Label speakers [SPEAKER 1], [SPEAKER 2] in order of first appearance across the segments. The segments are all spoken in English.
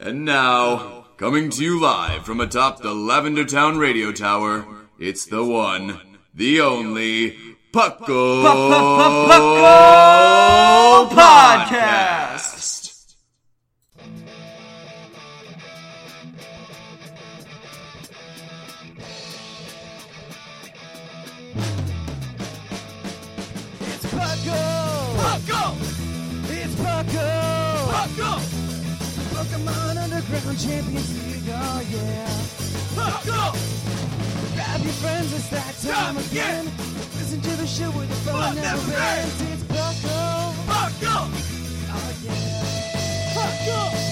[SPEAKER 1] And now, coming to you live from atop the Lavender Town Radio Tower, it's the one, the only Puckle Podcast.
[SPEAKER 2] It's Puckle! Puckle! It's Puckle! Puckle! Pokemon Underground Champions League, oh yeah. Puckle! Grab your friends, it's that time again. Listen to the show where the fun never, ends. It's Puckle! Puckle! Oh yeah. Puckle!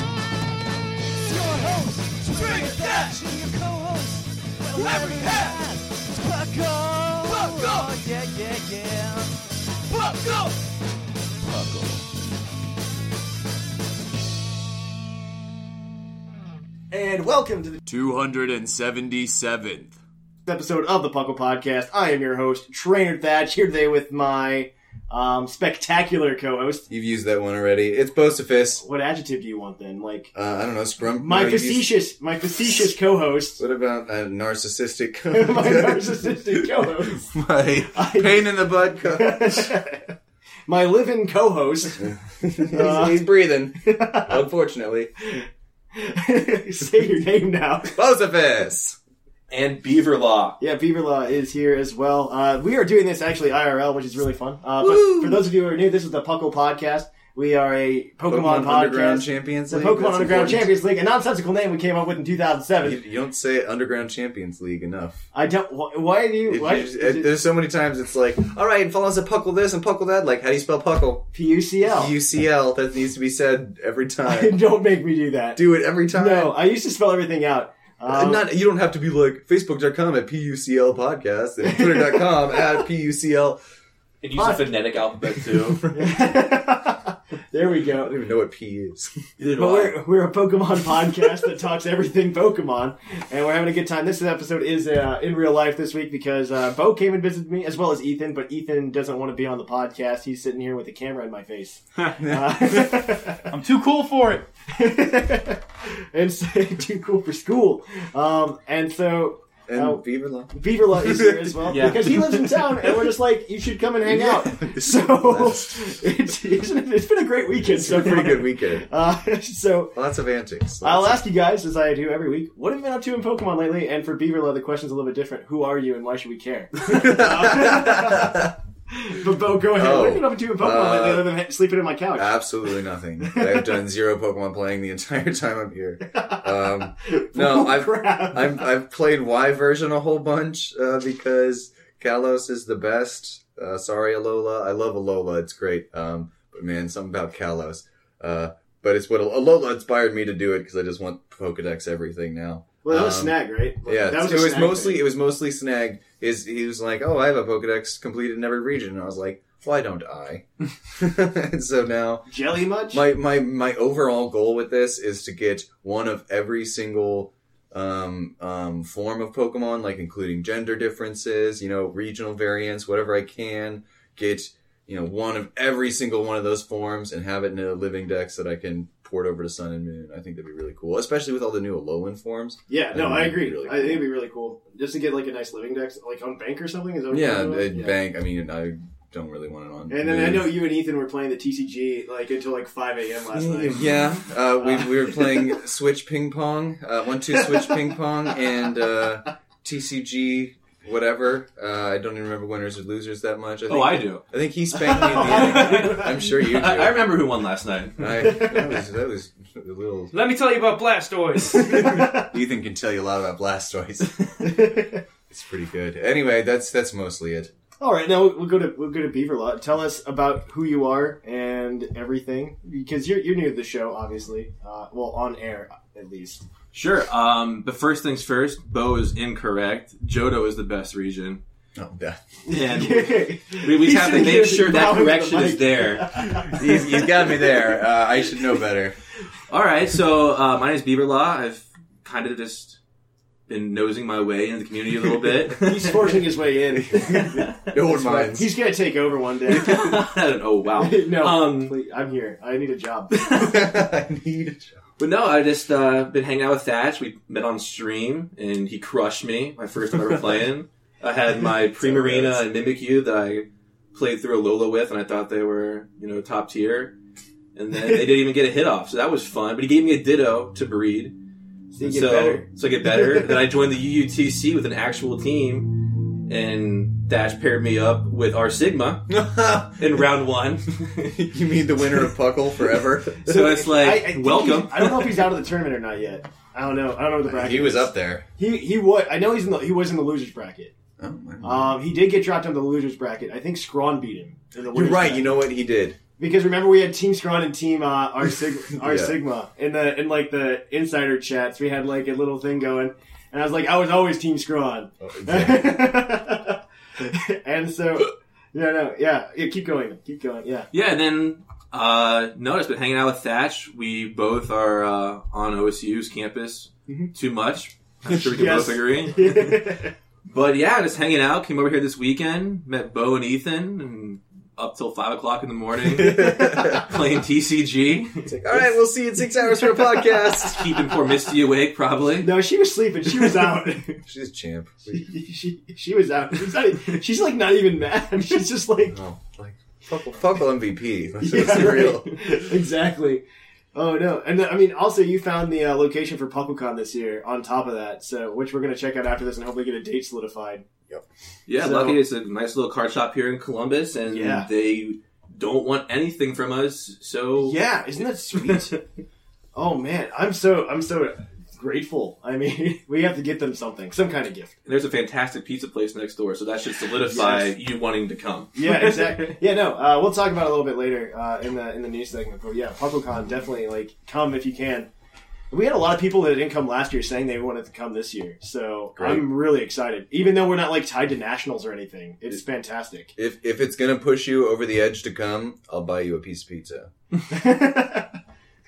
[SPEAKER 2] It's your host, Spring Dash, and your co-host, Larry Pat. It's Puckle! Puckle! Oh yeah, yeah, yeah. Puckle!
[SPEAKER 3] And welcome to the
[SPEAKER 1] 277th.
[SPEAKER 3] episode of the Puckle Podcast. I am your host, Trainer Thatch, here today with my um, spectacular co-host.
[SPEAKER 4] You've used that one already. It's Bosifis.
[SPEAKER 3] What adjective do you want then? Like
[SPEAKER 4] Uh, I don't know, Scrum.
[SPEAKER 3] my
[SPEAKER 4] no, you've used-
[SPEAKER 3] facetious, my facetious co-host,
[SPEAKER 4] What about a narcissistic?
[SPEAKER 3] my narcissistic co-host,
[SPEAKER 4] my pain in the butt.
[SPEAKER 3] Uh.
[SPEAKER 4] Co-
[SPEAKER 3] my living co-host.
[SPEAKER 4] he's, he's breathing, unfortunately.
[SPEAKER 3] Say your name now.
[SPEAKER 4] Bosifis.
[SPEAKER 5] and Beaver Law.
[SPEAKER 3] Yeah, Beaverlaw is here as well. Uh, we are doing this actually IRL, which is really fun. Uh, but for those of you who are new, this is the Puckle Podcast. We are a Pokemon,
[SPEAKER 4] Pokemon Underground
[SPEAKER 3] podcast.
[SPEAKER 4] Champions
[SPEAKER 3] the
[SPEAKER 4] League?
[SPEAKER 3] Pokemon
[SPEAKER 4] That's
[SPEAKER 3] Underground
[SPEAKER 4] important.
[SPEAKER 3] Champions League, a nonsensical name we came up with in 2007.
[SPEAKER 4] You, you don't say Underground Champions League enough.
[SPEAKER 3] I don't. Why, why do you?
[SPEAKER 4] It-
[SPEAKER 3] Why,
[SPEAKER 4] you
[SPEAKER 3] is
[SPEAKER 4] just-
[SPEAKER 3] it
[SPEAKER 4] it- there's so many times it's like, all right, follow us at Puckle this and Puckle that. Like, how do you spell Puckle?
[SPEAKER 3] PUCL.
[SPEAKER 4] UCL. That needs to be said every time.
[SPEAKER 3] don't make me do that.
[SPEAKER 4] Do it every time.
[SPEAKER 3] no, I used to spell everything out.
[SPEAKER 4] Uh,
[SPEAKER 3] Um,
[SPEAKER 4] not you don't have to be like facebook.com at pucl podcast and twitter.com at pucl
[SPEAKER 5] It uses phonetic alphabet too.
[SPEAKER 3] there we
[SPEAKER 4] i don't
[SPEAKER 3] go.
[SPEAKER 4] even know what p is
[SPEAKER 5] Neither do
[SPEAKER 3] But
[SPEAKER 5] I.
[SPEAKER 3] we're, we're a Pokemon podcast that talks everything Pokemon, and we're having a good time. This episode is uh, in real life this week because uh, Bo came and visited me as well as Ethan, but Ethan doesn't want to be on the podcast. He's sitting here with a camera in my face. Uh,
[SPEAKER 6] I'm too cool for it.
[SPEAKER 3] and so, too cool for school. Um, and so
[SPEAKER 4] and
[SPEAKER 3] Oh.
[SPEAKER 4] beaver Law.
[SPEAKER 3] Beaver Law is here as well
[SPEAKER 5] Yeah.
[SPEAKER 3] because he lives in town, and we're just like, you should come and hang out. So it's, isn't it- it's been a great weekend.
[SPEAKER 4] it's
[SPEAKER 3] so
[SPEAKER 4] a pretty
[SPEAKER 3] far.
[SPEAKER 4] good weekend
[SPEAKER 3] Uh, so
[SPEAKER 4] lots of antics
[SPEAKER 3] I'll
[SPEAKER 4] Lots
[SPEAKER 3] ask you guys, as I do every week, what have you been up to in Pokemon lately? And for Beaver Law, the question's a little bit different. Who are you, and why should we care? but Bo, go ahead. what have you been up to in Pokemon
[SPEAKER 4] uh,
[SPEAKER 3] lately, other than ha- sleeping in my
[SPEAKER 4] of-
[SPEAKER 3] couch?
[SPEAKER 4] absolutely nothing i've done zero pokemon playing the entire time i'm here um, no I've,
[SPEAKER 3] crap.
[SPEAKER 4] I've i've played y version a whole bunch uh, because kalos is the best uh, sorry alola i love alola it's great um, but man something about kalos uh, but it's what Alola inspired me to do it because I just want Pokedex everything now.
[SPEAKER 3] well, that was
[SPEAKER 4] Um,
[SPEAKER 3] Snag, right?
[SPEAKER 4] Yeah,
[SPEAKER 3] that
[SPEAKER 4] it
[SPEAKER 3] a
[SPEAKER 4] was
[SPEAKER 3] Snag
[SPEAKER 4] mostly
[SPEAKER 3] thing.
[SPEAKER 4] it was mostly Snag. Is he was like, oh, I have a Pokedex completed in every region, and I was like, why don't I? and so now
[SPEAKER 3] jelly much.
[SPEAKER 4] my my my overall goal with this is to get one of every single um, um, form of Pokemon, like including gender differences, you know, regional variants, whatever I can get. You know, one of every single one of those forms, and have it in a living dex that I can port over to Sun and Moon. I think that'd be really cool, especially with all the new Alolan forms.
[SPEAKER 3] yeah, no,
[SPEAKER 4] Um,
[SPEAKER 3] I agree.
[SPEAKER 4] really
[SPEAKER 3] I think it'd be really cool just to get like a nice living deck, like on bank or something. Is that what you're
[SPEAKER 4] Yeah,
[SPEAKER 3] talking about?
[SPEAKER 4] and bank. I mean, I don't really want it on.
[SPEAKER 3] And then I
[SPEAKER 4] Moon.
[SPEAKER 3] know you and Ethan were playing the TCG like until like 5 a.m. last night.
[SPEAKER 4] Yeah, uh, we, we were playing Switch Ping Pong, uh, one two Switch Ping Pong, and uh, TCG whatever. Uh, I don't even remember winners or losers that much. I think,
[SPEAKER 5] Oh, I do.
[SPEAKER 4] I think he spanked me. in the end. I'm sure you do.
[SPEAKER 5] I, I remember who won last night.
[SPEAKER 4] I- that was that was little
[SPEAKER 7] Let me tell you about Blastoise.
[SPEAKER 4] Ethan can tell you a lot about Blastoise. it's pretty good. Anyway, that's that's mostly it.
[SPEAKER 3] All right, now we'll go to we'll go to Beaver Lot. Tell us about who you are and everything, because you're you're new to the show, obviously. Uh, well, on air at least.
[SPEAKER 7] sure. Um, the first things first. Bo is incorrect. Jodo is the best region.
[SPEAKER 4] Oh, yeah.
[SPEAKER 7] And
[SPEAKER 3] we
[SPEAKER 7] we, we have to make sure that correction is there.
[SPEAKER 4] he's, he's got me there. Uh, I should know better.
[SPEAKER 7] All right, so uh, my name is Beaver Law. I've kind of just been nosing my way into the community a little bit.
[SPEAKER 3] He's forcing his way in.
[SPEAKER 4] No one minds.
[SPEAKER 3] He's gonna take over one day.
[SPEAKER 7] oh wow!
[SPEAKER 3] no,
[SPEAKER 7] Um,
[SPEAKER 3] please, I'm here. I need a job.
[SPEAKER 4] I need a job.
[SPEAKER 7] But no, I just uh, been hanging out with Thatch. We met on stream, and he crushed me. My first time ever playing. I had my Primarina and Mimikyu that I played through Alola with, and I thought they were you know top tier. And then they didn't even get a hit off, so that was fun. But he gave me a Ditto to breed,
[SPEAKER 3] So you get
[SPEAKER 7] so
[SPEAKER 3] better.
[SPEAKER 7] so I get better. then I joined the UUTC with an actual team, and Thatch paired me up with our Sigma in round one.
[SPEAKER 4] you mean the winner of Puckle forever?
[SPEAKER 7] so it's like
[SPEAKER 3] I- I think
[SPEAKER 7] welcome.
[SPEAKER 3] he's- I don't know if he's out of the tournament or not yet. I don't know. I don't know what the bracket.
[SPEAKER 4] he was
[SPEAKER 3] is.
[SPEAKER 4] up there.
[SPEAKER 3] He he was. I know he's in the he was in the losers bracket.
[SPEAKER 4] Oh, my God.
[SPEAKER 3] Um, he did get dropped out of the losers bracket. I think Scrawn beat him. In the
[SPEAKER 4] You're
[SPEAKER 3] winners
[SPEAKER 4] right.
[SPEAKER 3] bracket.
[SPEAKER 4] You know what he did?
[SPEAKER 3] Because remember, we had Team Scrawn and Team uh, R Sigma, R
[SPEAKER 4] Yeah.
[SPEAKER 3] Sigma in the in like the insider chats. We had like a little thing going, and I was like, I was always Team Scrawn.
[SPEAKER 4] Oh,
[SPEAKER 3] and so, yeah, no, yeah, yeah, keep going, keep going, yeah.
[SPEAKER 7] Yeah, and then uh, no, just been hanging out with Thatch. We both are uh, on OSU's campus too much. I'm sure we can
[SPEAKER 3] Mm-hmm. Yes.
[SPEAKER 7] both agree. but yeah, just hanging out. Came over here this weekend, met Bo and Ethan, and up till five o'clock in the morning playing TCG,
[SPEAKER 4] It's like, all right, we'll see you in six hours for a podcast.
[SPEAKER 7] keeping poor Misty awake probably.
[SPEAKER 3] no, she was sleeping. She was out.
[SPEAKER 4] She's a champ.
[SPEAKER 3] she she was out. She's, not, even- she's like not even mad. She's just like
[SPEAKER 4] Oh, like Puckle, Puckle MVP. That's
[SPEAKER 3] Yeah,
[SPEAKER 4] so surreal.
[SPEAKER 3] right. exactly. Oh no! And then, I mean, also you found the uh, location for PuckleCon this year. On top of that, so which we're going to check out after this and hopefully get a date solidified.
[SPEAKER 7] Yeah,
[SPEAKER 3] So-
[SPEAKER 7] lucky it's a nice little card shop here in Columbus, and
[SPEAKER 3] Yeah.
[SPEAKER 7] they don't want anything from us. So
[SPEAKER 3] Yeah, isn't that sweet? oh man, I'm so I'm so grateful. I mean, we have to get them something, some kind of gift.
[SPEAKER 7] And there's a fantastic pizza place next door, so that should solidify you wanting to come.
[SPEAKER 3] Yeah, exactly. yeah, no, uh, we'll talk about it a little bit later uh, in the in the news segment. But yeah, PuckleCon definitely like come if you can. We had a lot of people that didn't come last year saying they wanted to come this year, so
[SPEAKER 4] Great.
[SPEAKER 3] I'm really excited. Even though we're not like tied to nationals or anything, it's fantastic.
[SPEAKER 4] If if it's gonna push you over the edge to come, I'll buy you a piece of pizza.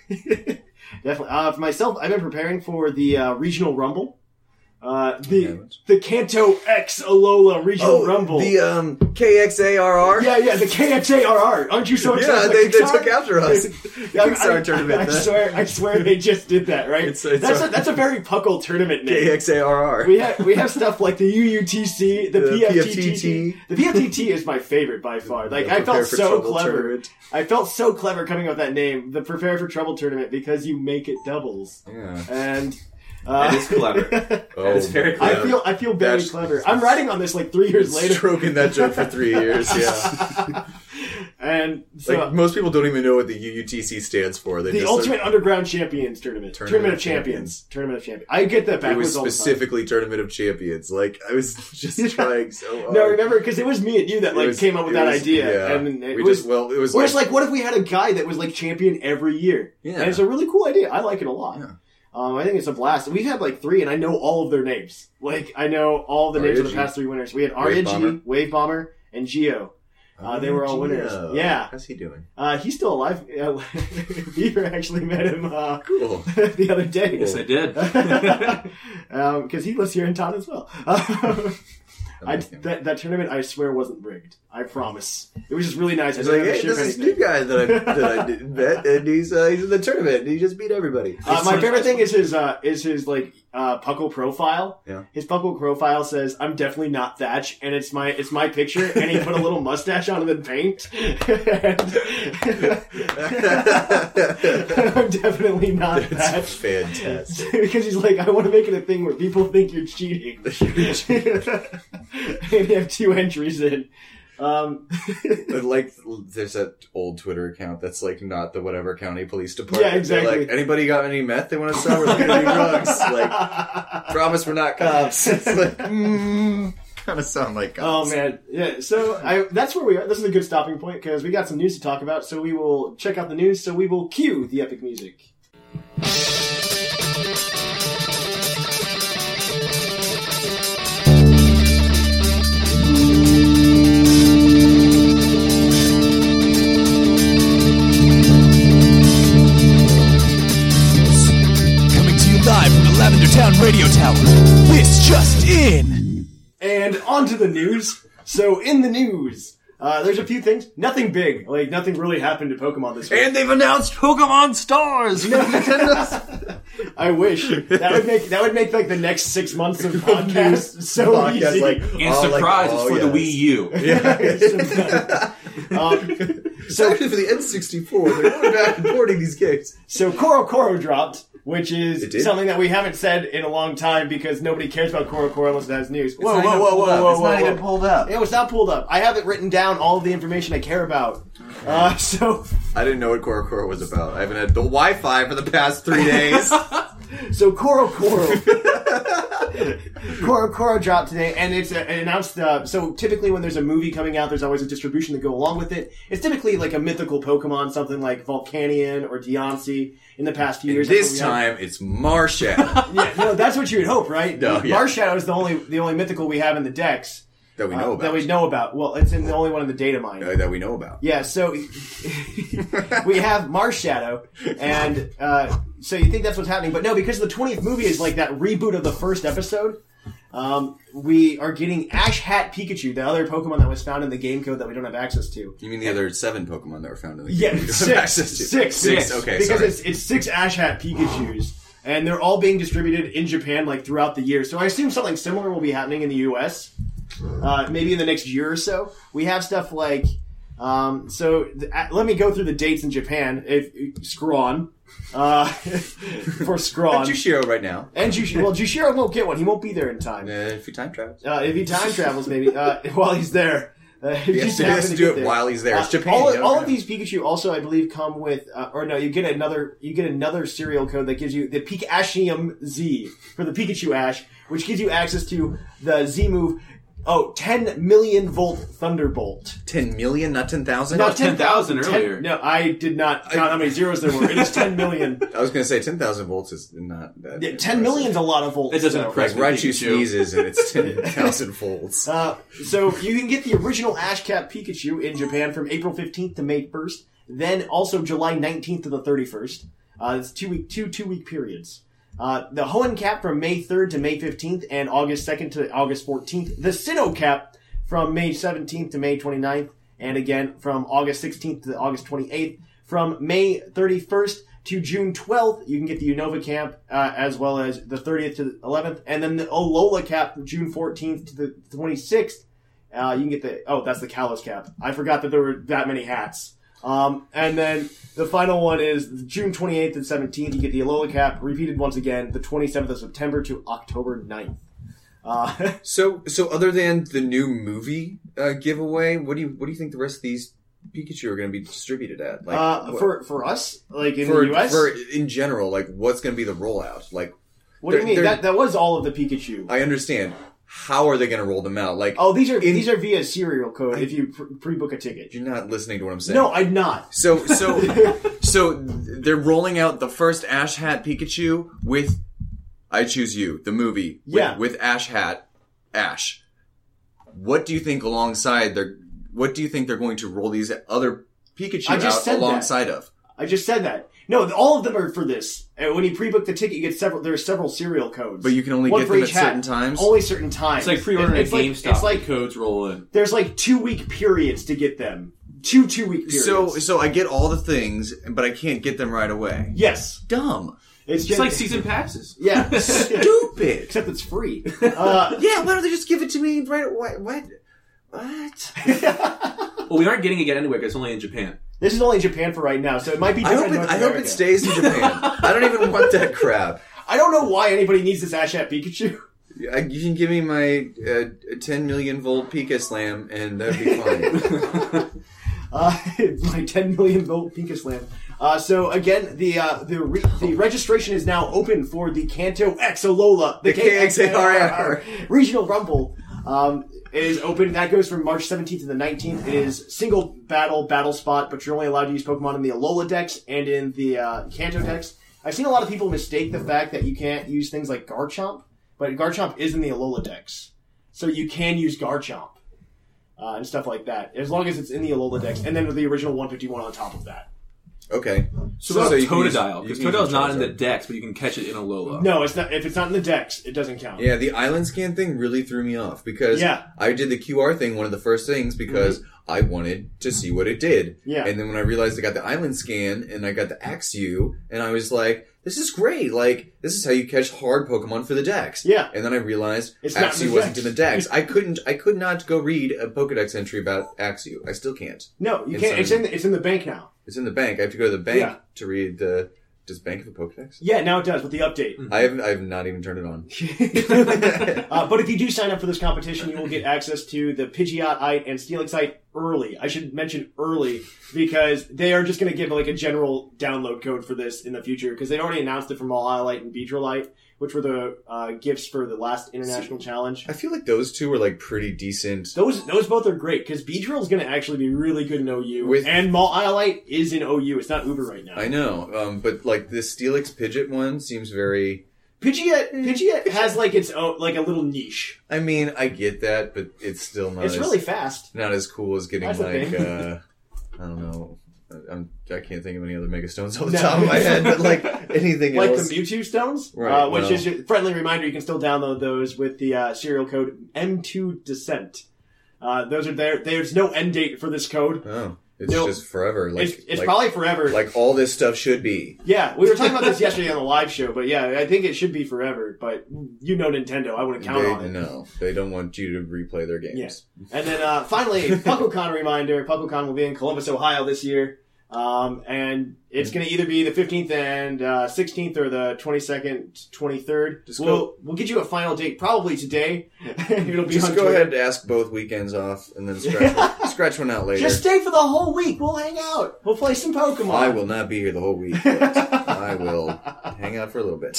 [SPEAKER 3] Definitely. Uh, for myself, I've been preparing for the uh, regional rumble. Uh, the
[SPEAKER 4] that's-
[SPEAKER 3] the Canto X Alola regional rumble.
[SPEAKER 4] the um KXARR.
[SPEAKER 3] yeah, yeah, the KXARR. Aren't you so excited?
[SPEAKER 4] Yeah,
[SPEAKER 3] about
[SPEAKER 4] they, they
[SPEAKER 3] Pixar?
[SPEAKER 4] took after us.
[SPEAKER 3] Yeah, I-
[SPEAKER 4] Pixar
[SPEAKER 3] I,
[SPEAKER 4] tournament.
[SPEAKER 3] I, swear, I swear, they just did that, right?
[SPEAKER 4] It's- it's
[SPEAKER 3] that's a,
[SPEAKER 4] our-
[SPEAKER 3] that's a very puckle tournament name.
[SPEAKER 4] KXARR.
[SPEAKER 3] We have we have stuff like the UUTC,
[SPEAKER 4] The
[SPEAKER 3] the, PFTTT.
[SPEAKER 4] PFTT.
[SPEAKER 3] The PFTT is my favorite by far. Like
[SPEAKER 4] The
[SPEAKER 3] I
[SPEAKER 4] Prepare
[SPEAKER 3] felt
[SPEAKER 4] for
[SPEAKER 3] so
[SPEAKER 4] Trouble
[SPEAKER 3] clever.
[SPEAKER 4] tournament.
[SPEAKER 3] I felt so clever coming up with that name, the Prepare for Trouble tournament, because you make it doubles.
[SPEAKER 4] Yeah.
[SPEAKER 3] And
[SPEAKER 7] That
[SPEAKER 3] uh,
[SPEAKER 7] is clever.
[SPEAKER 4] Oh,
[SPEAKER 7] It's very
[SPEAKER 4] my
[SPEAKER 3] I
[SPEAKER 4] God.
[SPEAKER 3] feel I feel very
[SPEAKER 4] That's-
[SPEAKER 3] clever. I'm writing on this like three years later,
[SPEAKER 4] stroking that joke for three years. Yeah,
[SPEAKER 3] and so
[SPEAKER 4] like most people don't even know what the UUTC stands for. They
[SPEAKER 3] the
[SPEAKER 4] just
[SPEAKER 3] Ultimate
[SPEAKER 4] Like,
[SPEAKER 3] Underground Champions tournament, tournament,
[SPEAKER 4] Tournament
[SPEAKER 3] of
[SPEAKER 4] of
[SPEAKER 3] champions. tournament of champions. I get that
[SPEAKER 4] it
[SPEAKER 3] backwards
[SPEAKER 4] was
[SPEAKER 3] all the time.
[SPEAKER 4] specifically Tournament of Champions. Like I was just trying so hard.
[SPEAKER 3] No, remember because it was me and you that
[SPEAKER 4] Oh, It
[SPEAKER 3] like
[SPEAKER 4] was-
[SPEAKER 3] came up with
[SPEAKER 4] it
[SPEAKER 3] that
[SPEAKER 4] was-
[SPEAKER 3] idea,
[SPEAKER 4] yeah.
[SPEAKER 3] and it
[SPEAKER 4] we
[SPEAKER 3] was
[SPEAKER 4] just well, it was
[SPEAKER 3] Or it's like, what if we had a guy that was like champion every year?
[SPEAKER 4] Yeah.
[SPEAKER 3] And it's a really cool idea. I like it a lot.
[SPEAKER 4] Yeah.
[SPEAKER 3] Um, I think it's a blast. We've had like three, and I know all of their names. Like, I know all the names of the
[SPEAKER 4] RNG.
[SPEAKER 3] past three winners. We had
[SPEAKER 4] Wave
[SPEAKER 3] RNG, Wave Bomber,
[SPEAKER 4] Bomber.
[SPEAKER 3] and Geo. Uh, they were all winners.
[SPEAKER 4] Gio.
[SPEAKER 3] Yeah.
[SPEAKER 4] how's he doing?
[SPEAKER 3] Uh, he's still alive. Uh, Beaver actually met him uh,
[SPEAKER 4] Cool.
[SPEAKER 3] the other day.
[SPEAKER 7] yes, I did.
[SPEAKER 3] Because he lives here in town as well. Um, I,
[SPEAKER 4] like him.
[SPEAKER 3] that, that tournament, I swear, wasn't rigged. I promise. It was just really nice. I
[SPEAKER 4] He's
[SPEAKER 3] didn't
[SPEAKER 4] like,
[SPEAKER 3] have to
[SPEAKER 4] hey,
[SPEAKER 3] ship
[SPEAKER 4] this is
[SPEAKER 3] anything.
[SPEAKER 4] new guy that I that I did- met, and he's uh, he's in the tournament. and He just beat everybody.
[SPEAKER 3] Uh, my favorite thing is his uh, is his like uh, puckle profile.
[SPEAKER 4] Yeah.
[SPEAKER 3] His puckle profile says, "I'm definitely not Thatch," and it's my it's my picture, and he put a little mustache on it and paint. I'm definitely not
[SPEAKER 4] That's
[SPEAKER 3] Thatch
[SPEAKER 4] fantastic.
[SPEAKER 3] because he's like, I want to make it a thing where people think you're cheating. and you have two entries in. Um,
[SPEAKER 4] But, like, there's that old Twitter account that's like not the whatever county police
[SPEAKER 3] Yeah,
[SPEAKER 4] department. They're
[SPEAKER 3] exactly.
[SPEAKER 4] Like, anybody got any meth they want to sell? We're looking at any drugs. Like, promise we're not cops. It's like, mm, kind of sound like
[SPEAKER 3] oh
[SPEAKER 4] cops.
[SPEAKER 3] man, yeah. So I, that's where we are. This is a good stopping point because we got some news to talk about. So we will check out the news. So we will cue the epic music.
[SPEAKER 2] Coming to you live from the Lavender Town Radio Tower. This just in.
[SPEAKER 3] And on to the news. So in the news, uh, there's a few things. Nothing big. Like nothing really happened to Pokemon this week.
[SPEAKER 4] And they've announced Pokemon Stars. for Nintendo's-
[SPEAKER 3] I wish that would make that would make like the next six months of podcasts so
[SPEAKER 4] Podcast,
[SPEAKER 3] easy.
[SPEAKER 4] like,
[SPEAKER 5] And
[SPEAKER 4] oh, like,
[SPEAKER 5] surprise, it's
[SPEAKER 4] oh,
[SPEAKER 5] for the Wii
[SPEAKER 4] yes.
[SPEAKER 5] U.
[SPEAKER 4] It's actually for the N64. They're going back and porting these games.
[SPEAKER 3] So Koro Koro dropped, which
[SPEAKER 4] It
[SPEAKER 3] is
[SPEAKER 4] did?
[SPEAKER 3] something that we haven't said in a long time because nobody cares about Koro Koro unless it has news. Whoa,
[SPEAKER 4] not
[SPEAKER 3] whoa,
[SPEAKER 4] even
[SPEAKER 3] whoa, whoa,
[SPEAKER 4] pulled
[SPEAKER 3] whoa,
[SPEAKER 4] up.
[SPEAKER 3] whoa,
[SPEAKER 4] It's not
[SPEAKER 3] whoa.
[SPEAKER 4] even pulled up.
[SPEAKER 3] It was not pulled up. I have it written down all the information I care about. Uh, so
[SPEAKER 4] I didn't know what Korokoro was about. I haven't had the Wi-Fi for the past three days.
[SPEAKER 3] So Koro Koro. Koro Koro dropped today, and it's uh, it announced. Uh, so typically, when there's a movie coming out, there's always a distribution to go along with it. It's typically like a mythical Pokemon, something like Volcanion or Deontay. In the past few years,
[SPEAKER 4] this
[SPEAKER 3] that's what we had.
[SPEAKER 4] time it's Marsha
[SPEAKER 3] yeah, no, that's what you would hope, right?
[SPEAKER 4] No, yeah.
[SPEAKER 3] Marshadow is the only the only mythical we have in the decks
[SPEAKER 4] that we
[SPEAKER 3] uh,
[SPEAKER 4] know about.
[SPEAKER 3] that we know about. Well, it's in the only one in the data mine.
[SPEAKER 4] Uh, that we know about.
[SPEAKER 3] Yeah, so we have Mars Shadow, and uh, so you think that's what's happening, but no, because the 20th movie is like that reboot of the first episode. Um, we are getting Ash Hat Pikachu, the other Pokemon that was found in the game code that we don't have access to.
[SPEAKER 4] You mean the other seven Pokemon that were found in the
[SPEAKER 3] Yeah,
[SPEAKER 4] game? You don't
[SPEAKER 3] six,
[SPEAKER 4] have access to-
[SPEAKER 3] six, six,
[SPEAKER 4] six. Okay,
[SPEAKER 3] because
[SPEAKER 4] sorry.
[SPEAKER 3] it's it's six Ash Hat Pikachu's, and they're all being distributed in Japan like throughout the year. So I assume something similar will be happening in the U.S. Uh, maybe in the next year or so. We have stuff like um, so. Th- uh, let me go through the dates in Japan. If Scrawn, uh, for Scrawn.
[SPEAKER 4] Jushiro right now.
[SPEAKER 3] and Jushiro, well, Jushiro won't get one. He won't be there in time.
[SPEAKER 4] Uh, if you time travel,
[SPEAKER 3] Uh, if he time travels, maybe uh, while he's there. Uh, if you
[SPEAKER 4] has to- he
[SPEAKER 3] happen
[SPEAKER 4] has to
[SPEAKER 3] get
[SPEAKER 4] do it
[SPEAKER 3] there. Uh,
[SPEAKER 4] while he's there. It's Japan,
[SPEAKER 3] All,
[SPEAKER 4] you know,
[SPEAKER 3] all
[SPEAKER 4] you
[SPEAKER 3] of
[SPEAKER 4] know.
[SPEAKER 3] these Pikachu also, I believe, come with, uh, or no, you get another, you get another serial code that gives you the Pikachu Z for the Pikachu Ash, which gives you access to the Z move. Oh, 10 million volt thunderbolt.
[SPEAKER 4] ten million, not ten thousand.
[SPEAKER 3] Not
[SPEAKER 7] 10,000
[SPEAKER 3] 10
[SPEAKER 7] earlier.
[SPEAKER 3] No, I did not count how many zeros there were. It is 10 million.
[SPEAKER 4] I was going to say ten thousand volts is not that.
[SPEAKER 3] Yeah, 10 million's a lot of volts.
[SPEAKER 7] It doesn't
[SPEAKER 3] though.
[SPEAKER 7] impress
[SPEAKER 4] Like Raichu
[SPEAKER 7] Pikachu.
[SPEAKER 4] sneezes and it's ten thousand volts.
[SPEAKER 3] Uh, so you can get the original Ash Cat Pikachu in Japan from April 15th to May 1st, then also July 19th to the 31st. Uh, it's two week two two week periods. Uh, the Hoenn Cap from May 3rd to May 15th and August 2nd to August 14th. The Sinnoh Cap from May 17th to May 29th and again from August 16th to August 28th. From May 31st to June 12th, you can get the Unova Camp uh, as well as the 30th to the 11th, and then the Olola Cap from June 14th to the 26th. Uh, you can get the oh, that's the Kalos Cap. I forgot that there were that many hats. Um, and then the final one is June 28th and 17th. You get the Alola Cap repeated once again, the 27th of September to October 9th. Uh,
[SPEAKER 4] So, so other than the new movie uh, giveaway, what do you what do you think the rest of these Pikachu are going to be distributed at? Like
[SPEAKER 3] uh,
[SPEAKER 4] what-
[SPEAKER 3] for for us, like in
[SPEAKER 4] for,
[SPEAKER 3] the US,
[SPEAKER 4] for in general, like what's going to be the rollout? Like
[SPEAKER 3] what do you
[SPEAKER 4] they're-
[SPEAKER 3] mean?
[SPEAKER 4] they're-
[SPEAKER 3] That that was all of the Pikachu.
[SPEAKER 4] I understand. How are they going to roll them out? Like,
[SPEAKER 3] Oh, these are
[SPEAKER 4] in-
[SPEAKER 3] these are via serial code if you pr- pre-book a ticket.
[SPEAKER 4] You're not listening to what I'm saying.
[SPEAKER 3] No, I'm not.
[SPEAKER 4] So so so they're rolling out the first Ash Hat Pikachu with I Choose You, the movie. with-
[SPEAKER 3] Yeah.
[SPEAKER 4] With, Ash Hat Ash. What do you think alongside their what do you think they're going to roll these other Pikachu
[SPEAKER 3] I just
[SPEAKER 4] out
[SPEAKER 3] said that.
[SPEAKER 4] alongside of?
[SPEAKER 3] I just said that. No, th- all of them are for this. And when you pre-book the ticket, you get several. There are several serial codes,
[SPEAKER 4] But you can only
[SPEAKER 3] One
[SPEAKER 4] get
[SPEAKER 3] for
[SPEAKER 4] them at
[SPEAKER 3] each hat.
[SPEAKER 4] certain times?
[SPEAKER 3] Only certain times.
[SPEAKER 7] It's like pre-ordering
[SPEAKER 3] It-
[SPEAKER 7] at GameStop.
[SPEAKER 3] Like, it's like
[SPEAKER 7] the codes roll in.
[SPEAKER 3] there's like two week periods to get them. Two two week periods.
[SPEAKER 4] So so I get all the things, but I can't get them right away.
[SPEAKER 3] yes,
[SPEAKER 4] Dumb.
[SPEAKER 3] it's
[SPEAKER 7] It's
[SPEAKER 3] just
[SPEAKER 7] like season passes.
[SPEAKER 3] yeah.
[SPEAKER 4] Stupid.
[SPEAKER 3] Except it's free. Uh,
[SPEAKER 4] yeah, why don't they just give it to me right away? What? What?
[SPEAKER 7] Well, we aren't getting it yet anyway because it's only in Japan.
[SPEAKER 3] this is only in Japan for right now, so it might be.
[SPEAKER 4] I
[SPEAKER 3] Different
[SPEAKER 4] hope,
[SPEAKER 3] in
[SPEAKER 4] it,
[SPEAKER 3] North
[SPEAKER 4] I hope it
[SPEAKER 3] America.
[SPEAKER 4] stays in Japan. I don't even want that crap.
[SPEAKER 3] I don't know why anybody needs this Ash Hat Pikachu.
[SPEAKER 4] I, you can give me my uh, 10 million volt Pika Slam, and that'd be fine.
[SPEAKER 3] Uh, my 10 million volt Pika Slam. Uh, so again, the uh, the re- the registration is now open for the Canto Exolola, the,
[SPEAKER 4] The KXARR.
[SPEAKER 3] regional rumble. Um, it is open. That goes from March 17th to the 19th. It is single battle battle spot, but you're only allowed to use Pokemon in the Alola decks and in the uh, Kanto decks. I've seen a lot of people mistake the fact that you can't use things like Garchomp, but Garchomp is in the Alola decks, so you can use Garchomp uh, and stuff like that, as long as it's in the Alola decks, and then with the original 151 on top of that.
[SPEAKER 4] okay.
[SPEAKER 7] So, what about
[SPEAKER 4] you can use-
[SPEAKER 7] Totodile?
[SPEAKER 4] you
[SPEAKER 7] Because
[SPEAKER 4] can use
[SPEAKER 7] Totodile's not in the
[SPEAKER 4] Charizard.
[SPEAKER 7] decks, but you can catch it in a Lola.
[SPEAKER 3] No, it's not. If it's not in the decks, it doesn't count.
[SPEAKER 4] Yeah, the island scan thing really threw me off because
[SPEAKER 3] Yeah. Mm-hmm.
[SPEAKER 4] I did the QR thing one of the first things because I wanted to see what it did.
[SPEAKER 3] Yeah.
[SPEAKER 4] And then when I realized I got the island scan and I got the Axe U, and I was like, this is great. Like, this is how you catch hard Pokemon for the decks.
[SPEAKER 3] Yeah.
[SPEAKER 4] And then I realized
[SPEAKER 3] It's not in
[SPEAKER 4] Axe
[SPEAKER 3] the
[SPEAKER 4] U wasn't in
[SPEAKER 3] decks.
[SPEAKER 4] the decks. I couldn't, I could not go read a Pokedex entry about Axe U. I still can't.
[SPEAKER 3] No, you
[SPEAKER 4] It's
[SPEAKER 3] can't.
[SPEAKER 4] not
[SPEAKER 3] It's
[SPEAKER 4] in-
[SPEAKER 3] in. The, it's in the bank now.
[SPEAKER 4] It's in the bank. I have to go to the bank
[SPEAKER 3] Yeah.
[SPEAKER 4] to read the, does bank have a Pokedex?
[SPEAKER 3] Yeah, now it does with the update.
[SPEAKER 4] I haven't, I have not even turned it on.
[SPEAKER 3] Uh, but if you do sign up for this competition, you will get access to the Pidgeotite and Steelixite early. I should mention early because they are just going to give like a general download code for this in the future because they'd already announced it for Malilite and Beedrillite, which were the uh, gifts for the last international challenge.
[SPEAKER 4] I feel like those two were like pretty decent.
[SPEAKER 3] Those those both are great because Beedrill is going to actually be really good in OU,
[SPEAKER 4] With-
[SPEAKER 3] and Malilite is in OU. It's not Uber right now.
[SPEAKER 4] I know, um, but like this Steelix Pidget one seems very.
[SPEAKER 3] Pidgeot Pidgeot has like its own like a little niche.
[SPEAKER 4] I mean, I get that, but it's still not.
[SPEAKER 3] It's
[SPEAKER 4] as,
[SPEAKER 3] really fast.
[SPEAKER 4] not as cool as getting
[SPEAKER 3] That's the
[SPEAKER 4] like
[SPEAKER 3] thing.
[SPEAKER 4] uh, I don't know. I- I'm, I can't think of any other Mega Stones off the
[SPEAKER 3] No.
[SPEAKER 4] top of my head, but like anything
[SPEAKER 3] Like
[SPEAKER 4] else.
[SPEAKER 3] the Mewtwo stones,
[SPEAKER 4] Right,
[SPEAKER 3] uh, which
[SPEAKER 4] well.
[SPEAKER 3] is a friendly reminder. You can still download those with the uh, serial code M2 Descent. Uh, those are there. There's no end date for this code.
[SPEAKER 4] oh, it's
[SPEAKER 3] No.
[SPEAKER 4] just forever. Like
[SPEAKER 3] it's it's
[SPEAKER 4] like,
[SPEAKER 3] probably forever.
[SPEAKER 4] like all this stuff should be.
[SPEAKER 3] yeah, we were talking about this yesterday on the live show, but yeah, I think it should be forever. But you know Nintendo, I wouldn't count
[SPEAKER 4] they,
[SPEAKER 3] on it.
[SPEAKER 4] No, they don't want you to replay their games.
[SPEAKER 3] Yes. And then uh, finally, PuckleCon reminder. PuckleCon will be in Columbus, Ohio this year. Um, and it's going to either be the 15th and uh, 16th or the 22nd, 23rd.
[SPEAKER 4] Just
[SPEAKER 3] we'll,
[SPEAKER 4] go-
[SPEAKER 3] we'll get you a final date probably today. It'll be
[SPEAKER 4] Just
[SPEAKER 3] on
[SPEAKER 4] go
[SPEAKER 3] Twitter.
[SPEAKER 4] ahead and ask both weekends off, and then scratch, one, scratch one out later.
[SPEAKER 3] Just stay for the whole week. We'll hang out. We'll play some Pokemon.
[SPEAKER 4] I will not be here the whole week. But I will hang out for a little bit.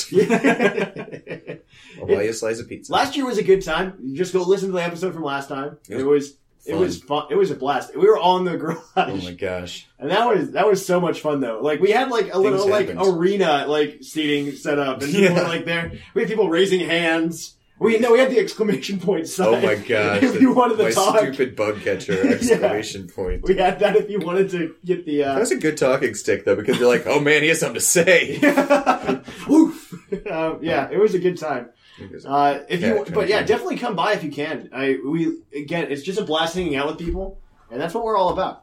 [SPEAKER 4] I'll buy you a slice of pizza.
[SPEAKER 3] Last year was a good time. You just go listen to the episode from last time.
[SPEAKER 4] It was
[SPEAKER 3] It was it
[SPEAKER 4] fun.
[SPEAKER 3] was fun. It was a blast. We were all in the garage.
[SPEAKER 4] oh my gosh!
[SPEAKER 3] And that was that was so much fun though. Like we had like a little like
[SPEAKER 4] happened.
[SPEAKER 3] arena like seating set up, and people
[SPEAKER 4] Yeah.
[SPEAKER 3] were like there. We had people raising hands. We no, we had the exclamation point sign.
[SPEAKER 4] Oh my gosh!
[SPEAKER 3] if you wanted
[SPEAKER 4] my
[SPEAKER 3] to talk,
[SPEAKER 4] stupid bug catcher exclamation point.
[SPEAKER 3] we had that. If you wanted to get the
[SPEAKER 4] That
[SPEAKER 3] uh,
[SPEAKER 4] was a good talking stick though, because you're like, oh man, he has something to say.
[SPEAKER 3] woof. Uh, yeah, it was a good time. Uh, if
[SPEAKER 4] Yeah,
[SPEAKER 3] you,
[SPEAKER 4] kinda
[SPEAKER 3] but yeah,
[SPEAKER 4] cool.
[SPEAKER 3] definitely come by if you can. I we again, it's just a blast hanging out with people, and that's what we're all about.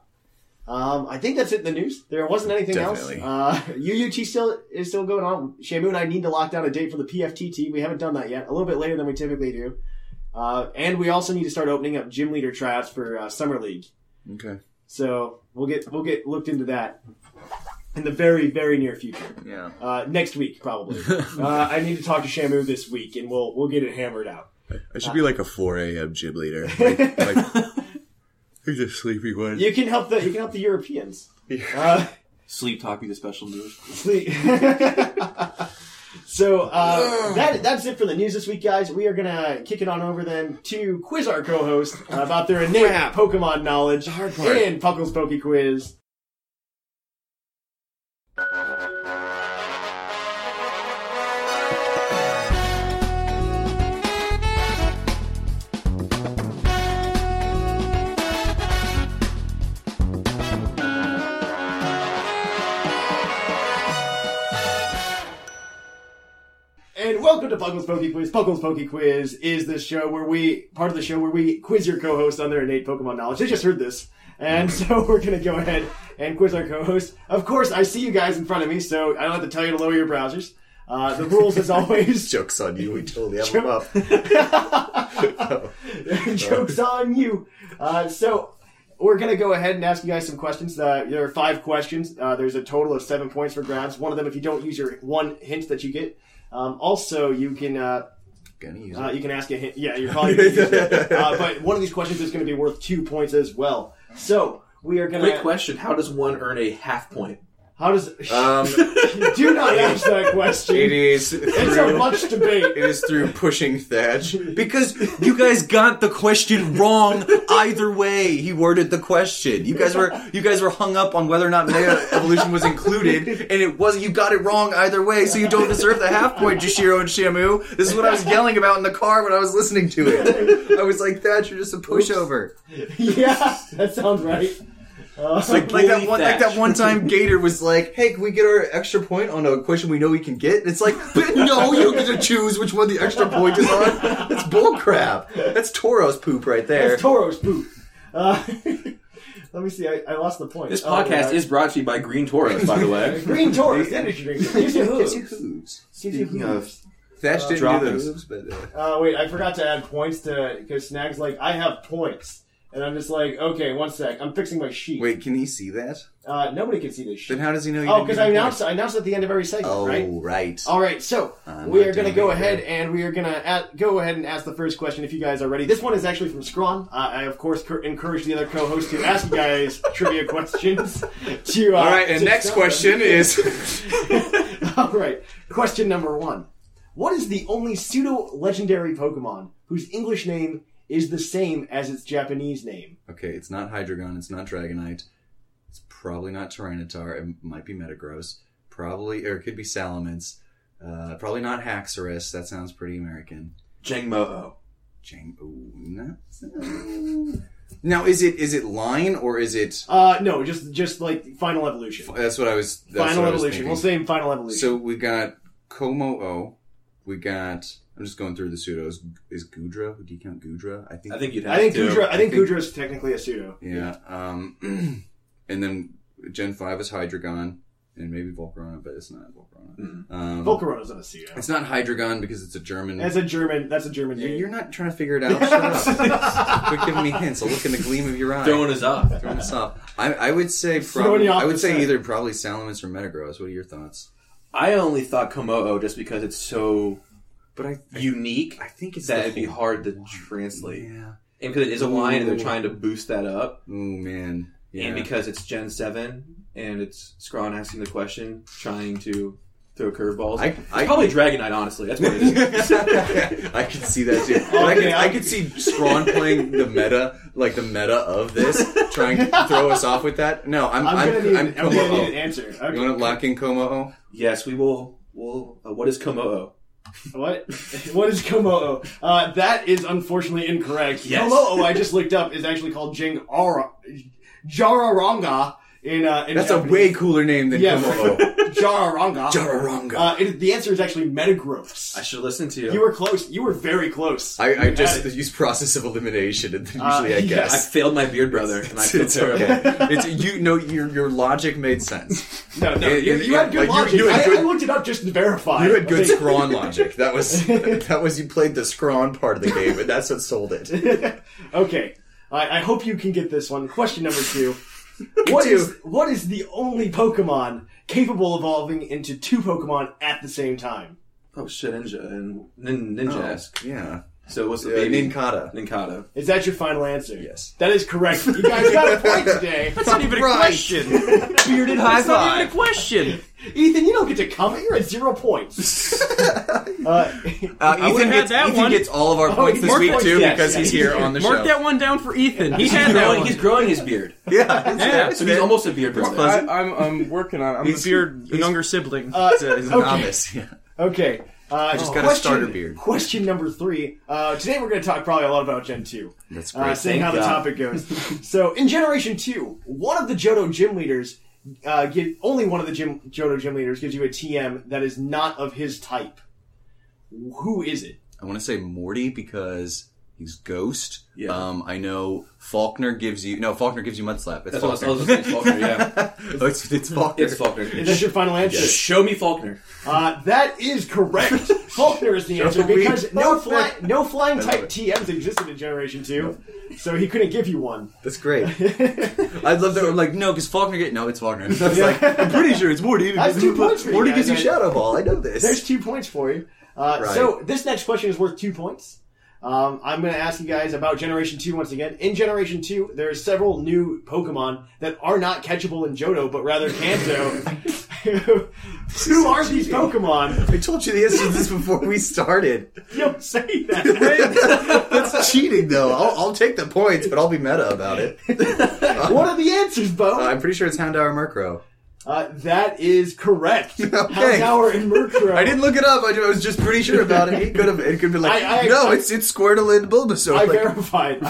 [SPEAKER 3] Um, I think that's it in the news. There wasn't anything
[SPEAKER 4] Definitely.
[SPEAKER 3] else. Uh, UUT still is still going on. Shamu and I need to lock down a date for the PFTT. We haven't done that yet. A little bit later than we typically do. Uh, and we also need to start opening up gym leader tryouts for uh, summer league.
[SPEAKER 4] okay.
[SPEAKER 3] So we'll get we'll get looked into that in the very very near future.
[SPEAKER 4] Yeah.
[SPEAKER 3] Uh, next week probably. uh, I need to talk to Shamu this week, and we'll we'll get it hammered out.
[SPEAKER 4] I should be like a 4 a.m. gym leader. Like, he's a sleepy one.
[SPEAKER 3] You can help the you can help the Europeans. Uh,
[SPEAKER 7] Sleep Talk be the special move.
[SPEAKER 3] sleep. so uh, that that's it for the news this week, guys. We are gonna kick it on over then to quiz our co-host about their innate
[SPEAKER 4] Crap.
[SPEAKER 3] Pokemon knowledge
[SPEAKER 4] hard part.
[SPEAKER 3] in Puckle's Poke Quiz. And welcome to Puckle's Poke Quiz. Puckle's Poke Quiz is this show where we, part of the show where we quiz your co-host on their innate Pokemon knowledge. They just heard this. And so we're going to go ahead and quiz our co-host. Of course, I see you guys in front of me, so I don't have to tell you to lower your browsers. Uh, the rules, as always,
[SPEAKER 4] Jokes on you. We totally have him up.
[SPEAKER 3] jokes on you. Uh, so we're going to go ahead and ask you guys some questions. Uh, there are five questions. Uh, there's a total of seven points for grabs. One of them, if you don't use your one hint that you get. Um, also, you can uh,
[SPEAKER 4] Gonna use
[SPEAKER 3] Uh,
[SPEAKER 4] it.
[SPEAKER 3] you can ask a hint. Yeah, you're probably going to use it. Uh, but one of these questions is going to be worth two points as well. So we are going
[SPEAKER 7] Great
[SPEAKER 3] to.
[SPEAKER 7] question. How does one earn a half point?
[SPEAKER 3] How does?
[SPEAKER 4] Um,
[SPEAKER 3] do not ask that question.
[SPEAKER 4] it is.
[SPEAKER 3] It's
[SPEAKER 4] through-
[SPEAKER 3] a much debate.
[SPEAKER 4] It is through pushing Thatch.
[SPEAKER 1] Because you guys got the question wrong either way. He worded the question. You guys were you guys were hung up on whether or not meta evolution was included, and it wasn't. You got it wrong either way, so you don't deserve the half point, Jashiro and Shamu. This is what I was yelling about in the car when I was listening to it. I was like, "Thatch, you're just a pushover."
[SPEAKER 3] Yeah, that sounds right. Uh,
[SPEAKER 4] Like that
[SPEAKER 7] Holy
[SPEAKER 4] one, like
[SPEAKER 7] Thatch.
[SPEAKER 4] that one time Gator was like, "Hey, can we get our extra point on a question we know we can get?" And it's like, "But no, you don't get to choose which one the extra point is on." That's bullcrap. That's Toro's poop right there.
[SPEAKER 3] that's Toro's poop. Uh, let me see. I, I lost the point.
[SPEAKER 7] This
[SPEAKER 3] Oh,
[SPEAKER 7] podcast
[SPEAKER 3] yeah.
[SPEAKER 7] is brought to you by Green Taurus, by the way.
[SPEAKER 3] green Toro's energy drink. Gives you
[SPEAKER 4] Gives you
[SPEAKER 3] hooves.
[SPEAKER 4] hooves.
[SPEAKER 3] Gives you
[SPEAKER 7] Speaking of-
[SPEAKER 3] hooves.
[SPEAKER 4] Thatch didn't
[SPEAKER 7] droppings.
[SPEAKER 4] do the hooves, but. Uh,
[SPEAKER 3] Uh, wait, I forgot to add points to because Snag's like I have points, and I'm just like, okay, one sec. I'm fixing my sheet.
[SPEAKER 4] Wait, can he see that?
[SPEAKER 3] Uh, nobody can see this shit.
[SPEAKER 4] Then how does he know you
[SPEAKER 3] oh,
[SPEAKER 4] didn't
[SPEAKER 3] because
[SPEAKER 4] get
[SPEAKER 3] I
[SPEAKER 4] a
[SPEAKER 3] announced,
[SPEAKER 4] point?
[SPEAKER 3] I announced at the end of every segment,
[SPEAKER 4] Oh,
[SPEAKER 3] right?
[SPEAKER 4] right.
[SPEAKER 3] All right, so
[SPEAKER 4] I'm
[SPEAKER 3] we
[SPEAKER 4] not
[SPEAKER 3] are going to
[SPEAKER 4] doing
[SPEAKER 3] go
[SPEAKER 4] it
[SPEAKER 3] ahead
[SPEAKER 4] right.
[SPEAKER 3] and we are going to at, go ahead and ask the first question if you guys are ready. This one is actually from Scrawn. Uh, I, of course, cur- encourage the other co-hosts to ask you guys trivia questions. To, uh,
[SPEAKER 4] All right, and
[SPEAKER 3] to
[SPEAKER 4] next
[SPEAKER 3] start
[SPEAKER 4] question is
[SPEAKER 3] them. All right, question number one. What is the only pseudo-legendary Pokemon whose English name is the same as its Japanese name?
[SPEAKER 4] Okay, it's not Hydreigon, it's not Dragonite. It's probably not Tyranitar, it might be Metagross. Probably or it could be Salamence. Uh, probably not Haxorus, that sounds pretty American.
[SPEAKER 7] Jangmoho.
[SPEAKER 4] Jang ooh, no. Now is it is it line or is it
[SPEAKER 3] Uh, no, just just like Final Evolution.
[SPEAKER 4] that's what I was that's
[SPEAKER 3] final
[SPEAKER 4] what I was
[SPEAKER 3] Evolution. We'll
[SPEAKER 4] thinking.
[SPEAKER 3] say Final Evolution.
[SPEAKER 4] So we got Komo-o, we got I'm just going through the pseudos. Is Gudra? Do you count Gudra? I think
[SPEAKER 7] I think you'd have
[SPEAKER 3] I think
[SPEAKER 7] to.
[SPEAKER 3] Gudra. I think
[SPEAKER 4] I think-
[SPEAKER 3] Gudra is technically a pseudo.
[SPEAKER 4] Yeah. Um, and then Gen five is Hydreigon and maybe Volcarona, but it's not Volcarona. Um,
[SPEAKER 3] Volcarona's not a pseudo.
[SPEAKER 4] it's not Hydreigon because it's a German.
[SPEAKER 3] That's a German. That's a German
[SPEAKER 4] You-
[SPEAKER 3] name.
[SPEAKER 4] You're not trying to figure it out. Shut up. Quit giving me hints. I'll look in the gleam of your eye.
[SPEAKER 7] Throwing us off.
[SPEAKER 4] Throwing us off. I, I would say
[SPEAKER 3] Throwing
[SPEAKER 4] probably.
[SPEAKER 3] you off
[SPEAKER 4] I would
[SPEAKER 3] the
[SPEAKER 4] say
[SPEAKER 3] scent.
[SPEAKER 4] either probably Salamence or Metagross. What are your thoughts?
[SPEAKER 7] I only thought Komo'o just because it's so
[SPEAKER 4] But I, I
[SPEAKER 7] unique.
[SPEAKER 4] I think it's
[SPEAKER 7] that
[SPEAKER 4] the
[SPEAKER 7] it'd be
[SPEAKER 4] whole
[SPEAKER 7] hard to translate,
[SPEAKER 4] yeah.
[SPEAKER 7] and because it is a line, and they're
[SPEAKER 4] Ooh.
[SPEAKER 7] trying to boost that up,
[SPEAKER 4] Oh man. Yeah.
[SPEAKER 7] and because it's Gen Seven, and it's Scrawn asking the question, trying to throw curveballs.
[SPEAKER 4] I-
[SPEAKER 7] It's
[SPEAKER 4] I-
[SPEAKER 7] probably Dragonite, honestly. That's what it is.
[SPEAKER 4] I could see that too. But I could,
[SPEAKER 3] Okay,
[SPEAKER 4] I
[SPEAKER 3] I-
[SPEAKER 4] could see Strawn playing the meta, like the meta of this, trying to throw us off with that. No, I'm
[SPEAKER 3] I'm,
[SPEAKER 4] I'm,
[SPEAKER 3] gonna need,
[SPEAKER 4] I'm,
[SPEAKER 3] I'm
[SPEAKER 4] Komo-o.
[SPEAKER 3] gonna need an answer.
[SPEAKER 4] You
[SPEAKER 3] Okay.
[SPEAKER 4] want to lock in Komo?
[SPEAKER 7] yes, we will. We'll. Uh, what is Komo'o?
[SPEAKER 3] What? What is Komo'o? Uh, that is unfortunately incorrect.
[SPEAKER 7] Yes.
[SPEAKER 3] Komo'o, I just looked up, is actually called Jing Ara, Jararanga in, uh, in
[SPEAKER 4] That's a
[SPEAKER 3] Japanese.
[SPEAKER 4] way cooler name than
[SPEAKER 3] Yes.
[SPEAKER 4] Komo.
[SPEAKER 3] Jararanga.
[SPEAKER 4] Jararanga.
[SPEAKER 3] Uh, it, the answer is actually
[SPEAKER 7] I
[SPEAKER 3] Metagross.
[SPEAKER 7] should listen to you.
[SPEAKER 3] You were close. You were very close. Uh,
[SPEAKER 4] I, I
[SPEAKER 3] You
[SPEAKER 4] just
[SPEAKER 3] had it.
[SPEAKER 4] use process of elimination, and then
[SPEAKER 3] Uh,
[SPEAKER 4] usually I
[SPEAKER 3] yes.
[SPEAKER 7] I
[SPEAKER 4] guess.
[SPEAKER 7] failed my beard brother, and I
[SPEAKER 4] It's,
[SPEAKER 7] feel
[SPEAKER 4] it's
[SPEAKER 7] terrible.
[SPEAKER 4] okay. It's you. No, your your logic made sense.
[SPEAKER 3] No, no.
[SPEAKER 4] It-
[SPEAKER 3] You,
[SPEAKER 4] it-
[SPEAKER 3] you had
[SPEAKER 4] like,
[SPEAKER 3] good
[SPEAKER 4] you-
[SPEAKER 3] logic.
[SPEAKER 4] you had
[SPEAKER 3] I,
[SPEAKER 4] good-
[SPEAKER 3] I looked it up just to verify.
[SPEAKER 4] You had good
[SPEAKER 3] Like,
[SPEAKER 4] Scrawn logic. That was that was you played the Scrawn part of the game, and that's what sold it.
[SPEAKER 3] Okay. I, I hope you can get this one. Question number two. What
[SPEAKER 4] too.
[SPEAKER 3] is, what is the only Pokemon capable of evolving into two Pokemon at the same time?
[SPEAKER 7] Oh shit, ninja and nin, ninja esque.
[SPEAKER 4] Yeah.
[SPEAKER 7] So what's the
[SPEAKER 4] Oh. Yeah,
[SPEAKER 7] baby?
[SPEAKER 4] Ninkata.
[SPEAKER 7] Ninkata.
[SPEAKER 3] Is that your final answer?
[SPEAKER 4] Yes.
[SPEAKER 3] That is correct. You guys got a point today.
[SPEAKER 1] It's not even a question. Bearded high It's not even a question.
[SPEAKER 3] Ethan, you don't get to comment. You're at zero points. Uh,
[SPEAKER 4] Uh,
[SPEAKER 1] I would've
[SPEAKER 4] Ethan,
[SPEAKER 1] had
[SPEAKER 4] gets,
[SPEAKER 1] that
[SPEAKER 4] Ethan
[SPEAKER 1] one.
[SPEAKER 4] gets all of our points
[SPEAKER 3] he
[SPEAKER 4] this
[SPEAKER 3] marked
[SPEAKER 4] week
[SPEAKER 3] points,
[SPEAKER 4] too
[SPEAKER 7] yes,
[SPEAKER 4] because
[SPEAKER 7] yeah,
[SPEAKER 4] he's
[SPEAKER 7] he
[SPEAKER 4] here on the
[SPEAKER 1] Mark
[SPEAKER 4] show.
[SPEAKER 1] that one down for Ethan. He
[SPEAKER 7] He's
[SPEAKER 1] had that
[SPEAKER 7] growing-
[SPEAKER 1] one.
[SPEAKER 7] he's growing his beard.
[SPEAKER 4] Yeah,
[SPEAKER 1] Yeah.
[SPEAKER 7] So he's almost a beard brother.
[SPEAKER 4] close.
[SPEAKER 7] I-
[SPEAKER 4] it?
[SPEAKER 8] I, I'm, I'm working on it. I'm
[SPEAKER 4] He's-
[SPEAKER 8] a beard younger sibling.
[SPEAKER 4] he's, a, he's a
[SPEAKER 3] okay.
[SPEAKER 4] novice. Yeah.
[SPEAKER 3] okay. Uh, just
[SPEAKER 4] got a starter beard.
[SPEAKER 3] Question number three. Uh, today we're going to talk probably a lot about Gen 2.
[SPEAKER 4] That's
[SPEAKER 3] uh,
[SPEAKER 4] great.
[SPEAKER 3] seeing how
[SPEAKER 7] Thank
[SPEAKER 3] the
[SPEAKER 7] God.
[SPEAKER 3] topic goes. so in Generation Two, one of the Johto gym leaders, uh, give, only one of the gym, Johto gym leaders gives you a TM that is not of his type. Who is it?
[SPEAKER 4] I want to say Morty because he's Ghost.
[SPEAKER 7] Yeah.
[SPEAKER 4] Um, I know Faulkner gives you no Faulkner gives you Mudslap. It's
[SPEAKER 7] That's what I was- I
[SPEAKER 4] Faulkner.
[SPEAKER 7] was just saying, Faulkner, yeah.
[SPEAKER 4] oh, it's, it's Faulkner.
[SPEAKER 7] It's Faulkner.
[SPEAKER 3] Is that your final answer?
[SPEAKER 7] Just show me Faulkner.
[SPEAKER 3] Uh, that is correct. Faulkner is the answer
[SPEAKER 4] Joey
[SPEAKER 3] because no,
[SPEAKER 4] Faulkner.
[SPEAKER 3] fly, no flying type TMs existed in Generation Two, so he couldn't give you one.
[SPEAKER 4] That's great. I'd love that. I'm like, no, because Faulkner get no, it's Faulkner. I was like, I'm pretty sure it's Morty. because
[SPEAKER 3] That's two points for you
[SPEAKER 4] Morty
[SPEAKER 3] guys,
[SPEAKER 4] gives you
[SPEAKER 3] right?
[SPEAKER 4] Shadow Ball. I know this.
[SPEAKER 3] There's two points for you. Uh,
[SPEAKER 4] Right.
[SPEAKER 3] So this next question is worth two points. Um, I'm going to ask you guys about Generation 2 once again. In Generation 2, there are several new Pokemon that are not catchable in Johto, but rather Kanto. Who are these Pokemon?
[SPEAKER 4] I told you the answer to this before we started.
[SPEAKER 3] You don't say that.
[SPEAKER 4] That's cheating, though. I'll, I'll take the points, but I'll be meta about it.
[SPEAKER 3] what are the answers, Bo?
[SPEAKER 4] I'm pretty sure it's Houndour Murkrow.
[SPEAKER 3] Uh, that is correct. Houndour and Murkrow.
[SPEAKER 4] I didn't look it up. I ju- I was just pretty sure about it. He could have. It could be like,
[SPEAKER 3] I- I-
[SPEAKER 4] no,
[SPEAKER 3] I-
[SPEAKER 4] it's it's Squirtle and Bulbasaur.
[SPEAKER 3] I
[SPEAKER 4] Like,
[SPEAKER 3] verified. I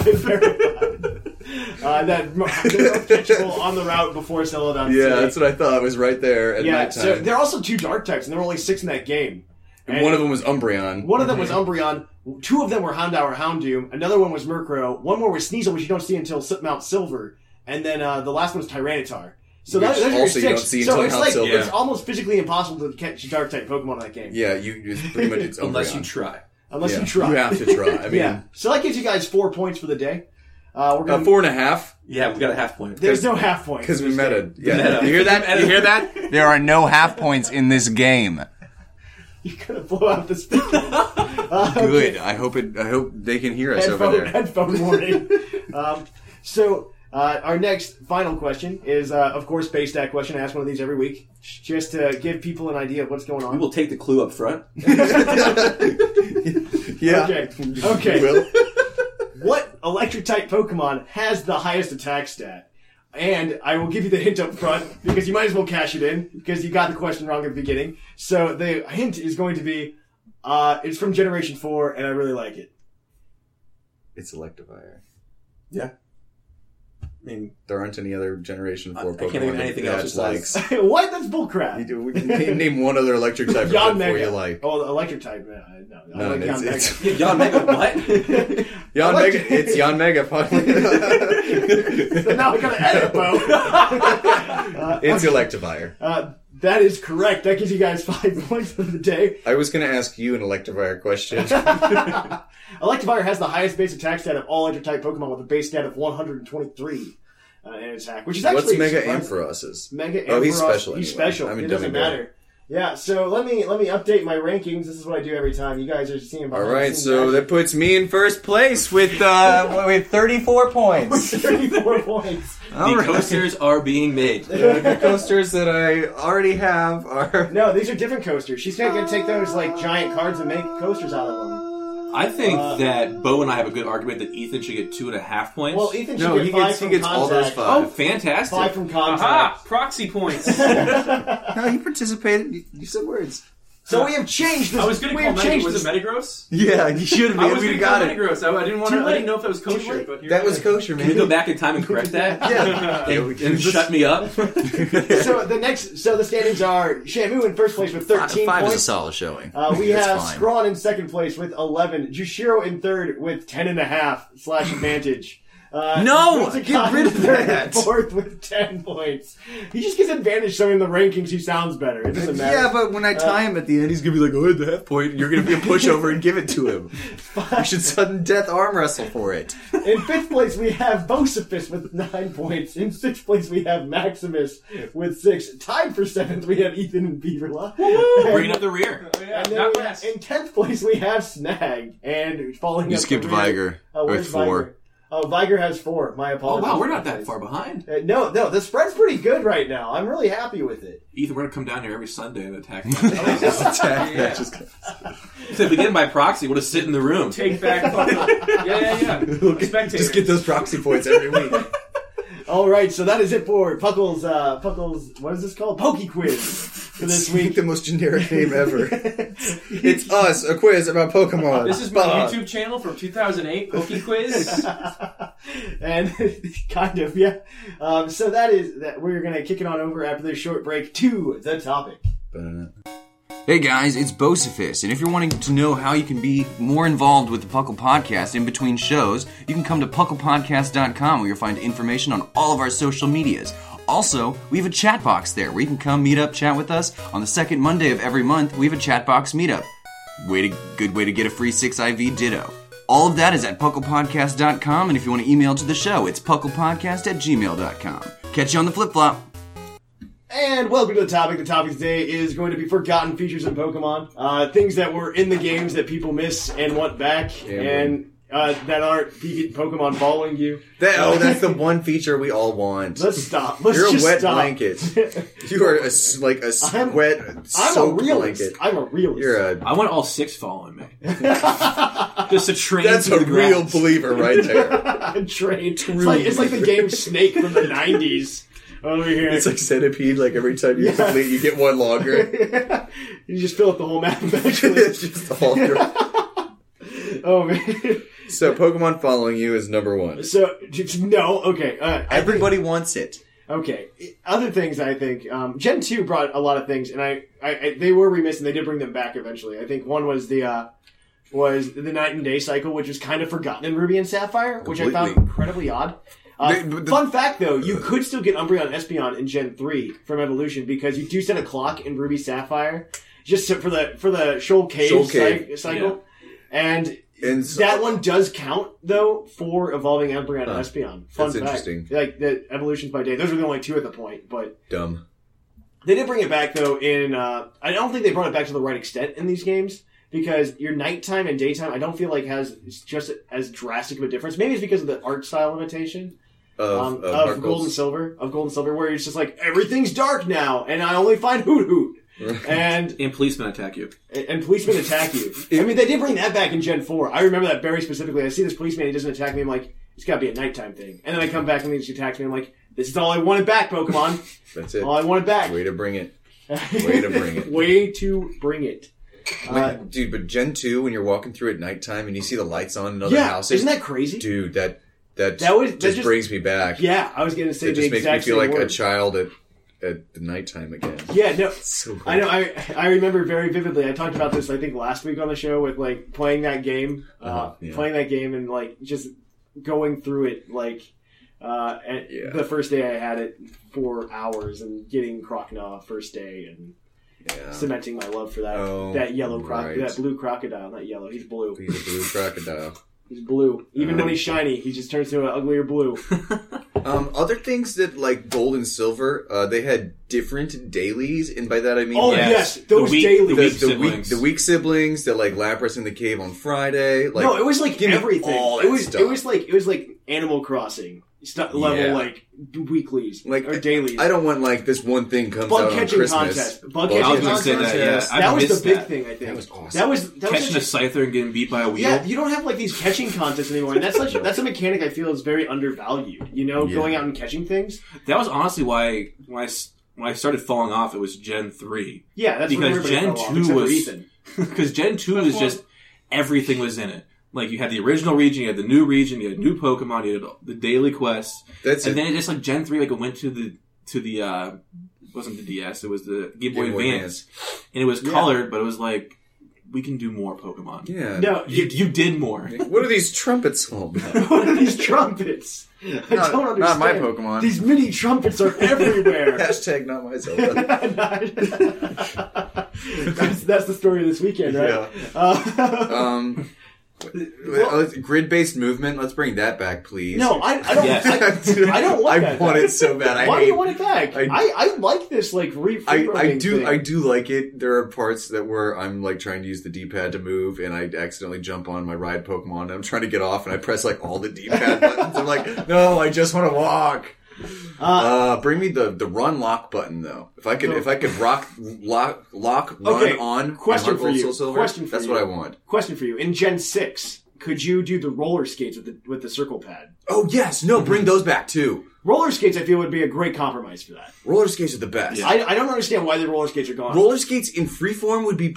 [SPEAKER 3] verified. uh, that they're both catchable on the route before Celadon.
[SPEAKER 4] yeah, that's what I thought. It was right there at
[SPEAKER 3] yeah.
[SPEAKER 4] nighttime.
[SPEAKER 3] So they're also two dark types, and there were only six in that game.
[SPEAKER 4] and one of them was Umbreon.
[SPEAKER 3] One of them was Umbreon. Two of them were Houndour, Houndoom. Another one was Murkrow. One more was Sneasel, which you don't see until S- Mount Silver. And then uh, the last one was Tyranitar. So that,
[SPEAKER 4] Which
[SPEAKER 3] those are your
[SPEAKER 4] also you don't
[SPEAKER 3] six.
[SPEAKER 4] see
[SPEAKER 3] so
[SPEAKER 4] until
[SPEAKER 3] it's
[SPEAKER 4] Mount
[SPEAKER 3] like
[SPEAKER 4] Silver.
[SPEAKER 3] it's almost physically impossible to catch dark type Pokemon in that game.
[SPEAKER 4] Yeah, you it's pretty much it's
[SPEAKER 7] Unless
[SPEAKER 4] Umbreon.
[SPEAKER 7] you try.
[SPEAKER 3] Unless
[SPEAKER 4] Yeah,
[SPEAKER 3] you try.
[SPEAKER 4] You have to try. I mean,
[SPEAKER 3] yeah. So that gives you guys four points for the day. Uh, we're
[SPEAKER 4] uh,
[SPEAKER 3] gonna,
[SPEAKER 4] four and a half
[SPEAKER 7] Yeah, we got a half point.
[SPEAKER 3] there's no half points.
[SPEAKER 4] because we meta. Yeah,
[SPEAKER 7] Meta.
[SPEAKER 4] you hear that? You hear that?
[SPEAKER 1] There are no half points in this game.
[SPEAKER 3] You're gonna blow out the speaker.
[SPEAKER 4] Good. I hope it. I hope they can hear us over
[SPEAKER 3] headphone,
[SPEAKER 4] there.
[SPEAKER 3] headphone warning. um, so, uh, our next final question is, uh, of course, based that question. I ask one of these every week just to give people an idea of what's going
[SPEAKER 7] We
[SPEAKER 3] on.
[SPEAKER 7] will take the clue up front.
[SPEAKER 4] Yeah.
[SPEAKER 3] Okay. Okay.
[SPEAKER 4] Well,
[SPEAKER 3] What electric type Pokemon has the highest attack stat? And I will give you the hint up front because you might as well cash it in because you got the question wrong at the beginning. So, the hint is going to be uh, it's from Generation 4, and I really like it.
[SPEAKER 4] it's Electivire.
[SPEAKER 7] Yeah. I mean,
[SPEAKER 4] There aren't any other Generation Four
[SPEAKER 7] I
[SPEAKER 4] Pokemon.
[SPEAKER 7] can't think of anything
[SPEAKER 4] that
[SPEAKER 7] else
[SPEAKER 4] Like,
[SPEAKER 7] besides-
[SPEAKER 3] what? That's bullcrap.
[SPEAKER 4] you do, we can name- name one other electric type
[SPEAKER 3] Yon
[SPEAKER 4] before
[SPEAKER 3] Mega.
[SPEAKER 4] you like.
[SPEAKER 3] Oh, the electric type. Yeah, I- no, no, I
[SPEAKER 4] No,
[SPEAKER 3] like
[SPEAKER 4] it's-
[SPEAKER 3] Yon Mega.
[SPEAKER 4] it's-
[SPEAKER 7] Yon Mega, what?
[SPEAKER 4] Yon
[SPEAKER 3] Electric-
[SPEAKER 4] Mega. It's Yon Mega. finally.
[SPEAKER 3] so now I gotta edit, Bo.
[SPEAKER 4] it's Electivire.
[SPEAKER 3] uh, that is correct. That gives you guys five points for the day.
[SPEAKER 4] I was going to ask you an Electivire question.
[SPEAKER 3] Electivire has the highest base attack stat of all electric type Pokemon with a base stat of 123 uh, in attack, which is
[SPEAKER 4] What's
[SPEAKER 3] actually
[SPEAKER 4] Mega
[SPEAKER 3] surprising.
[SPEAKER 4] Ampharos's?
[SPEAKER 3] Mega
[SPEAKER 4] Oh, he's
[SPEAKER 3] Ampharos,
[SPEAKER 4] special.
[SPEAKER 3] He's
[SPEAKER 4] anyway.
[SPEAKER 3] special.
[SPEAKER 4] I mean,
[SPEAKER 3] it doesn't
[SPEAKER 4] Demigod.
[SPEAKER 3] matter. Yeah, so let me let me update my rankings. This is what I do every time. You guys are seeing.
[SPEAKER 4] All
[SPEAKER 3] behind the
[SPEAKER 4] right,
[SPEAKER 3] scenes
[SPEAKER 4] so
[SPEAKER 3] action.
[SPEAKER 4] that puts me in first place with uh, with 34 points.
[SPEAKER 3] 34 points.
[SPEAKER 4] All
[SPEAKER 7] the
[SPEAKER 4] right.
[SPEAKER 7] coasters are being made.
[SPEAKER 4] The coasters that I already have are.
[SPEAKER 3] No, these are different coasters. She's not gonna take those like giant cards and make coasters out of them.
[SPEAKER 7] I think that Bo and I have a good argument that Ethan should get two and a half points.
[SPEAKER 3] Well, Ethan should
[SPEAKER 4] No,
[SPEAKER 3] get
[SPEAKER 4] he
[SPEAKER 3] five
[SPEAKER 4] gets he
[SPEAKER 3] from
[SPEAKER 4] gets
[SPEAKER 3] contact.
[SPEAKER 4] all those
[SPEAKER 7] oh,
[SPEAKER 4] five.
[SPEAKER 7] fantastic!
[SPEAKER 3] Five from contact.
[SPEAKER 8] Aha! Proxy points.
[SPEAKER 4] No, you participated. You, you said words.
[SPEAKER 3] So we have changed this.
[SPEAKER 8] I was going to
[SPEAKER 3] we
[SPEAKER 8] call
[SPEAKER 3] have
[SPEAKER 8] Metagross.
[SPEAKER 3] changed
[SPEAKER 8] Was
[SPEAKER 3] this.
[SPEAKER 8] it Metagross?
[SPEAKER 4] Yeah, you should have.
[SPEAKER 8] I was
[SPEAKER 4] we
[SPEAKER 8] going to call
[SPEAKER 4] got it.
[SPEAKER 8] Metagross. I, I didn't want
[SPEAKER 3] Too
[SPEAKER 8] to. I
[SPEAKER 3] late.
[SPEAKER 8] didn't know if that was kosher,
[SPEAKER 3] late.
[SPEAKER 8] but here
[SPEAKER 4] That
[SPEAKER 8] we
[SPEAKER 4] was
[SPEAKER 8] are.
[SPEAKER 4] kosher,
[SPEAKER 7] Can we go
[SPEAKER 4] man.
[SPEAKER 7] back in time and correct that?
[SPEAKER 4] Yeah. Yeah, we
[SPEAKER 7] And,
[SPEAKER 4] can
[SPEAKER 7] and
[SPEAKER 4] just-
[SPEAKER 7] shut me up.
[SPEAKER 3] So the next, so the standings are Shamu in first place with thirteen points.
[SPEAKER 1] solid showing.
[SPEAKER 3] uh, we
[SPEAKER 1] It's
[SPEAKER 3] have
[SPEAKER 1] fine.
[SPEAKER 3] Scrawn in second place with eleven. Jushiro in third with ten and a half slash advantage. Uh,
[SPEAKER 1] No!
[SPEAKER 3] Rutsukai
[SPEAKER 1] Get rid of
[SPEAKER 3] in third and
[SPEAKER 1] that.
[SPEAKER 3] Fourth with ten points. He just gets advantage. So in the rankings, he sounds better. It doesn't matter.
[SPEAKER 4] Yeah, but
[SPEAKER 8] Uh,
[SPEAKER 4] when I tie him at the end, he's gonna be like, "Oh, at the half point." You're gonna be a pushover and give it to him. You should sudden death arm wrestle for it.
[SPEAKER 3] In fifth place, we have Bocephus with nine points. In sixth place, we have Maximus with six. Tied for seventh, we have Ethan and Beaverlaw.
[SPEAKER 7] Bringing
[SPEAKER 3] And,
[SPEAKER 7] up the rear.
[SPEAKER 3] and then
[SPEAKER 8] Not
[SPEAKER 3] we have,
[SPEAKER 8] last.
[SPEAKER 3] in tenth place, we have Snag. And falling
[SPEAKER 1] You
[SPEAKER 3] up
[SPEAKER 1] skipped
[SPEAKER 3] the rear-
[SPEAKER 1] Viger
[SPEAKER 3] Uh, where's
[SPEAKER 1] with four.
[SPEAKER 3] Viger? Oh, Viger has four. My
[SPEAKER 7] Oh
[SPEAKER 3] apologies.
[SPEAKER 7] wow, we're not that far behind.
[SPEAKER 3] Uh, no, no, the spread's pretty good right now. I'm really happy with it.
[SPEAKER 7] Ethan, we're gonna come down here every Sunday and attack. that.
[SPEAKER 4] Just attack that. Just
[SPEAKER 7] if we get him by proxy, we'll just sit in the room.
[SPEAKER 8] Take back. yeah, yeah, yeah. Spectators.
[SPEAKER 4] just get those proxy points every week.
[SPEAKER 3] All right, so that is it for Puckle's, uh, Puckle's, what is this called? Poke Quiz for this
[SPEAKER 4] It's
[SPEAKER 3] week.
[SPEAKER 4] the most generic name ever. it's us, a quiz about Pokemon.
[SPEAKER 8] This is my
[SPEAKER 4] Bah.
[SPEAKER 8] YouTube channel from 2008, Pokey Quiz.
[SPEAKER 3] and kind of yeah. Um, so that is that. We're gonna kick it on over after this short break to the topic.
[SPEAKER 1] Hey guys, it's Bocephus, and if you're wanting to know how you can be more involved with the Puckle Podcast in between shows, you can come to pucklepodcast.com where you'll find information on all of our social medias. Also, we have a chat box there where you can come meet up, chat with us. On the second Monday of every month, we have a chat box meetup. Way to, good way to get a free 6IV ditto. All of that is at pucklepodcast.com, and if you want to email to the show, it's pucklepodcast at gmail.com. Catch you on the flip flop.
[SPEAKER 3] And welcome to the topic. The topic today is going to be forgotten features in Pokemon. Uh, things that were in the games that people miss and want back, and uh, that aren't P- Pokemon following you.
[SPEAKER 4] That, oh, that's the one feature we all want.
[SPEAKER 3] Let's stop. Let's
[SPEAKER 4] You're a
[SPEAKER 3] just
[SPEAKER 4] wet
[SPEAKER 3] stop.
[SPEAKER 4] blanket. You are a s like a s-
[SPEAKER 3] I'm-
[SPEAKER 4] wet
[SPEAKER 3] I'm a
[SPEAKER 4] soaked
[SPEAKER 3] realist.
[SPEAKER 4] blanket.
[SPEAKER 3] I'm a realist.
[SPEAKER 4] You're a
[SPEAKER 6] I want all six following me. Just a train.
[SPEAKER 4] that's
[SPEAKER 6] through
[SPEAKER 4] a
[SPEAKER 6] the
[SPEAKER 4] real
[SPEAKER 6] grounds.
[SPEAKER 4] believer right there.
[SPEAKER 3] I'm trained. It's like, it's like the game Snake from the '90s over here.
[SPEAKER 4] It's like centipede. Like every time you complete, you get one longer.
[SPEAKER 3] you just fill up the whole map eventually.
[SPEAKER 4] It's just all your-
[SPEAKER 3] oh man.
[SPEAKER 4] so Pokemon following you is number one.
[SPEAKER 3] So just- no. Okay. Uh, I-
[SPEAKER 4] Everybody wants it.
[SPEAKER 3] Okay. Other things I think um, Gen two brought a lot of things, and I, I, I they were remiss, and they did bring them back eventually. I think one was the uh, was the night and day cycle, which was kind of forgotten in Ruby and Sapphire, which I found
[SPEAKER 4] Completely.
[SPEAKER 3] incredibly odd. Uh,
[SPEAKER 4] They- but the- Uh.
[SPEAKER 3] fun fact, though, you could still get Umbreon and Espeon in Gen three from Evolution because you do set a clock in Ruby Sapphire just to, for the for the Shoal Cave,
[SPEAKER 4] Shoal
[SPEAKER 3] cy-
[SPEAKER 4] Cave,
[SPEAKER 3] cycle, and.
[SPEAKER 4] And so-
[SPEAKER 3] that one does count though for evolving Umbreon and Espeon. Fun
[SPEAKER 4] That's
[SPEAKER 3] fact.
[SPEAKER 4] interesting.
[SPEAKER 3] Like the evolutions by day. Those were the only two at the point, but
[SPEAKER 4] Dumb.
[SPEAKER 3] they did bring it back though. In uh, I don't think they brought it back to the right extent in these games because your nighttime and daytime I don't feel like has it's just as drastic of a difference. Maybe it's because of the art style limitation
[SPEAKER 4] Of,
[SPEAKER 3] um,
[SPEAKER 4] of,
[SPEAKER 3] of,
[SPEAKER 4] Knuckles.
[SPEAKER 3] gold and silver of gold and silver, where it's just like everything's dark now, and I only find hoot hoot. And
[SPEAKER 7] And policemen attack you.
[SPEAKER 3] and policemen attack you. I mean, they did bring that back in Gen Four. I remember that very specifically. I see this policeman, he doesn't attack me. I'm like, it's got to be a nighttime thing. And then I come back and he just attacks me. I'm like, this is all I wanted back, Pokemon.
[SPEAKER 4] That's it.
[SPEAKER 3] all I wanted back.
[SPEAKER 4] Way to bring it. Way to bring it.
[SPEAKER 3] Way to bring it. Uh,
[SPEAKER 4] Wait, dude, but Gen 2, when you're walking through at nighttime and you see the lights on in other
[SPEAKER 3] yeah,
[SPEAKER 4] houses.
[SPEAKER 3] isn't that crazy?
[SPEAKER 4] Dude, that, that,
[SPEAKER 3] That was- that
[SPEAKER 4] just,
[SPEAKER 3] just-
[SPEAKER 4] brings me back.
[SPEAKER 3] Yeah, I was gonna say
[SPEAKER 4] It
[SPEAKER 3] the
[SPEAKER 4] just makes me
[SPEAKER 3] exact
[SPEAKER 4] feel
[SPEAKER 3] same
[SPEAKER 4] like a
[SPEAKER 3] word.
[SPEAKER 4] child at, at the nighttime again.
[SPEAKER 3] Yeah, no,
[SPEAKER 4] So cool.
[SPEAKER 3] I know. I I remember very vividly. I talked about this, I think, last week on the show with like playing that game, uh,
[SPEAKER 4] Uh-huh, yeah.
[SPEAKER 3] playing that game, and like just going through it like uh, at
[SPEAKER 4] Yeah.
[SPEAKER 3] the first day I had it for hours and getting Crocnaw first day and
[SPEAKER 4] Yeah.
[SPEAKER 3] cementing my love for that
[SPEAKER 4] Oh,
[SPEAKER 3] that yellow croc
[SPEAKER 4] right.
[SPEAKER 3] that blue crocodile, not yellow. He's blue.
[SPEAKER 4] He's Oh. a blue crocodile.
[SPEAKER 3] He's blue. Even when he's shiny, he just turns to an uglier blue.
[SPEAKER 4] Um, other things that like gold and silver, uh, they had different dailies, and by that I mean
[SPEAKER 3] Oh
[SPEAKER 4] like,
[SPEAKER 3] yes,
[SPEAKER 6] Yes.
[SPEAKER 3] those
[SPEAKER 6] The weak- the
[SPEAKER 3] daily.
[SPEAKER 6] weak
[SPEAKER 4] the weak
[SPEAKER 6] siblings.
[SPEAKER 4] the weak siblings that like Lapras in the cave on Friday. Like,
[SPEAKER 3] no, it was like
[SPEAKER 4] give me
[SPEAKER 3] everything.
[SPEAKER 4] all
[SPEAKER 3] It
[SPEAKER 4] that
[SPEAKER 3] was it
[SPEAKER 4] stuff.
[SPEAKER 3] was like it was like Animal Crossing stu- level
[SPEAKER 4] Yeah.
[SPEAKER 3] like weeklies
[SPEAKER 4] like
[SPEAKER 3] or dailies.
[SPEAKER 4] I don't want like this one thing comes
[SPEAKER 3] bug
[SPEAKER 4] out on
[SPEAKER 3] catching
[SPEAKER 4] Christmas.
[SPEAKER 3] contest. Bug
[SPEAKER 4] Bug
[SPEAKER 3] catching
[SPEAKER 6] I was gonna
[SPEAKER 3] contest.
[SPEAKER 6] say that. Yeah, I
[SPEAKER 3] that was the
[SPEAKER 6] missed
[SPEAKER 3] big
[SPEAKER 6] that.
[SPEAKER 3] thing. I think that was
[SPEAKER 4] awesome.
[SPEAKER 3] That was that
[SPEAKER 6] Catching a
[SPEAKER 3] was. such-
[SPEAKER 6] scyther and getting beat by a wheel.
[SPEAKER 3] yeah, you don't have like these catching contests anymore, and that's such, that's a mechanic I feel is very undervalued. You know, going out and catching things.
[SPEAKER 7] That was honestly why when I, s- when I started falling off, it was Gen 3.
[SPEAKER 3] Yeah, that's
[SPEAKER 7] Because
[SPEAKER 3] where everybody
[SPEAKER 7] Gen
[SPEAKER 3] fell off,
[SPEAKER 7] 2
[SPEAKER 3] except for
[SPEAKER 7] was-
[SPEAKER 3] Ethan.
[SPEAKER 7] Because Gen 2 was just everything was in it. Like you had the original region, you had the new region, you had new Pokemon, you had the daily quests,
[SPEAKER 4] That's
[SPEAKER 7] and
[SPEAKER 4] it.
[SPEAKER 7] then it just like Gen three like it went to the to the uh it wasn't the DS, it was the Game Boy,
[SPEAKER 4] Game Boy
[SPEAKER 7] Advance, and it was colored, but it was like we can do more Pokemon.
[SPEAKER 4] Yeah.
[SPEAKER 3] No,
[SPEAKER 7] you you did more.
[SPEAKER 4] What are these trumpets all about?
[SPEAKER 3] What are these trumpets? I
[SPEAKER 4] Not-
[SPEAKER 3] don't
[SPEAKER 4] not
[SPEAKER 3] understand.
[SPEAKER 4] my Pokemon.
[SPEAKER 3] These mini trumpets are everywhere.
[SPEAKER 4] Hashtag not myself.
[SPEAKER 3] that's, that's the story of this weekend, right?
[SPEAKER 4] Yeah.
[SPEAKER 3] Uh,
[SPEAKER 4] um, grid based movement. Let's bring that back, please.
[SPEAKER 3] no, I, I don't.
[SPEAKER 7] Yes.
[SPEAKER 3] I, I don't
[SPEAKER 4] I
[SPEAKER 3] want that.
[SPEAKER 4] want it so bad. I
[SPEAKER 3] Why do
[SPEAKER 4] hate
[SPEAKER 3] you want it back? I,
[SPEAKER 4] I-
[SPEAKER 3] I, like this like re.
[SPEAKER 4] I, I
[SPEAKER 3] reprogramming
[SPEAKER 4] do
[SPEAKER 3] thing.
[SPEAKER 4] I do like it. There are parts that where I'm like trying to use the D pad to move, and I accidentally jump on my ride Pokemon. And I'm trying to get off, and I press like all the D pad buttons. I'm like, no, I just want to walk. Uh, bring me the, the run lock button though. If I could if I could rock lock lock run
[SPEAKER 3] Okay,
[SPEAKER 4] on and
[SPEAKER 3] question
[SPEAKER 4] Heart
[SPEAKER 3] for
[SPEAKER 4] Gold,
[SPEAKER 3] you.
[SPEAKER 4] Soul Silver,
[SPEAKER 3] Question for
[SPEAKER 4] that's
[SPEAKER 3] you.
[SPEAKER 4] what I want.
[SPEAKER 3] Question for you: In Gen six, could you do the roller skates with the with the circle pad?
[SPEAKER 4] Oh yes,
[SPEAKER 3] Mm-hmm.
[SPEAKER 4] no, bring those back too.
[SPEAKER 3] Roller skates, I feel, would be a great compromise for that.
[SPEAKER 4] Roller skates are the best.
[SPEAKER 3] I, I don't understand why the roller skates are gone.
[SPEAKER 4] Roller skates in freeform would be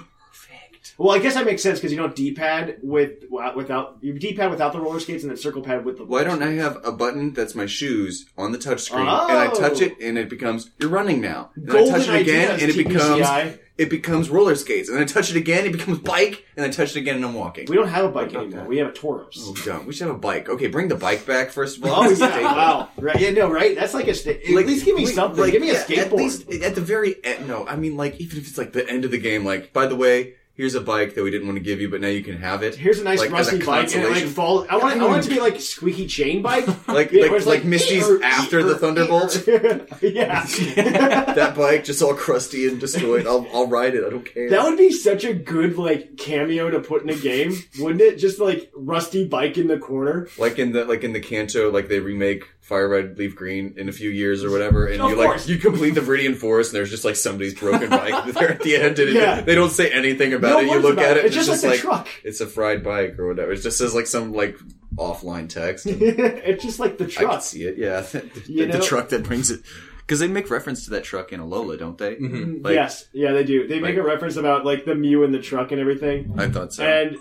[SPEAKER 3] well, I guess that makes sense because you don't D pad with without you D pad without the roller skates and then circle pad with the.
[SPEAKER 4] Why
[SPEAKER 3] roller
[SPEAKER 4] don't I
[SPEAKER 3] skates.
[SPEAKER 4] have a button that's my shoes on the touch screen, and I
[SPEAKER 3] Oh.
[SPEAKER 4] touch it, and it becomes you're running now. And
[SPEAKER 3] Golden
[SPEAKER 4] I touch it again,
[SPEAKER 3] ideas,
[SPEAKER 4] and it
[SPEAKER 3] TPCI.
[SPEAKER 4] becomes it becomes roller skates. And I touch it again, it becomes bike, and I touch it again, and I'm walking.
[SPEAKER 3] We don't have a bike anymore. We have a Tauros.
[SPEAKER 4] Oh, dumb. We should have a bike. Okay, bring the bike back first of all.
[SPEAKER 3] Oh
[SPEAKER 4] It's a
[SPEAKER 3] yeah!
[SPEAKER 4] staple.
[SPEAKER 3] Wow. Right? Yeah. No. Right. That's like a. Sta- at
[SPEAKER 4] Like,
[SPEAKER 3] least give me
[SPEAKER 4] we-
[SPEAKER 3] something.
[SPEAKER 4] like,
[SPEAKER 3] give me a
[SPEAKER 4] yeah,
[SPEAKER 3] skateboard.
[SPEAKER 4] e, At, least, at the very end, no, I mean, like even if it's like the end of the game, like by the way, here's a bike that we didn't want to give you, but now you can have it.
[SPEAKER 3] Here's a nice
[SPEAKER 4] like, as
[SPEAKER 3] rusty bike, and it like
[SPEAKER 4] consolation.
[SPEAKER 3] fall. I want, it, I want it to be like squeaky chain bike,
[SPEAKER 4] Like-
[SPEAKER 3] Yeah,
[SPEAKER 4] like-
[SPEAKER 3] where it's
[SPEAKER 4] like Misty's
[SPEAKER 3] "Eer,
[SPEAKER 4] after the
[SPEAKER 3] eer,
[SPEAKER 4] Thunderbolt."
[SPEAKER 3] eer." yeah,
[SPEAKER 4] that bike just all crusty and destroyed. I'll, I'll ride it. I don't care.
[SPEAKER 3] that would be such a good like cameo to put in a game, wouldn't it? Just like rusty bike in the corner.
[SPEAKER 4] like in the like in the Canto, like they remake Fire Red Leaf Green in a few years or whatever, and
[SPEAKER 8] Of
[SPEAKER 4] you like
[SPEAKER 8] course.
[SPEAKER 4] you complete the Viridian Forest, and there's just like somebody's broken bike there at the end, and it-
[SPEAKER 3] Yeah.
[SPEAKER 4] they don't say anything
[SPEAKER 3] No
[SPEAKER 4] about it. You
[SPEAKER 3] words
[SPEAKER 4] look
[SPEAKER 3] about
[SPEAKER 4] at it,
[SPEAKER 3] it. It's
[SPEAKER 4] and it's
[SPEAKER 3] just
[SPEAKER 4] just
[SPEAKER 3] like
[SPEAKER 4] like,
[SPEAKER 3] a truck.
[SPEAKER 4] it's a fried bike or whatever. It just says like some like offline text. and
[SPEAKER 3] it's just like the
[SPEAKER 4] I can
[SPEAKER 3] truck.
[SPEAKER 4] see it, yeah. the,
[SPEAKER 3] You
[SPEAKER 4] the
[SPEAKER 3] know-
[SPEAKER 4] truck that brings it, because they make reference to that truck in Alola, don't they? Mm-hmm. Like,
[SPEAKER 3] yes, yeah, they do. They make
[SPEAKER 4] like-
[SPEAKER 3] a reference about like the Mew in the truck and everything.
[SPEAKER 4] I thought so.
[SPEAKER 3] And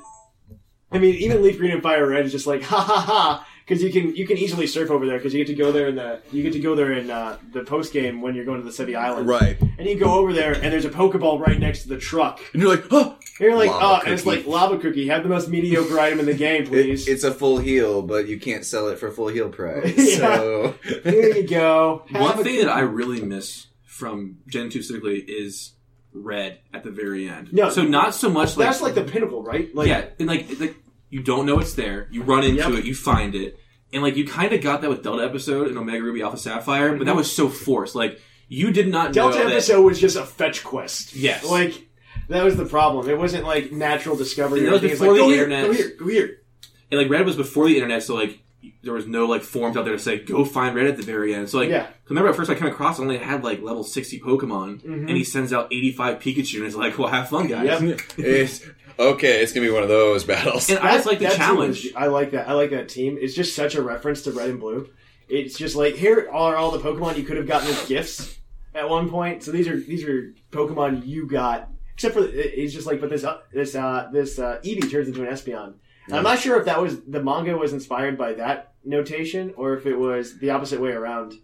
[SPEAKER 3] I mean, even Leaf Green and Fire Red is just like ha ha ha because you can you can easily surf over there because you get to go there in the you get to go there in uh, the post game when you're going to the City Islands,
[SPEAKER 4] Right.
[SPEAKER 3] And you go over there and there's a Pokeball right next to the truck.
[SPEAKER 4] and you're like, oh,
[SPEAKER 3] And you're like,
[SPEAKER 4] Lava
[SPEAKER 3] oh, and it's
[SPEAKER 4] cookie.
[SPEAKER 3] like lava cookie. Have the most mediocre item in the game, please.
[SPEAKER 4] it's a full heel, but you can't sell it for full heel price. So
[SPEAKER 3] Here you go. Have
[SPEAKER 7] One
[SPEAKER 3] a-
[SPEAKER 7] thing that I really miss from Gen 2 specifically is red at the very end.
[SPEAKER 3] No.
[SPEAKER 7] So not so much like
[SPEAKER 3] that's like the pinnacle, right? Like,
[SPEAKER 7] yeah, and like, it's like you don't know it's there. You run into it, you find it, and like you kind of got that with Delta episode and Omega Ruby Alpha Sapphire, but that was so forced. Like you did not
[SPEAKER 3] Mhm. Delta
[SPEAKER 7] know that-
[SPEAKER 3] episode was just a fetch quest.
[SPEAKER 7] Yes.
[SPEAKER 3] Like that was the problem. It wasn't like natural discovery.
[SPEAKER 7] And
[SPEAKER 3] or
[SPEAKER 7] that was
[SPEAKER 3] anything. It's
[SPEAKER 7] before
[SPEAKER 3] like,
[SPEAKER 7] the
[SPEAKER 3] go here,
[SPEAKER 7] internet.
[SPEAKER 3] Go here, go here.
[SPEAKER 7] and like red was before the internet, so like there was no like forums out there to say go find red at the very end. So like,
[SPEAKER 3] Yeah.
[SPEAKER 7] 'cause remember at first I came across I only had like level sixty Pokemon, and he sends out eighty five Pikachu, and it's like, well, have fun, guys.
[SPEAKER 3] Mm-hmm. Yep.
[SPEAKER 4] it's okay. It's gonna be one of those battles.
[SPEAKER 7] And I just like the
[SPEAKER 3] That team
[SPEAKER 7] challenge.
[SPEAKER 3] is- I like that. I like that team. It's just such a reference to Red and Blue. It's just like here are all the Pokemon you could have gotten as gifts at one point. So these are these are Pokemon you got. Except for it- it's just like, but this uh, this uh, this uh, Eevee turns into an Espeon. And I'm not sure if that was the manga was inspired by that notation or if it was the opposite way around.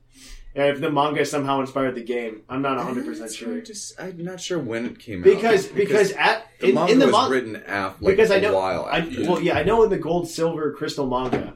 [SPEAKER 3] And if the manga somehow inspired the game, I'm not 100 percent sure.
[SPEAKER 4] Just- I'm not sure when it came
[SPEAKER 3] Because
[SPEAKER 4] out
[SPEAKER 3] because at
[SPEAKER 4] the
[SPEAKER 3] in,
[SPEAKER 4] manga
[SPEAKER 3] in the
[SPEAKER 4] was
[SPEAKER 3] manga
[SPEAKER 4] written after, like
[SPEAKER 3] because I know,
[SPEAKER 4] a while
[SPEAKER 3] I,
[SPEAKER 4] after.
[SPEAKER 3] well, yeah, I know in the gold, silver, crystal manga,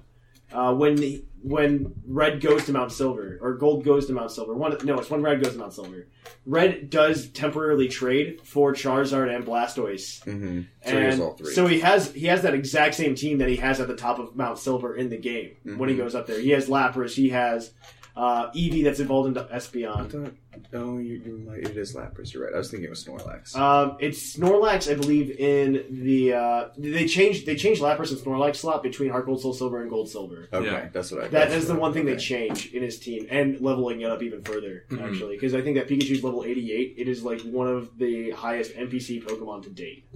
[SPEAKER 3] uh, when the, when red goes to Mount Silver or gold goes to Mount Silver, one no, it's when red goes to Mount Silver. Red does temporarily trade for Charizard and Blastoise,
[SPEAKER 4] hmm So he
[SPEAKER 3] and
[SPEAKER 4] has all three.
[SPEAKER 3] so he has he has that exact same team that he has at the top of Mount Silver in the game when
[SPEAKER 4] Mm-hmm.
[SPEAKER 3] he goes up there. He has Lapras, he has uh, Eevee that's evolved into
[SPEAKER 4] I
[SPEAKER 3] Espeon.
[SPEAKER 4] thought- oh, you, you're right. It is Lapras. You're right. I was thinking it was Snorlax.
[SPEAKER 3] Um, it's Snorlax, I believe. In the uh, they changed they changed Lapras and Snorlax slot between Heart Gold, Soul Silver, and Gold Silver.
[SPEAKER 4] okay,
[SPEAKER 7] yeah.
[SPEAKER 4] that's what I.
[SPEAKER 3] That
[SPEAKER 4] that's
[SPEAKER 3] is the
[SPEAKER 4] what I-
[SPEAKER 3] one thing they
[SPEAKER 4] okay.
[SPEAKER 3] change in his team and leveling it up even further, actually. Because I think that Pikachu's level 88. It is like one of the highest NPC Pokemon to date.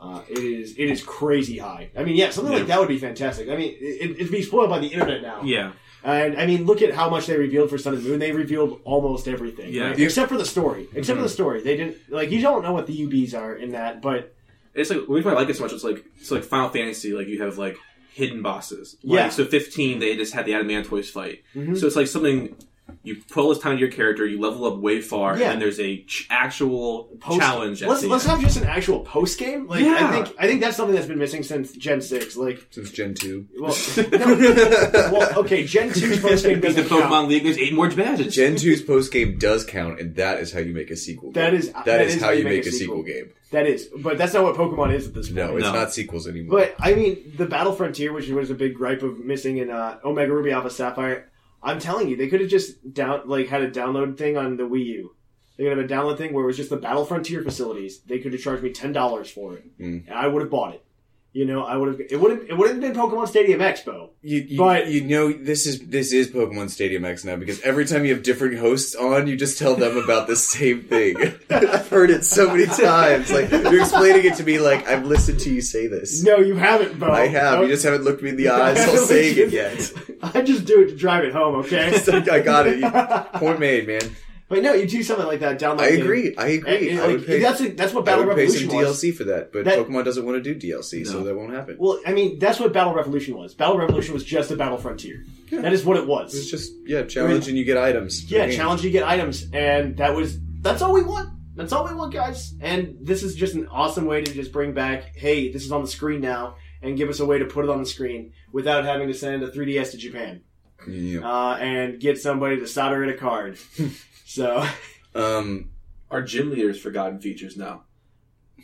[SPEAKER 3] Uh, it is it is crazy high. I mean, yeah, something like that would be fantastic. I mean, it, it'd be spoiled by the internet now.
[SPEAKER 7] Yeah.
[SPEAKER 3] And I mean, look at how much they revealed for Sun and Moon. They revealed almost everything,
[SPEAKER 7] Yeah. Mm-hmm.
[SPEAKER 3] right? except for the story. Except for the story, they didn't like you don't know what the UBs are in that, but
[SPEAKER 7] It's like the reason why I like it so much. It's like it's like Final Fantasy. Like you have like hidden bosses. Like,
[SPEAKER 3] Yeah. Mm-hmm.
[SPEAKER 7] So fifteen, they just had the Adamantoise fight. So it's like something you put all this time into your character, you level up way far,
[SPEAKER 3] Yeah.
[SPEAKER 7] and there's a ch- actual
[SPEAKER 3] post-
[SPEAKER 7] challenge. At
[SPEAKER 3] Let's
[SPEAKER 7] the
[SPEAKER 3] let's
[SPEAKER 7] end.
[SPEAKER 3] have just an actual post game. Like
[SPEAKER 7] Yeah.
[SPEAKER 3] I think I think that's something that's been missing since Gen six. Like
[SPEAKER 4] Since Gen two.
[SPEAKER 3] well, no, well okay, Gen 2's post game
[SPEAKER 7] Because the
[SPEAKER 3] doesn't
[SPEAKER 7] Pokemon
[SPEAKER 3] count.
[SPEAKER 7] League, there's eight more badges.
[SPEAKER 4] Gen 2's post game does count, and that is how you make a sequel. Game.
[SPEAKER 3] That is- that
[SPEAKER 4] is,
[SPEAKER 3] is
[SPEAKER 4] how you make, a sequel, game.
[SPEAKER 3] That is, but that's not what Pokemon is at this point.
[SPEAKER 4] No, it's
[SPEAKER 7] No.
[SPEAKER 4] not sequels anymore.
[SPEAKER 3] But I mean, the Battle Frontier, which was a big gripe of missing in uh, Omega Ruby Alpha Sapphire, I'm telling you, they could have just down like had a download thing on the Wii U. They could have a download thing where it was just the Battle Frontier facilities. They could have charged me ten dollars for it,
[SPEAKER 4] Mm.
[SPEAKER 3] and I would have bought it. You know, I would have. It wouldn't. It wouldn't have been Pokemon Stadium Expo.
[SPEAKER 4] you, you,
[SPEAKER 3] but-
[SPEAKER 4] you know this is this is Pokemon Stadium X now because every time you have different hosts on, you just tell them about the same thing. I've heard it so many times. Like you're explaining it to me, like I've listened to you say this.
[SPEAKER 3] No, you haven't, Bo.
[SPEAKER 4] I have.
[SPEAKER 3] No.
[SPEAKER 4] You just uh, haven't looked me in the eyes while saying it yet.
[SPEAKER 3] I just do it to drive it home, okay?
[SPEAKER 4] It's like, I got it. You- Point made, man.
[SPEAKER 3] but no, you do something like that. Download.
[SPEAKER 4] I
[SPEAKER 3] game.
[SPEAKER 4] agree. I agree.
[SPEAKER 3] And,
[SPEAKER 4] I would
[SPEAKER 3] like,
[SPEAKER 4] pay,
[SPEAKER 3] that's that's what
[SPEAKER 4] I
[SPEAKER 3] Battle
[SPEAKER 4] would pay some
[SPEAKER 3] Revolution was.
[SPEAKER 4] DLC for that, but
[SPEAKER 3] That-
[SPEAKER 4] Pokemon doesn't want to do DLC, so that won't happen.
[SPEAKER 3] Well, I mean, that's what Battle Revolution was. Battle Revolution was just a Battle Frontier. That is what it was.
[SPEAKER 4] it's just yeah, challenge and you get items.
[SPEAKER 3] yeah,
[SPEAKER 4] Okay.
[SPEAKER 3] challenge you get items, and that was that's all we want. That's all we want, guys. And this is just an awesome way to just bring back. Hey, this is on the screen now, and give us a way to put it on the screen without having to send a 3ds to Japan
[SPEAKER 4] Yeah.
[SPEAKER 3] uh, and get somebody to solder in a card. so
[SPEAKER 4] Um,
[SPEAKER 7] Our gym leaders forgotten features now.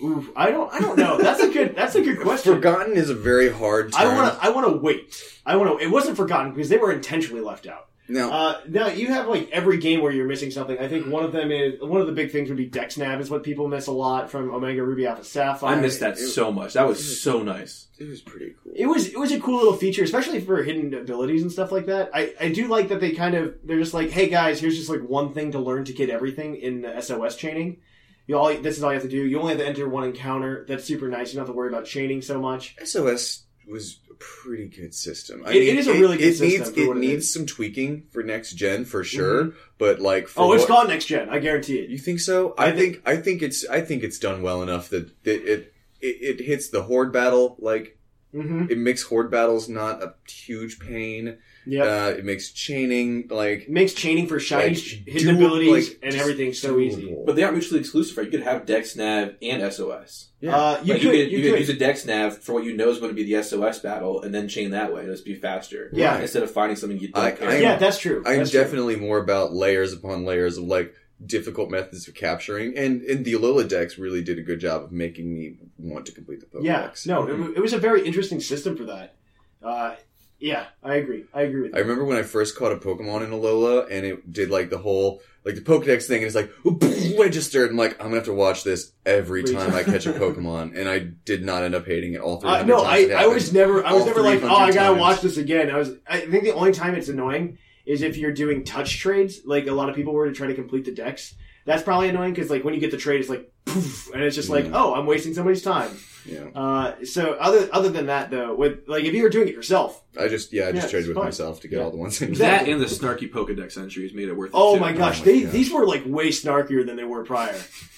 [SPEAKER 3] Oof, I don't. I don't know. That's a good. That's a good question.
[SPEAKER 4] Forgotten is a very hard term.
[SPEAKER 3] I want to. I want to wait. I want to. It wasn't forgotten because they were intentionally left out.
[SPEAKER 4] No.
[SPEAKER 3] Uh, now you have like every game where you're missing something. I
[SPEAKER 4] Mm-hmm.
[SPEAKER 3] think one of them is one of the big things would be Dex Nab is what people miss a lot from Omega Ruby Alpha Sapphire.
[SPEAKER 7] I missed that so much. That was so nice.
[SPEAKER 4] it was pretty cool.
[SPEAKER 3] It was it was a cool little feature, especially for hidden abilities and stuff like that. I, I do like that they kind of they're just like, hey guys, here's just like one thing to learn to get everything in the SOS chaining. You all this is all you have to do. You only have to enter one encounter. That's super nice. You don't have to worry about chaining so much.
[SPEAKER 4] SOS was a pretty good system. I
[SPEAKER 3] It- it is a really good
[SPEAKER 4] it
[SPEAKER 3] system
[SPEAKER 4] Needs,
[SPEAKER 3] for
[SPEAKER 4] it
[SPEAKER 3] what it Mm-hmm.
[SPEAKER 4] needs some tweaking for next gen for sure, but like for
[SPEAKER 3] Oh, it's
[SPEAKER 4] what-
[SPEAKER 3] gone next gen. I guarantee it.
[SPEAKER 4] You think so? I think I think it's I think it's done well enough that, that it, it it hits the horde battle like
[SPEAKER 3] Mm-hmm.
[SPEAKER 4] it makes horde battles not a huge pain.
[SPEAKER 3] Yeah.
[SPEAKER 4] Uh, it makes chaining like
[SPEAKER 3] it makes chaining for
[SPEAKER 4] like,
[SPEAKER 3] shinies, hidden
[SPEAKER 4] doable-
[SPEAKER 3] abilities,
[SPEAKER 4] like,
[SPEAKER 3] and
[SPEAKER 4] just
[SPEAKER 3] everything so easy.
[SPEAKER 4] doable.
[SPEAKER 7] But they aren't mutually exclusive. Right? You could have Dex Nav and SOS.
[SPEAKER 4] Yeah.
[SPEAKER 3] Uh, you
[SPEAKER 7] Like,
[SPEAKER 3] could, you,
[SPEAKER 7] you could
[SPEAKER 3] could.
[SPEAKER 7] use a Dex Nav for what you know is going to be the SOS battle, and then chain that way. It'll just be faster.
[SPEAKER 3] Yeah.
[SPEAKER 7] Instead of finding something you don't
[SPEAKER 4] I-
[SPEAKER 7] care.
[SPEAKER 4] I-
[SPEAKER 3] yeah, that's true.
[SPEAKER 4] I'm
[SPEAKER 3] That's true.
[SPEAKER 4] definitely more about layers upon layers of like difficult methods of capturing, and and the Alola decks really did a good job of making me want to complete the Pokédex.
[SPEAKER 3] Yeah, no, it, wa- it was a very interesting system for that. Uh, yeah, I agree. I agree with
[SPEAKER 4] I
[SPEAKER 3] you.
[SPEAKER 4] remember when I first caught a Pokemon in Alola, and it did like the whole like the Pokedex thing, and it's like "Ooh, registered. I'm like, I'm gonna have to watch this every
[SPEAKER 3] Every
[SPEAKER 4] time I
[SPEAKER 3] time.
[SPEAKER 4] catch a Pokemon, and I did not end up hating it all three.
[SPEAKER 3] Uh, no, I, I was never. I was
[SPEAKER 4] All
[SPEAKER 3] never like, oh, I
[SPEAKER 4] 300
[SPEAKER 3] gotta
[SPEAKER 4] times.
[SPEAKER 3] watch this again. I was. I think the only time it's annoying is if you're doing touch trades, like a lot of people were to try to complete the decks. That's probably annoying because like when you get the trade, it's like poof, and it's just like,
[SPEAKER 4] Yeah.
[SPEAKER 3] oh, I'm wasting somebody's time.
[SPEAKER 4] Yeah,
[SPEAKER 3] Uh, so other other than that though, with like if you were doing it yourself,
[SPEAKER 4] I just yeah, I just
[SPEAKER 3] it's
[SPEAKER 4] traded with
[SPEAKER 3] fine.
[SPEAKER 4] myself to get
[SPEAKER 3] Yeah.
[SPEAKER 4] all the ones. in.
[SPEAKER 7] that and the snarky Pokedex entries made it worth it.
[SPEAKER 3] Oh
[SPEAKER 7] too.
[SPEAKER 3] my gosh,
[SPEAKER 4] my
[SPEAKER 3] they,
[SPEAKER 4] God.
[SPEAKER 3] these were like way snarkier than they were prior.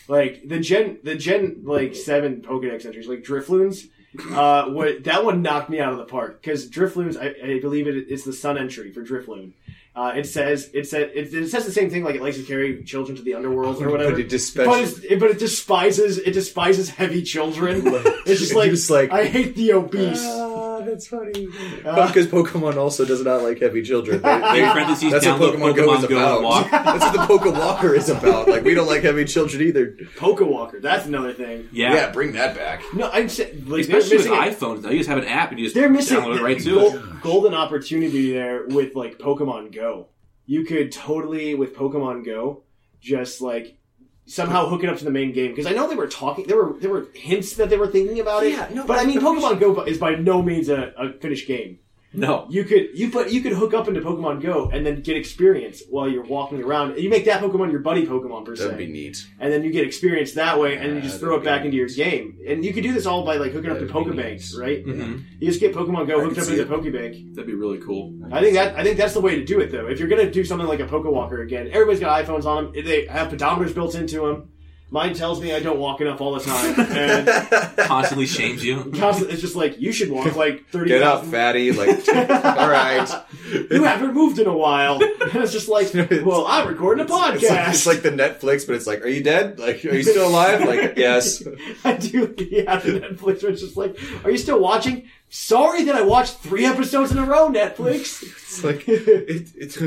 [SPEAKER 3] Like the gen the gen like seven Pokedex entries, like Drifloons, uh, what that one knocked me out of the park because Drifloons, I, I believe it, it's the Sun entry for Drifloon. Uh, it says it said it, it says the same thing like it likes to carry children to the underworld or whatever.
[SPEAKER 4] But it despised-
[SPEAKER 3] but, it's, it, but it despises it despises heavy children. it's just like,
[SPEAKER 4] Just like-
[SPEAKER 3] I hate the obese.
[SPEAKER 4] Ah, that's funny. Because Pokemon also does not like heavy children. They- they-
[SPEAKER 7] Big parentheses
[SPEAKER 4] that's
[SPEAKER 7] down
[SPEAKER 4] what Pokemon,
[SPEAKER 7] Pokemon, Pokemon
[SPEAKER 4] Go is
[SPEAKER 7] Go and
[SPEAKER 4] about.
[SPEAKER 7] walk.
[SPEAKER 4] that's what the Pokewalker is about. Like we don't like heavy children either.
[SPEAKER 3] Pokewalker, that's another thing.
[SPEAKER 7] Yeah.
[SPEAKER 4] bring that back.
[SPEAKER 3] No, I'm sa- like, they're
[SPEAKER 7] Especially with
[SPEAKER 3] missing it.
[SPEAKER 7] iPhones now. You just have an app and you just
[SPEAKER 3] They're missing
[SPEAKER 7] download it right to
[SPEAKER 3] gol-
[SPEAKER 7] it.
[SPEAKER 3] golden opportunity there with like Pokemon Go. You could totally with Pokemon Go just like somehow hook it up to the main game because I know they were talking. There were there were hints that they were thinking about it.
[SPEAKER 4] Yeah, no,
[SPEAKER 3] but I mean,
[SPEAKER 4] but we
[SPEAKER 3] Pokemon Go is by no means a, a finished game.
[SPEAKER 7] No.
[SPEAKER 3] You could you but you could hook up into Pokemon Go and then get experience while you're walking around. You make that Pokemon your buddy Pokemon per se
[SPEAKER 4] That'd be neat.
[SPEAKER 3] and then you get experience that way, and you just
[SPEAKER 4] Yeah,
[SPEAKER 3] throw it
[SPEAKER 4] that'd
[SPEAKER 3] back
[SPEAKER 4] be
[SPEAKER 3] into your game. And you could do this all by like hooking up to
[SPEAKER 4] That'd be
[SPEAKER 3] Pokebanks,
[SPEAKER 4] nice.
[SPEAKER 3] right?
[SPEAKER 7] Mhm.
[SPEAKER 3] You just get Pokemon Go
[SPEAKER 4] I
[SPEAKER 3] hooked
[SPEAKER 4] can
[SPEAKER 3] up
[SPEAKER 4] see
[SPEAKER 3] into Pokebank.
[SPEAKER 7] That'd be really cool.
[SPEAKER 3] I think that I think that's the way to do it, though. If you're gonna do something like a Pokewalker again, everybody's got iPhones on them. They have pedometers built into them. Mine tells me I don't walk enough all the time, and
[SPEAKER 7] Constantly shames you.
[SPEAKER 3] constantly, it's just like you should walk like thirty.
[SPEAKER 4] Get up, fatty. Like, all right.
[SPEAKER 3] You haven't moved in a while, and it's just like, well, I'm recording a podcast.
[SPEAKER 4] It's like, it's like the Netflix, but it's like, are you dead? Like, are you still alive? Like, yes.
[SPEAKER 3] I do. Yeah, the Netflix was just like, "Are you still watching?" Sorry that I watched three episodes in a row. Netflix.
[SPEAKER 4] It's like it, it's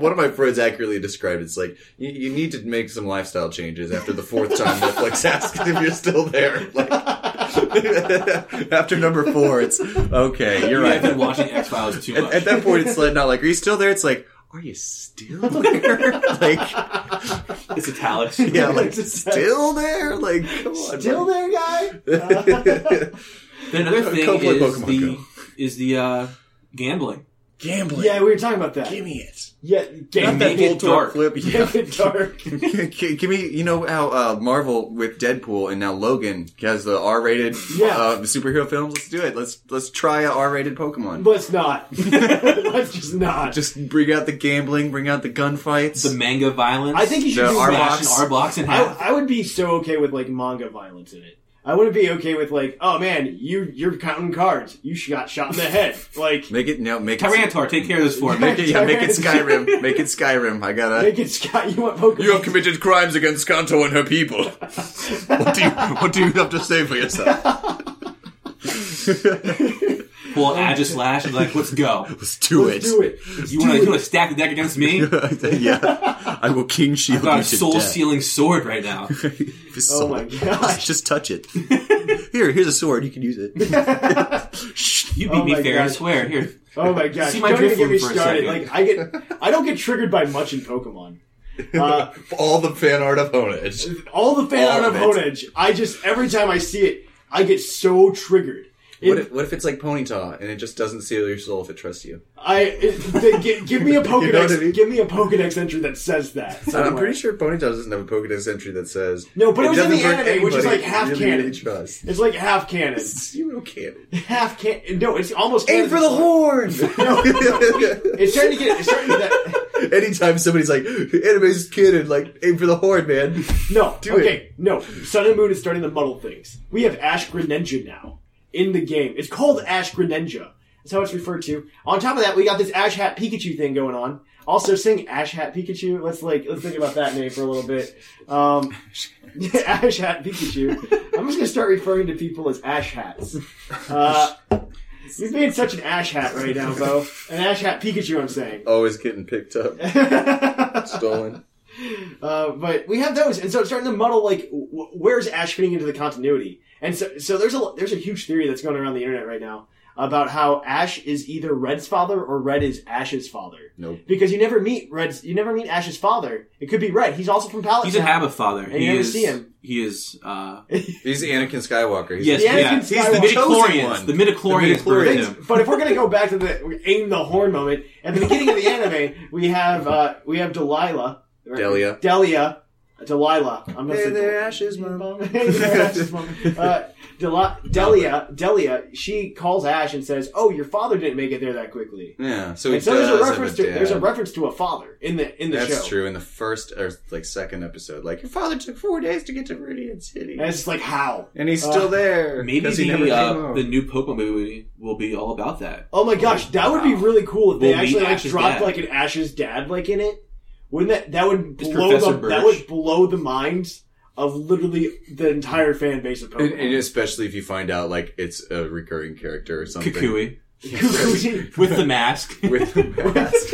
[SPEAKER 4] one of my friends accurately described. it. It's like you, you need to make some lifestyle changes after the fourth time Netflix asks if you're still there. Like after number four, it's okay. You're
[SPEAKER 7] You're right. I've
[SPEAKER 4] right.
[SPEAKER 7] been watching X Files too
[SPEAKER 4] At,
[SPEAKER 7] much.
[SPEAKER 4] at that point, it's like not like are you still there? It's like are you still there? like
[SPEAKER 7] it's italics.
[SPEAKER 4] yeah, like still there? Like come on,
[SPEAKER 3] still
[SPEAKER 4] like-
[SPEAKER 3] there, guy?
[SPEAKER 7] Then another thing
[SPEAKER 4] Go play
[SPEAKER 7] is
[SPEAKER 4] Pokemon
[SPEAKER 7] the
[SPEAKER 4] Go.
[SPEAKER 7] is the uh, gambling.
[SPEAKER 4] Gambling.
[SPEAKER 3] yeah, we were talking about that.
[SPEAKER 4] me it.
[SPEAKER 3] Yeah, game
[SPEAKER 7] Not
[SPEAKER 3] make
[SPEAKER 7] that Make
[SPEAKER 3] it
[SPEAKER 7] it
[SPEAKER 4] Full torque
[SPEAKER 7] dark.
[SPEAKER 4] flip. Yeah.
[SPEAKER 3] make it dark.
[SPEAKER 4] G- g- Give me, you know how uh, Marvel with Deadpool and now Logan has the R-rated
[SPEAKER 3] Yeah.
[SPEAKER 4] uh, superhero films. Let's do it. Let's let's try a R-rated Pokemon.
[SPEAKER 3] Let's not. Let's just not.
[SPEAKER 4] Just bring out the gambling, bring out the gunfights.
[SPEAKER 7] The manga violence.
[SPEAKER 3] I think you should
[SPEAKER 4] The
[SPEAKER 3] do
[SPEAKER 4] R
[SPEAKER 3] that.
[SPEAKER 4] box.
[SPEAKER 7] Smashing R blocks in
[SPEAKER 3] I,
[SPEAKER 7] half.
[SPEAKER 3] I would be so okay with like manga violence in it. I wouldn't be okay with like, oh man, you you're counting cards. You sh- got shot in the head. Like,
[SPEAKER 4] make it no, make it,
[SPEAKER 7] Tyrantar, take care of this for me.
[SPEAKER 4] make it, yeah, make it
[SPEAKER 3] Tyrantar.
[SPEAKER 4] Skyrim, make it Skyrim. I gotta.
[SPEAKER 3] make it Scott. You want Pokemon?
[SPEAKER 4] you have committed crimes against Kanto and her people. what do you What do you have to say for yourself?
[SPEAKER 7] Pull Agislash and be like, let's go.
[SPEAKER 4] Let's do
[SPEAKER 3] Let's do it.
[SPEAKER 7] You want to you want to stack the deck against me?
[SPEAKER 4] yeah, I will king shield
[SPEAKER 7] Got a
[SPEAKER 4] you to
[SPEAKER 7] soul
[SPEAKER 4] death.
[SPEAKER 7] sealing sword right now.
[SPEAKER 1] his
[SPEAKER 3] Oh
[SPEAKER 1] sword.
[SPEAKER 3] my gosh.
[SPEAKER 1] Just touch it. Here, here's a sword. You can use it.
[SPEAKER 6] You beat
[SPEAKER 3] Oh
[SPEAKER 6] me
[SPEAKER 3] my
[SPEAKER 6] fair and
[SPEAKER 3] God.
[SPEAKER 6] swear. Here.
[SPEAKER 3] Oh my gosh!
[SPEAKER 6] See my
[SPEAKER 3] Don't even get
[SPEAKER 6] driftwood
[SPEAKER 3] me
[SPEAKER 6] for a
[SPEAKER 3] started.
[SPEAKER 6] second.
[SPEAKER 3] Like I get, I don't get triggered by much in Pokemon. Uh,
[SPEAKER 4] All the fan art of Honedge.
[SPEAKER 3] all the fan
[SPEAKER 4] All
[SPEAKER 3] art of
[SPEAKER 4] of it.
[SPEAKER 3] Honedge, I just every time I see it, I get so triggered. It-
[SPEAKER 4] What if, what if it's like Ponyta and it just doesn't seal your soul if it trusts you?
[SPEAKER 3] I it, they, gi- give me a Pokedex,
[SPEAKER 4] what I mean?
[SPEAKER 3] give me a Pokedex entry that says that.
[SPEAKER 4] I'm pretty sure Ponyta doesn't have a Pokedex entry that says
[SPEAKER 3] No, but it was in
[SPEAKER 4] doesn't
[SPEAKER 3] the
[SPEAKER 4] hurt
[SPEAKER 3] anime, which is
[SPEAKER 4] anybody
[SPEAKER 3] like half
[SPEAKER 4] really,
[SPEAKER 3] canon.
[SPEAKER 4] really trust.
[SPEAKER 3] It's like half canon,
[SPEAKER 4] It's zero canon.
[SPEAKER 3] half can. No, it's almost
[SPEAKER 4] Aim
[SPEAKER 3] canon.
[SPEAKER 4] for the horn.
[SPEAKER 3] It's starting to get. It's starting to that.
[SPEAKER 4] Anytime somebody's like anime's canon, like aim for the horn, man.
[SPEAKER 3] No,
[SPEAKER 4] Do
[SPEAKER 3] okay,
[SPEAKER 4] it.
[SPEAKER 3] no. Sun and Moon is starting to muddle things. We have Ash Greninja now in the game. It's called Ash Greninja. That's how it's referred to. On top of that, we got this Ash Hat Pikachu thing going on. Also, saying Ash Hat Pikachu. Let's like let's think about that name for a little bit. Um, Ash Hat Pikachu. I'm just gonna start referring to people as Ash Hats. Uh, you're being such an Ash Hat right now, Bo. An Ash Hat Pikachu. I'm saying.
[SPEAKER 4] Always getting picked up, stolen.
[SPEAKER 3] Uh, but we have those, and so it's starting to muddle like w- where's Ash fitting into the continuity. And so, so there's a there's a huge theory that's going around the internet right now about how Ash is either Red's father or Red is Ash's father.
[SPEAKER 4] Nope.
[SPEAKER 3] Because you never meet Red's, you never meet Ash's father. It could be Red. He's also from Pallet.
[SPEAKER 6] He's a
[SPEAKER 3] Town.
[SPEAKER 6] habit father.
[SPEAKER 3] you
[SPEAKER 6] He
[SPEAKER 3] never
[SPEAKER 6] is.
[SPEAKER 3] see him.
[SPEAKER 6] He is. Uh,
[SPEAKER 4] He's Anakin Skywalker. He's
[SPEAKER 6] yes.
[SPEAKER 3] The Anakin
[SPEAKER 6] Yeah. He's the
[SPEAKER 3] Skywalker.
[SPEAKER 4] Chosen
[SPEAKER 6] midichlorians.
[SPEAKER 4] one.
[SPEAKER 6] The midichlorians.
[SPEAKER 4] The midichlorians.
[SPEAKER 6] birthed
[SPEAKER 3] Things-
[SPEAKER 6] him.
[SPEAKER 3] but if we're gonna go back to the aim the horn moment at the beginning of the anime, we have uh, we have Delilah,
[SPEAKER 4] Delia.
[SPEAKER 3] Delia, Delilah. I'm gonna
[SPEAKER 4] Hey
[SPEAKER 3] say
[SPEAKER 4] there, Ashes, Mom.
[SPEAKER 3] uh, Deli- Delia, Delia, she calls Ash and says, "Oh, your father didn't make it there that quickly."
[SPEAKER 4] Yeah. So he
[SPEAKER 3] And so
[SPEAKER 4] does
[SPEAKER 3] there's a
[SPEAKER 4] have
[SPEAKER 3] reference to
[SPEAKER 4] dad.
[SPEAKER 3] there's a reference to a father in the in the
[SPEAKER 4] That's
[SPEAKER 3] show.
[SPEAKER 4] true. In the first or like second episode, like your father took four days to get to Meridian City,
[SPEAKER 3] And it's just like how. Uh,
[SPEAKER 4] and he's still there.
[SPEAKER 6] Maybe
[SPEAKER 4] 'cause he
[SPEAKER 6] the,
[SPEAKER 4] came
[SPEAKER 6] uh,
[SPEAKER 4] home.
[SPEAKER 6] the new Pokemon movie will be all about that.
[SPEAKER 3] Oh my gosh, that would be really cool if they
[SPEAKER 6] We'll meet
[SPEAKER 3] actually like
[SPEAKER 6] Ash's
[SPEAKER 3] dropped
[SPEAKER 6] dad.
[SPEAKER 3] like an Ash's dad like in it. Wouldn't that that would
[SPEAKER 6] It's
[SPEAKER 3] blow
[SPEAKER 6] Professor
[SPEAKER 3] the, that
[SPEAKER 6] Birch.
[SPEAKER 3] would blow the minds of literally the entire fan base of
[SPEAKER 4] and,
[SPEAKER 3] Pokemon.
[SPEAKER 4] and especially if you find out like it's a recurring character or something.
[SPEAKER 6] Kukui
[SPEAKER 3] Kukui.
[SPEAKER 6] with the mask.
[SPEAKER 4] With the mask.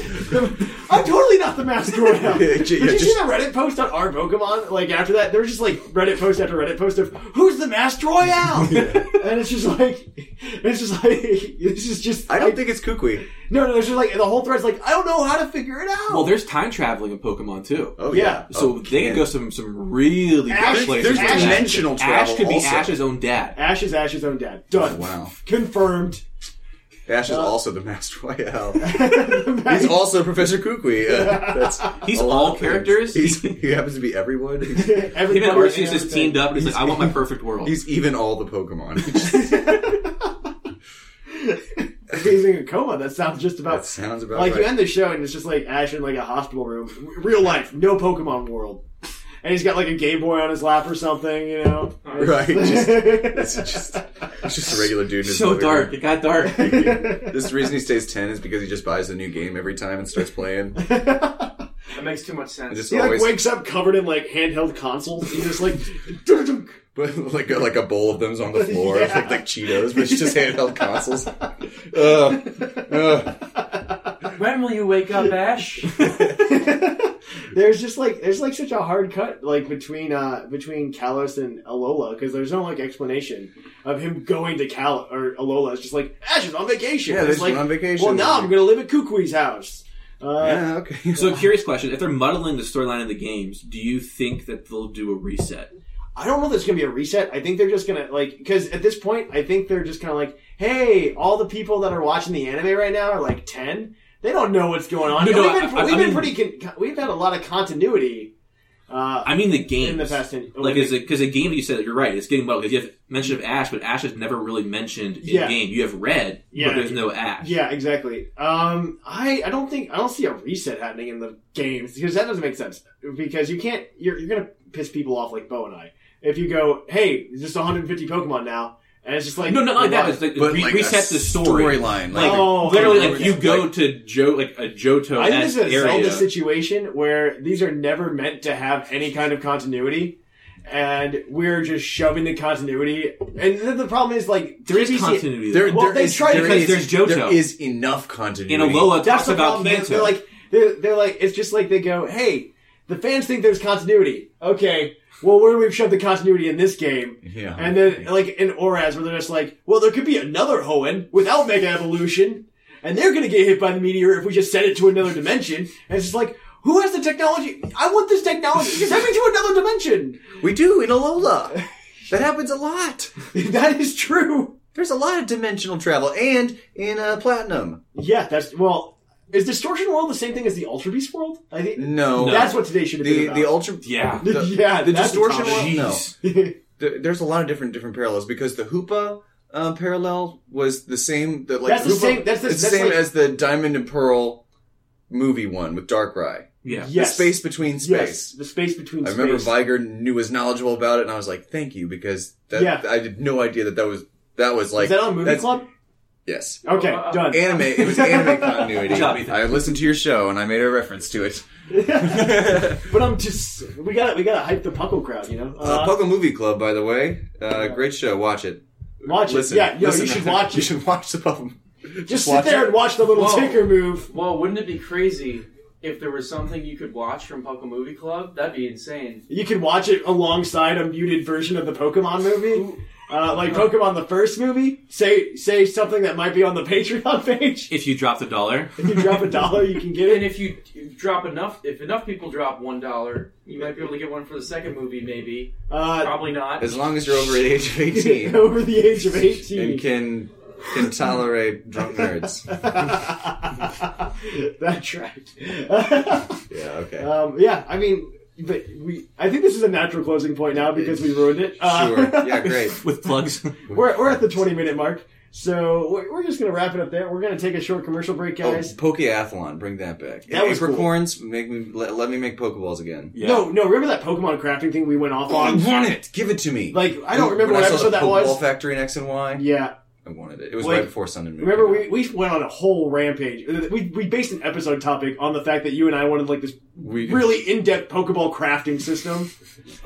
[SPEAKER 3] I'm totally not the master right now.
[SPEAKER 4] Yeah,
[SPEAKER 3] Did
[SPEAKER 4] ju-
[SPEAKER 3] you
[SPEAKER 4] yeah,
[SPEAKER 3] see
[SPEAKER 4] just-
[SPEAKER 3] the Reddit post on our Pokemon? Like after that, there was just like Reddit post after Reddit post of "Who's the Master Royale?" and it's just like, it's just like, this is just.
[SPEAKER 4] I don't
[SPEAKER 3] like-
[SPEAKER 4] think it's Kukui.
[SPEAKER 3] No, no, it's just like the whole thread's like, I don't know how to figure it out.
[SPEAKER 6] well, there's time traveling in Pokemon too.
[SPEAKER 4] Oh
[SPEAKER 3] Yeah.
[SPEAKER 4] yeah.
[SPEAKER 6] So
[SPEAKER 4] Oh,
[SPEAKER 6] they could
[SPEAKER 4] man.
[SPEAKER 6] go some some really
[SPEAKER 3] Ash-
[SPEAKER 6] dark places.
[SPEAKER 4] There's
[SPEAKER 6] with that.
[SPEAKER 4] dimensional travel
[SPEAKER 6] Ash could be
[SPEAKER 4] also.
[SPEAKER 6] Ash's own dad.
[SPEAKER 3] Ash is Ash's own dad. Done.
[SPEAKER 4] Oh, Wow.
[SPEAKER 3] Confirmed.
[SPEAKER 4] Ash
[SPEAKER 3] Uh.
[SPEAKER 4] is also the Master Royale. he's also Professor Kukui. Uh, that's
[SPEAKER 6] He's
[SPEAKER 4] a lot
[SPEAKER 6] all
[SPEAKER 4] of things.
[SPEAKER 6] characters.
[SPEAKER 4] He's, he happens to be everyone. He's,
[SPEAKER 3] Every
[SPEAKER 6] Him and
[SPEAKER 3] color
[SPEAKER 6] Arceus just
[SPEAKER 3] everything.
[SPEAKER 6] teamed up, and he's like, "I want my perfect world."
[SPEAKER 4] he's even all the Pokemon.
[SPEAKER 3] He's in a coma. That sounds just about.
[SPEAKER 4] that sounds about
[SPEAKER 3] like
[SPEAKER 4] right.
[SPEAKER 3] you end the show and it's just like Ash in like a hospital room, R- real life, no Pokemon world, and he's got like a Game Boy on his lap or something, you know?
[SPEAKER 4] right. Just, it's just, it's just a regular dude. in his
[SPEAKER 6] so
[SPEAKER 4] living
[SPEAKER 6] dark.
[SPEAKER 4] room.
[SPEAKER 6] It got dark.
[SPEAKER 4] This is the reason he stays ten is because he just buys a new game every time and starts playing. And
[SPEAKER 8] That makes too much sense.
[SPEAKER 4] just
[SPEAKER 3] He like
[SPEAKER 4] always
[SPEAKER 3] wakes up covered in like handheld consoles. He's just like,
[SPEAKER 4] But like a, like a bowl of them's on the floor,
[SPEAKER 3] Yeah.
[SPEAKER 4] like, like Cheetos, but it's just handheld consoles. Ugh. Ugh.
[SPEAKER 8] When will you wake up, Ash?
[SPEAKER 3] there's just like there's like such a hard cut like between uh between Kalos and Alola because there's no like explanation of him going to Cal or Alola. It's just like Ash is on vacation.
[SPEAKER 4] Yeah, they
[SPEAKER 3] it's
[SPEAKER 4] just
[SPEAKER 3] like
[SPEAKER 4] went on vacation.
[SPEAKER 3] Well, now I'm gonna live at Kukui's house. Uh,
[SPEAKER 4] Yeah, okay.
[SPEAKER 6] So, curious question: If they're muddling the storyline of the games, do you think that they'll do a reset?
[SPEAKER 3] I don't know if there's gonna be a reset. I think they're just gonna like because at this point, I think they're just kind of like, hey, all the people that are watching the anime right now are like ten. They don't know what's going on.
[SPEAKER 6] No,
[SPEAKER 3] And
[SPEAKER 6] no,
[SPEAKER 3] we've been,
[SPEAKER 6] I- I-
[SPEAKER 3] we've
[SPEAKER 6] I
[SPEAKER 3] been
[SPEAKER 6] mean-
[SPEAKER 3] pretty. Con- we've had a lot of continuity. Uh,
[SPEAKER 6] I mean, the games
[SPEAKER 3] In the past ten-
[SPEAKER 6] like is because a game you said you're right. It's getting muddled because you have mention of Ash, but Ash is never really mentioned in
[SPEAKER 3] Yeah.
[SPEAKER 6] game. You have Red,
[SPEAKER 3] Yeah.
[SPEAKER 6] but there's no Ash.
[SPEAKER 3] yeah, exactly. Um, I I don't think I don't see a reset happening in the games because that doesn't make sense because you can't you're you're gonna piss people off like Bo and I if you go hey there's just 150 Pokemon now and it's just like
[SPEAKER 6] No, no, like that. It's like,
[SPEAKER 4] But,
[SPEAKER 6] re-
[SPEAKER 4] like,
[SPEAKER 6] reset
[SPEAKER 4] a
[SPEAKER 6] the story Like
[SPEAKER 4] storyline, like-
[SPEAKER 3] Oh,
[SPEAKER 6] literally,
[SPEAKER 3] okay,
[SPEAKER 6] like you
[SPEAKER 3] okay.
[SPEAKER 6] go to Joe, like a Johto
[SPEAKER 3] I think this is a
[SPEAKER 6] area.
[SPEAKER 3] Zelda situation where these are never meant to have any kind of continuity, and we're just shoving the continuity. And then the problem is like
[SPEAKER 6] there is
[SPEAKER 3] TBC
[SPEAKER 6] continuity.
[SPEAKER 4] There,
[SPEAKER 6] there.
[SPEAKER 3] Well,
[SPEAKER 4] there
[SPEAKER 3] they
[SPEAKER 4] is-
[SPEAKER 3] tried
[SPEAKER 4] there
[SPEAKER 6] because there's
[SPEAKER 4] is-
[SPEAKER 6] Johto.
[SPEAKER 4] There is enough continuity.
[SPEAKER 6] And Alola
[SPEAKER 3] That's
[SPEAKER 6] talks
[SPEAKER 3] the
[SPEAKER 6] about
[SPEAKER 3] problem. They-
[SPEAKER 6] Kanto.
[SPEAKER 3] They're like they're, they're like it's just like they go, hey, the fans think there's continuity. Okay, well, where do we shove the continuity in this game?
[SPEAKER 4] Yeah.
[SPEAKER 3] And then, like, in Oraz, where they're just like, well, there could be another Hoenn without Mega Evolution, and they're gonna get hit by the meteor if we just send it to another dimension. And it's just like, who has the technology? I want this technology! Send me to another dimension!
[SPEAKER 1] We do in Alola. That happens a lot.
[SPEAKER 3] that is true!
[SPEAKER 1] There's a lot of dimensional travel, and in uh, Platinum.
[SPEAKER 3] Yeah, that's, well, is Distortion World the same thing as the Ultra Beast World? I think.
[SPEAKER 1] No.
[SPEAKER 3] That's what today should have
[SPEAKER 1] The
[SPEAKER 3] been.
[SPEAKER 1] the ultra
[SPEAKER 6] Yeah.
[SPEAKER 3] The, yeah,
[SPEAKER 1] the
[SPEAKER 3] that's
[SPEAKER 1] distortion
[SPEAKER 4] Oh,
[SPEAKER 1] world.
[SPEAKER 3] topic.
[SPEAKER 1] No,
[SPEAKER 3] Jeez.
[SPEAKER 4] There- there's a lot of different different parallels because the Hoopa uh, parallel was the same. That like
[SPEAKER 3] That's the
[SPEAKER 4] Hoopa-
[SPEAKER 3] same- that's the-
[SPEAKER 4] it's
[SPEAKER 3] that's
[SPEAKER 4] same
[SPEAKER 3] like-
[SPEAKER 4] as the Diamond and Pearl movie one with Darkrai.
[SPEAKER 6] Yeah.
[SPEAKER 3] Yes.
[SPEAKER 4] The space between
[SPEAKER 3] Yes,
[SPEAKER 4] space.
[SPEAKER 3] the space between
[SPEAKER 4] I remember
[SPEAKER 3] space.
[SPEAKER 4] Viger knew was knowledgeable about it, and I was like, "Thank you," because that,
[SPEAKER 3] Yeah.
[SPEAKER 4] I had no idea that that was that was like
[SPEAKER 3] is that on Movie
[SPEAKER 4] that's-
[SPEAKER 3] Club?
[SPEAKER 4] Yes,
[SPEAKER 3] Okay, done.
[SPEAKER 4] anime. It was anime continuity.
[SPEAKER 6] job, Ethan.
[SPEAKER 4] I listened to your show and I made a reference to it.
[SPEAKER 3] But I'm just we got to we got to hype the Puckle crowd, you know.
[SPEAKER 4] Uh,
[SPEAKER 3] Uh,
[SPEAKER 4] Pogo Movie Club, by the way, uh, great show. Watch it.
[SPEAKER 3] watch
[SPEAKER 4] Listen,
[SPEAKER 3] it. Yeah, yo,
[SPEAKER 4] listen.
[SPEAKER 3] you should watch
[SPEAKER 4] You
[SPEAKER 3] it.
[SPEAKER 4] should watch the Puckle.
[SPEAKER 3] Just
[SPEAKER 4] watch
[SPEAKER 3] sit there
[SPEAKER 4] it.
[SPEAKER 3] and watch the little
[SPEAKER 8] Whoa.
[SPEAKER 3] ticker move.
[SPEAKER 8] Well, wouldn't it be crazy if there was something you could watch from Puckle Movie Club? That'd be insane.
[SPEAKER 3] You can watch it alongside a muted version of the Pokemon movie. Uh, like
[SPEAKER 4] Uh-huh.
[SPEAKER 3] Pokemon the first movie, say say something that might be on the Patreon page.
[SPEAKER 6] If you dropped a dollar,
[SPEAKER 3] If you drop a dollar, you can get it.
[SPEAKER 8] And if you you drop enough, if enough people drop one dollar, you might be able to get one for the second movie, maybe.
[SPEAKER 3] Uh,
[SPEAKER 8] Probably not.
[SPEAKER 4] As long as you're over the age of 18
[SPEAKER 3] over the age of
[SPEAKER 4] and
[SPEAKER 3] eighteen,
[SPEAKER 4] can can tolerate drunk nerds.
[SPEAKER 3] that tracked.
[SPEAKER 4] Yeah, okay.
[SPEAKER 3] Um, yeah, I mean, but we. I think this is a natural closing point now because we ruined it. Uh,
[SPEAKER 4] Sure. Yeah, great.
[SPEAKER 6] with plugs.
[SPEAKER 3] we're, we're at the 20 minute mark, so we're, we're just going to wrap it up there. We're going to take a short commercial break,
[SPEAKER 4] Oh,
[SPEAKER 3] guys.
[SPEAKER 4] Pokeathlon, bring that back.
[SPEAKER 3] That was cool.
[SPEAKER 4] Apricorns, make me let, let me make Pokeballs again.
[SPEAKER 6] Yeah.
[SPEAKER 3] No, no, remember that Pokemon crafting thing we went off
[SPEAKER 4] I
[SPEAKER 3] on?
[SPEAKER 4] want it. Give it to me.
[SPEAKER 3] Like, I don't remember
[SPEAKER 4] when
[SPEAKER 3] what
[SPEAKER 4] I saw
[SPEAKER 3] episode
[SPEAKER 4] the
[SPEAKER 3] that was.
[SPEAKER 4] Pokeball Factory in X and Y.
[SPEAKER 3] Yeah.
[SPEAKER 4] I wanted it. It was
[SPEAKER 3] Like,
[SPEAKER 4] right before Sun and Moon.
[SPEAKER 3] Remember,
[SPEAKER 4] came
[SPEAKER 3] we, we went on a whole rampage. Uh, We, we based an episode topic on the fact that you and I wanted, like, this
[SPEAKER 4] We-
[SPEAKER 3] really in depth Pokeball crafting system.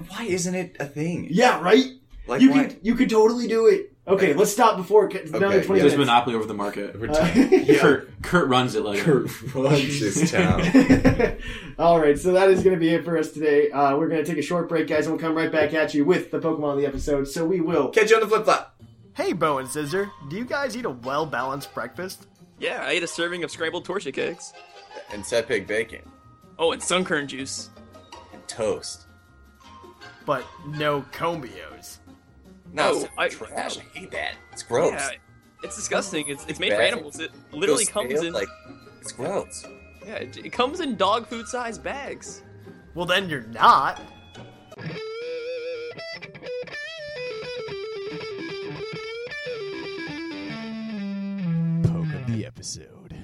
[SPEAKER 4] out. why isn't it a thing?
[SPEAKER 3] yeah, right?
[SPEAKER 4] Like
[SPEAKER 3] you,
[SPEAKER 4] why?
[SPEAKER 3] could, you could totally do it. Okay, let's stop before it gets another
[SPEAKER 4] Okay,
[SPEAKER 3] 20
[SPEAKER 4] yeah.
[SPEAKER 6] There's
[SPEAKER 3] minutes.
[SPEAKER 6] monopoly over the market.
[SPEAKER 4] We're tired.
[SPEAKER 6] Kurt, Kurt runs it like
[SPEAKER 4] Runs this town.
[SPEAKER 3] All right, so that is going to be it for us today. Uh, we're going to take a short break, guys, and we'll come right back at you with the Pokemon of the episode. So we will.
[SPEAKER 4] Catch you on the flip flop.
[SPEAKER 3] Hey, Bo and Scissor, do you guys eat a well balanced breakfast?
[SPEAKER 9] Yeah, I ate a serving of scrambled tortilla cakes.
[SPEAKER 4] And set pig bacon.
[SPEAKER 9] Oh, and sunkern juice.
[SPEAKER 4] And toast.
[SPEAKER 3] But no combios.
[SPEAKER 4] No,
[SPEAKER 9] Oh,
[SPEAKER 4] it's
[SPEAKER 9] I-
[SPEAKER 4] trash. I hate that. It's gross.
[SPEAKER 9] Yeah, it's disgusting. It's, it's made for
[SPEAKER 4] bad.
[SPEAKER 9] animals. It literally
[SPEAKER 4] Those
[SPEAKER 9] comes
[SPEAKER 4] stale,
[SPEAKER 9] in
[SPEAKER 4] like it's gross.
[SPEAKER 9] yeah, it, it comes in dog food size bags.
[SPEAKER 3] Well, then you're not.
[SPEAKER 2] Poke of the episode.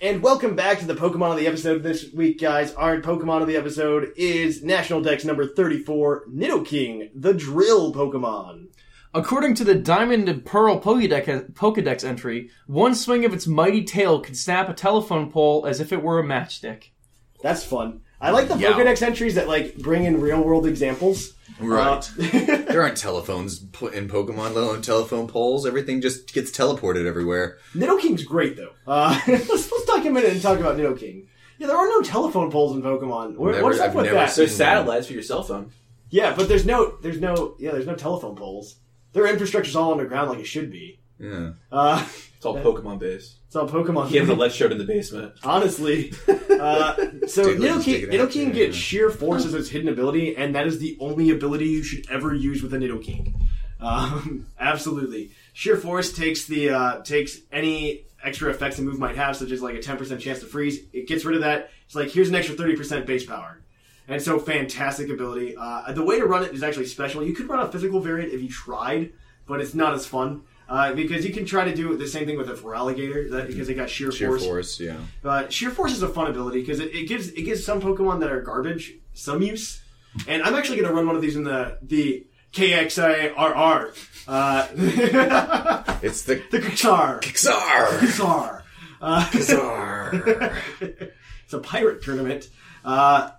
[SPEAKER 3] And welcome back to the Pokemon of the episode this week, guys. Our Pokemon of the episode is National Dex number 34, Nidoking, the Drill Pokemon.
[SPEAKER 8] According to the Diamond and Pearl Pokedex, Pokedex entry, one swing of its mighty tail could snap a telephone pole as if it were a matchstick.
[SPEAKER 3] That's fun. I like the Pokedex entries that like bring in real world examples. Uh,
[SPEAKER 4] Right. there aren't telephones pl- in Pokemon, let alone telephone poles. Everything just gets teleported everywhere.
[SPEAKER 3] Nidoking's great though. Uh, let's, let's talk a minute and talk about Nidoking. Yeah, there are no telephone poles in Pokemon. Where,
[SPEAKER 4] Never-
[SPEAKER 3] what's up
[SPEAKER 4] I've
[SPEAKER 3] with
[SPEAKER 4] never
[SPEAKER 3] that?
[SPEAKER 4] seen-
[SPEAKER 7] There's satellites for your cell phone.
[SPEAKER 3] Yeah, but there's no, there's no, yeah, there's no telephone poles. Their infrastructure's all underground, like it should be.
[SPEAKER 4] Yeah.
[SPEAKER 3] Uh,
[SPEAKER 7] It's all Pokemon based.
[SPEAKER 3] it's all Pokemon.
[SPEAKER 7] He has a ledge showed in the basement.
[SPEAKER 3] Honestly, uh, so
[SPEAKER 4] Dude, let's just take
[SPEAKER 3] Nidoking,
[SPEAKER 4] it out.
[SPEAKER 3] Nidoking
[SPEAKER 4] Yeah.
[SPEAKER 3] gets sheer force as its hidden ability, and that is the only ability you should ever use with a Nidoking. Um, absolutely, sheer force takes the uh, takes any extra effects a move might have, such as like a ten percent chance to freeze. It gets rid of that. It's like here's an extra thirty percent base power, and so fantastic ability. Uh, the way to run it is actually special. You could run a physical variant if you tried, but it's not as fun. Uh, because you can try to do the same thing with a Feraligatr, that, because it got sheer,
[SPEAKER 4] Sheer force. yeah.
[SPEAKER 3] uh, sheer force is a fun ability because it, it gives it gives some Pokemon that are garbage some use, and I'm actually going to run one of these in the the KXIRR, uh, the
[SPEAKER 4] It's the
[SPEAKER 3] Kixar,
[SPEAKER 4] Czar!
[SPEAKER 3] Kixar.
[SPEAKER 4] Czar!
[SPEAKER 3] It's a pirate tournament. Uh,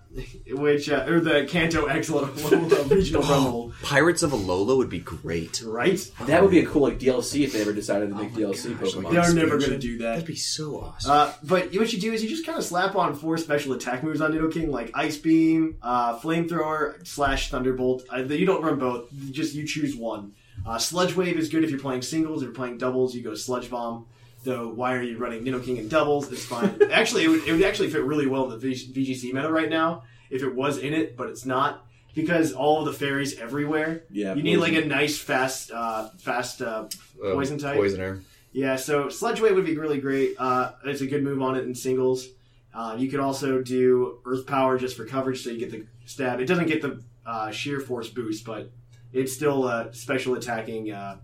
[SPEAKER 3] which uh, or the Kanto Excellent Alola Regional Rumble,
[SPEAKER 1] Pirates of Alola would be great.
[SPEAKER 3] right?
[SPEAKER 7] That would be a cool like DLC if they ever decided to make DLC Pokemon.
[SPEAKER 3] They're never gonna do that.
[SPEAKER 1] That'd be so awesome.
[SPEAKER 3] Uh, but what you do is you just kind of slap on four special attack moves on Nidoking, like Ice Beam, uh, Flamethrower, slash Thunderbolt. Uh, you don't run both; you just you choose one. Uh, Sludge Wave is good if you're playing singles. If you're playing doubles, you go Sludge Bomb. Though, why are you running Nidoking in doubles? It's fine. actually, it would, it would actually fit really well in the v- VGC meta right now if it was in it, but it's not because all of the fairies everywhere.
[SPEAKER 7] Yeah,
[SPEAKER 3] you need like
[SPEAKER 7] poison.
[SPEAKER 3] a nice fast, uh, fast uh,
[SPEAKER 4] Uh,
[SPEAKER 3] poison type.
[SPEAKER 4] Poisoner.
[SPEAKER 3] Yeah, so Sludge Wave would be really great. Uh, it's a good move on it in singles. Uh, you could also do Earth Power just for coverage, so you get the stab. It doesn't get the uh, sheer force boost, but it's still a special attacking uh,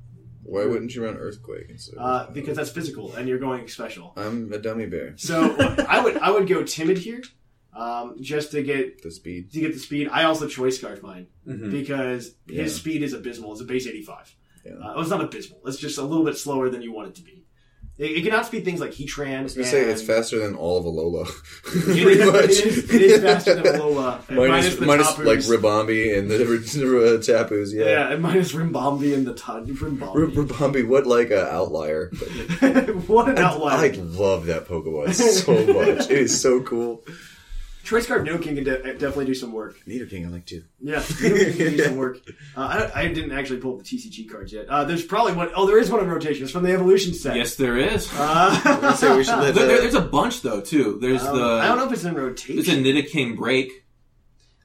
[SPEAKER 4] Why wouldn't you run Earthquake instead? of
[SPEAKER 3] uh,
[SPEAKER 4] Earthbound?
[SPEAKER 3] because that's physical, and you're going special.
[SPEAKER 4] I'm a dummy bear.
[SPEAKER 3] So I would I would go timid here, um, just to get
[SPEAKER 4] The speed.
[SPEAKER 3] to get the speed. I also choice scarf mine
[SPEAKER 7] Mhm.
[SPEAKER 3] because
[SPEAKER 4] Mm-hmm. Yeah.
[SPEAKER 3] his speed is abysmal. It's a base 85.
[SPEAKER 4] Yeah.
[SPEAKER 3] Uh, it's not abysmal. It's just a little bit slower than you want it to be. It, it can outspeed things like Heatran.
[SPEAKER 4] I was gonna say it's
[SPEAKER 3] and-
[SPEAKER 4] faster than all of Alola.
[SPEAKER 3] It
[SPEAKER 4] Pretty
[SPEAKER 3] is,
[SPEAKER 4] much.
[SPEAKER 3] it is- it is faster than Alola. and
[SPEAKER 4] minus,
[SPEAKER 3] the
[SPEAKER 4] minus
[SPEAKER 3] Tapus.
[SPEAKER 4] like Ribombi and the, the, uh, Tapus.
[SPEAKER 3] yeah.
[SPEAKER 4] Yeah.
[SPEAKER 3] and minus Rimbombi and the Tod.
[SPEAKER 4] R-
[SPEAKER 3] Rimbombi.
[SPEAKER 4] Ribombi, what like an outlier. But
[SPEAKER 3] what an
[SPEAKER 4] I
[SPEAKER 3] outlier.
[SPEAKER 4] love that Pokemon so much. it is so cool.
[SPEAKER 3] Troy Scarf No King can de- uh, definitely do some work.
[SPEAKER 4] Neither King I like too.
[SPEAKER 3] Yeah, Nidoking can do some work. Uh, I, don't- I didn't actually pull up the TCG cards yet. Uh, there's probably one oh there is one in rotation. It's from the Evolution set.
[SPEAKER 6] Yes, there is.
[SPEAKER 3] Uh,
[SPEAKER 4] So we should let
[SPEAKER 6] There- there- there's
[SPEAKER 4] that.
[SPEAKER 6] a bunch though too. There's
[SPEAKER 7] Oh.
[SPEAKER 3] um,
[SPEAKER 6] the
[SPEAKER 3] I don't know if it's in
[SPEAKER 6] there's a
[SPEAKER 3] rotation.
[SPEAKER 6] Nidoking break.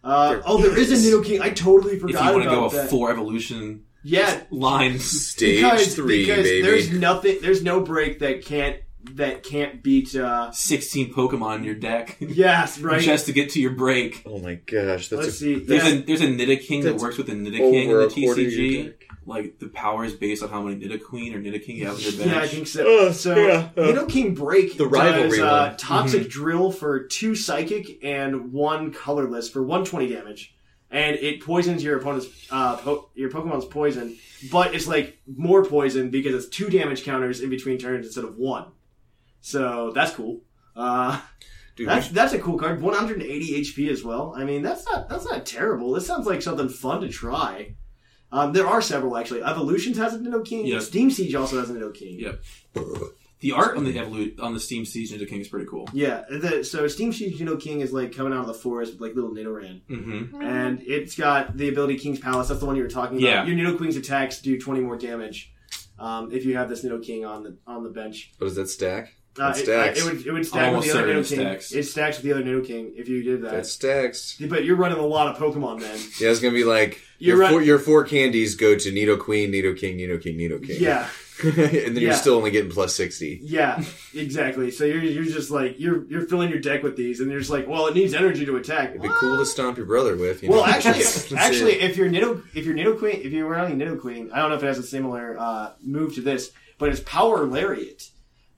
[SPEAKER 3] Uh, oh, there is a Nidoking. I totally
[SPEAKER 6] If you
[SPEAKER 3] forgot
[SPEAKER 6] want to
[SPEAKER 3] about
[SPEAKER 6] go a
[SPEAKER 3] that.
[SPEAKER 6] four evolution
[SPEAKER 3] yeah,
[SPEAKER 6] lines,
[SPEAKER 4] Stage
[SPEAKER 3] because,
[SPEAKER 4] three,
[SPEAKER 3] because
[SPEAKER 4] baby.
[SPEAKER 3] there's nothing. There's no break that can't that can't beat. Uh,
[SPEAKER 6] sixteen Pokemon in your deck
[SPEAKER 3] yes, right.
[SPEAKER 6] just to get to your break.
[SPEAKER 4] Oh my gosh, that's
[SPEAKER 3] Let's
[SPEAKER 4] a,
[SPEAKER 3] see.
[SPEAKER 6] There's
[SPEAKER 3] Yeah.
[SPEAKER 6] a there's a Nidoking that
[SPEAKER 4] That's
[SPEAKER 6] works with the Nidoking in
[SPEAKER 4] over
[SPEAKER 6] the
[SPEAKER 4] a quarter of your
[SPEAKER 6] TCG.
[SPEAKER 4] deck.
[SPEAKER 6] Like the power is based on how many Nidoqueen or Nidoking you have in your bench.
[SPEAKER 3] Yeah, I think so.
[SPEAKER 4] Oh,
[SPEAKER 3] so
[SPEAKER 4] yeah, uh,
[SPEAKER 3] you know, King Break
[SPEAKER 4] the rivalry
[SPEAKER 3] does uh,
[SPEAKER 4] one.
[SPEAKER 3] toxic drill for two psychic and one colorless for 120 damage, and it poisons your opponent's uh, po- your Pokemon's poison, but it's like more poison because it's two damage counters in between turns instead of one. So that's cool. Uh,
[SPEAKER 4] dude,
[SPEAKER 3] that's that's a cool card. 180 HP as well. I mean, that's not that's not terrible. This sounds like something fun to try. Um, there are several actually. Evolutions has a Nidoking.
[SPEAKER 6] Yeah.
[SPEAKER 3] Steam Siege also has a Nidoking.
[SPEAKER 6] Yep. The art on the evolu- on the Steam Siege Nidoking is pretty cool.
[SPEAKER 3] Yeah, the, so Steam Siege Nido King is like coming out of the forest with like little Nidoran.
[SPEAKER 6] Mm-hmm.
[SPEAKER 3] And it's got the ability King's Palace. That's the one you were talking
[SPEAKER 6] Yeah.
[SPEAKER 3] about. Your Nido Queen's attacks do 20 more damage um, if you have this Nido King on the on the bench.
[SPEAKER 4] what is that stack?
[SPEAKER 3] Uh,
[SPEAKER 4] That
[SPEAKER 3] it,
[SPEAKER 4] stacks.
[SPEAKER 3] it would, it would stack
[SPEAKER 6] Almost
[SPEAKER 3] with the other
[SPEAKER 6] certain
[SPEAKER 3] Nido
[SPEAKER 6] it
[SPEAKER 3] King.
[SPEAKER 6] stacks.
[SPEAKER 3] It stacks with the other Nido King if you did that.
[SPEAKER 4] that stacks.
[SPEAKER 3] but you're running a lot of Pokemon, man.
[SPEAKER 4] Yeah, it's gonna be like
[SPEAKER 3] You're
[SPEAKER 4] your,
[SPEAKER 3] right.
[SPEAKER 4] four, your four candies go to Nido Queen, Nido King, Nido King, Nido King.
[SPEAKER 3] Yeah,
[SPEAKER 4] and then
[SPEAKER 3] Yeah.
[SPEAKER 4] you're still only getting plus sixty.
[SPEAKER 3] yeah, exactly. So you're you're just like you're you're filling your deck with these, and you're just like, well, it needs energy to attack.
[SPEAKER 4] It'd be cool to stomp your brother with. You
[SPEAKER 3] Well,
[SPEAKER 4] know?
[SPEAKER 3] actually,
[SPEAKER 4] That's- that's
[SPEAKER 3] actually,
[SPEAKER 4] it.
[SPEAKER 3] if you're Nido, if you're Nido Queen, if you're running Nido Queen, I don't know if it has a similar uh, move to this, but it's Power Lariat,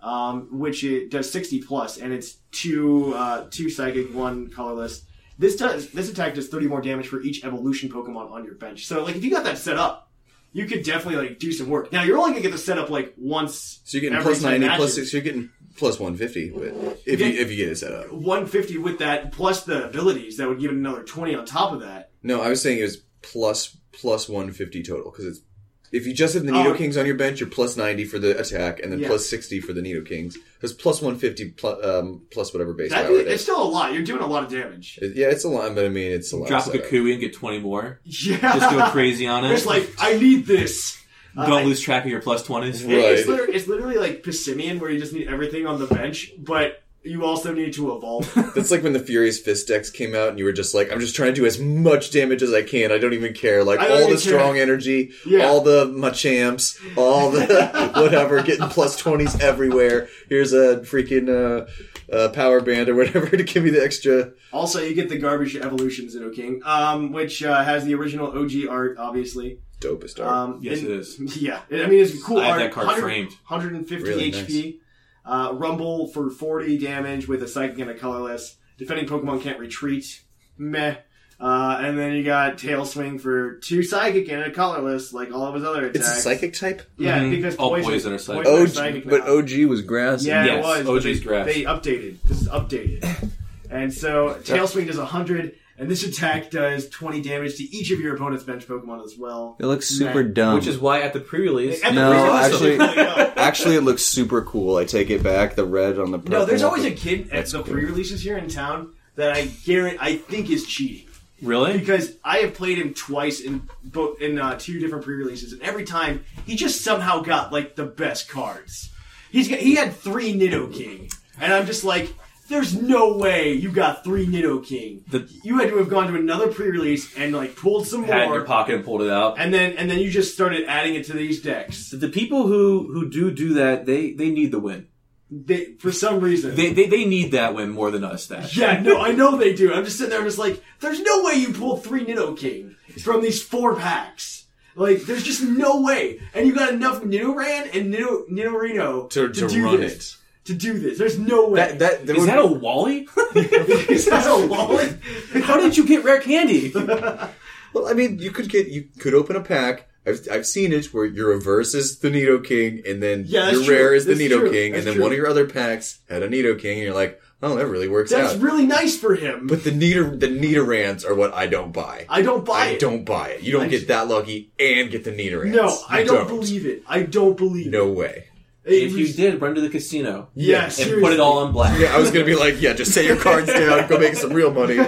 [SPEAKER 3] um, which it does 60 plus, and it's two uh, two psychic, one colorless. This does this attack does 30 more damage for each evolution Pokemon on your bench. So, like, if you got that set up, you could definitely like do some work. Now, you're only gonna get the setup like once.
[SPEAKER 4] so you're getting
[SPEAKER 3] every
[SPEAKER 4] plus
[SPEAKER 3] ten
[SPEAKER 4] ninety, plus
[SPEAKER 3] matches.
[SPEAKER 4] six. You're getting plus one fifty with if you if you get it set up.
[SPEAKER 3] 150 with that plus the abilities that would give it another 20 on top of that.
[SPEAKER 4] No, I was saying it was plus plus one fifty total because it's if you just have the Nido
[SPEAKER 3] Oh.
[SPEAKER 4] Kings on your bench, you're plus ninety for the attack, and then
[SPEAKER 3] Yeah.
[SPEAKER 4] plus sixty for the Nido Kings. There's plus one fifty plus um, plus whatever base
[SPEAKER 3] That
[SPEAKER 4] power it
[SPEAKER 3] it's
[SPEAKER 4] is.
[SPEAKER 3] still a lot. You're doing a lot of damage.
[SPEAKER 4] It- yeah, it's a lot, but I mean, it's a lot.
[SPEAKER 6] Drop
[SPEAKER 4] of
[SPEAKER 6] a
[SPEAKER 4] setup.
[SPEAKER 6] Kakui and get twenty more.
[SPEAKER 3] Yeah.
[SPEAKER 6] Just go crazy on it.
[SPEAKER 3] It's like, I need this. Uh,
[SPEAKER 6] Don't lose track of your plus twenties.
[SPEAKER 3] it-
[SPEAKER 4] Right.
[SPEAKER 3] It's, literally, it's literally like Pissimian, where you just need everything on the bench, but you also need to evolve.
[SPEAKER 4] That's like when the Furious Fist decks came out, and you were just like, "I'm just trying to do as much damage as I can. I don't even care. Like
[SPEAKER 3] I don't
[SPEAKER 4] all the
[SPEAKER 3] even care.
[SPEAKER 4] strong energy,
[SPEAKER 3] Yeah.
[SPEAKER 4] all the Machamps, all the whatever, getting plus twenties everywhere. Here's a freaking uh, uh, power band or whatever to give me the extra."
[SPEAKER 3] also, you get the garbage evolutions in King, um, which uh, has the original OG art, obviously.
[SPEAKER 4] Dopest art.
[SPEAKER 3] Um,
[SPEAKER 6] Yes,
[SPEAKER 3] and-
[SPEAKER 6] it is.
[SPEAKER 3] Yeah, I mean it's cool.
[SPEAKER 6] I have
[SPEAKER 3] art.
[SPEAKER 6] that card
[SPEAKER 3] 100
[SPEAKER 6] framed.
[SPEAKER 3] 150
[SPEAKER 4] Really
[SPEAKER 3] HP. Uh, Rumble for 40 damage with a psychic and a colorless. Defending Pokemon can't retreat. Meh. Uh, and then you got Tail Swing for two psychic and a colorless, like all of his other
[SPEAKER 4] It's
[SPEAKER 3] attacks.
[SPEAKER 4] a psychic type.
[SPEAKER 3] Yeah,
[SPEAKER 6] Mhm.
[SPEAKER 3] because
[SPEAKER 6] All
[SPEAKER 3] poison,
[SPEAKER 6] poison are psychic.
[SPEAKER 3] are
[SPEAKER 4] OG,
[SPEAKER 3] psychic
[SPEAKER 4] but
[SPEAKER 3] now.
[SPEAKER 4] OG was grass.
[SPEAKER 3] yeah,
[SPEAKER 6] Yes,
[SPEAKER 3] it was. but
[SPEAKER 6] OG's
[SPEAKER 3] they,
[SPEAKER 6] grass.
[SPEAKER 3] They updated. This is updated. And so Tailswing does 100, and this attack does 20 damage to each of your opponent's bench Pokemon as well.
[SPEAKER 1] It looks super dumb.
[SPEAKER 7] Which is why at the pre-release,
[SPEAKER 3] At the
[SPEAKER 1] no,
[SPEAKER 3] pre-release,
[SPEAKER 1] actually,
[SPEAKER 3] it's really dumb.
[SPEAKER 1] actually, it looks super cool. I take it back. The red on the purple.
[SPEAKER 3] No, there's always a kid at the pre-releases here in town that I guarantee I think is cheating.
[SPEAKER 6] Really?
[SPEAKER 3] Because I have played him twice in both in uh, two different pre-releases, and every time he just somehow got like the best cards. He's got, he had three Nido King, and I'm just like, there's no way you got three Nido King. you had to have gone to another pre-release and like pulled some
[SPEAKER 7] had it in
[SPEAKER 3] more,
[SPEAKER 7] your pocket and pulled it out.
[SPEAKER 3] and then and then you just started adding it to these decks.
[SPEAKER 7] The people who who do do that, they they need the win.
[SPEAKER 3] They, for some reason,
[SPEAKER 7] They they, they need that win more than us. That
[SPEAKER 3] Yeah, no, I know they do. I'm just sitting there, I'm just like, there's no way you pulled three Nido King from these four packs. Like, there's just no way. And you got enough Nidoran and Nido, Nidorino
[SPEAKER 4] To- to
[SPEAKER 3] do
[SPEAKER 4] run
[SPEAKER 3] this. To do this. There's no way.
[SPEAKER 4] That, that, there
[SPEAKER 7] is
[SPEAKER 4] would-
[SPEAKER 7] that a Wally?
[SPEAKER 3] Is that a wallet?
[SPEAKER 7] How did you get rare candy?
[SPEAKER 4] Well, I mean, you could get you could open a pack. I've, I've seen it where your reverse is the Nido King, and then
[SPEAKER 3] Yeah, that's
[SPEAKER 4] your rare
[SPEAKER 3] true.
[SPEAKER 4] is the
[SPEAKER 3] That's
[SPEAKER 4] Nido
[SPEAKER 3] true.
[SPEAKER 4] King,
[SPEAKER 3] That's
[SPEAKER 4] and then
[SPEAKER 3] true.
[SPEAKER 4] one of your other packs had a Nido King, and you're like, oh, that really works
[SPEAKER 3] That's
[SPEAKER 4] out.
[SPEAKER 3] really nice for him.
[SPEAKER 4] but the Nido the Nidorans are what I don't buy.
[SPEAKER 3] I don't buy
[SPEAKER 4] I
[SPEAKER 3] it.
[SPEAKER 4] don't buy it. You don't
[SPEAKER 3] I
[SPEAKER 4] get
[SPEAKER 3] just-
[SPEAKER 4] that lucky and get the Nidorans.
[SPEAKER 3] No,
[SPEAKER 4] You
[SPEAKER 3] I don't, believe it. I don't believe it.
[SPEAKER 4] No way.
[SPEAKER 3] It
[SPEAKER 7] if
[SPEAKER 3] was-
[SPEAKER 7] you did, run to the casino
[SPEAKER 3] yeah,
[SPEAKER 7] and
[SPEAKER 3] seriously.
[SPEAKER 7] put it all on black.
[SPEAKER 4] Yeah, I was gonna be like, yeah, just set your cards down, go make some real money.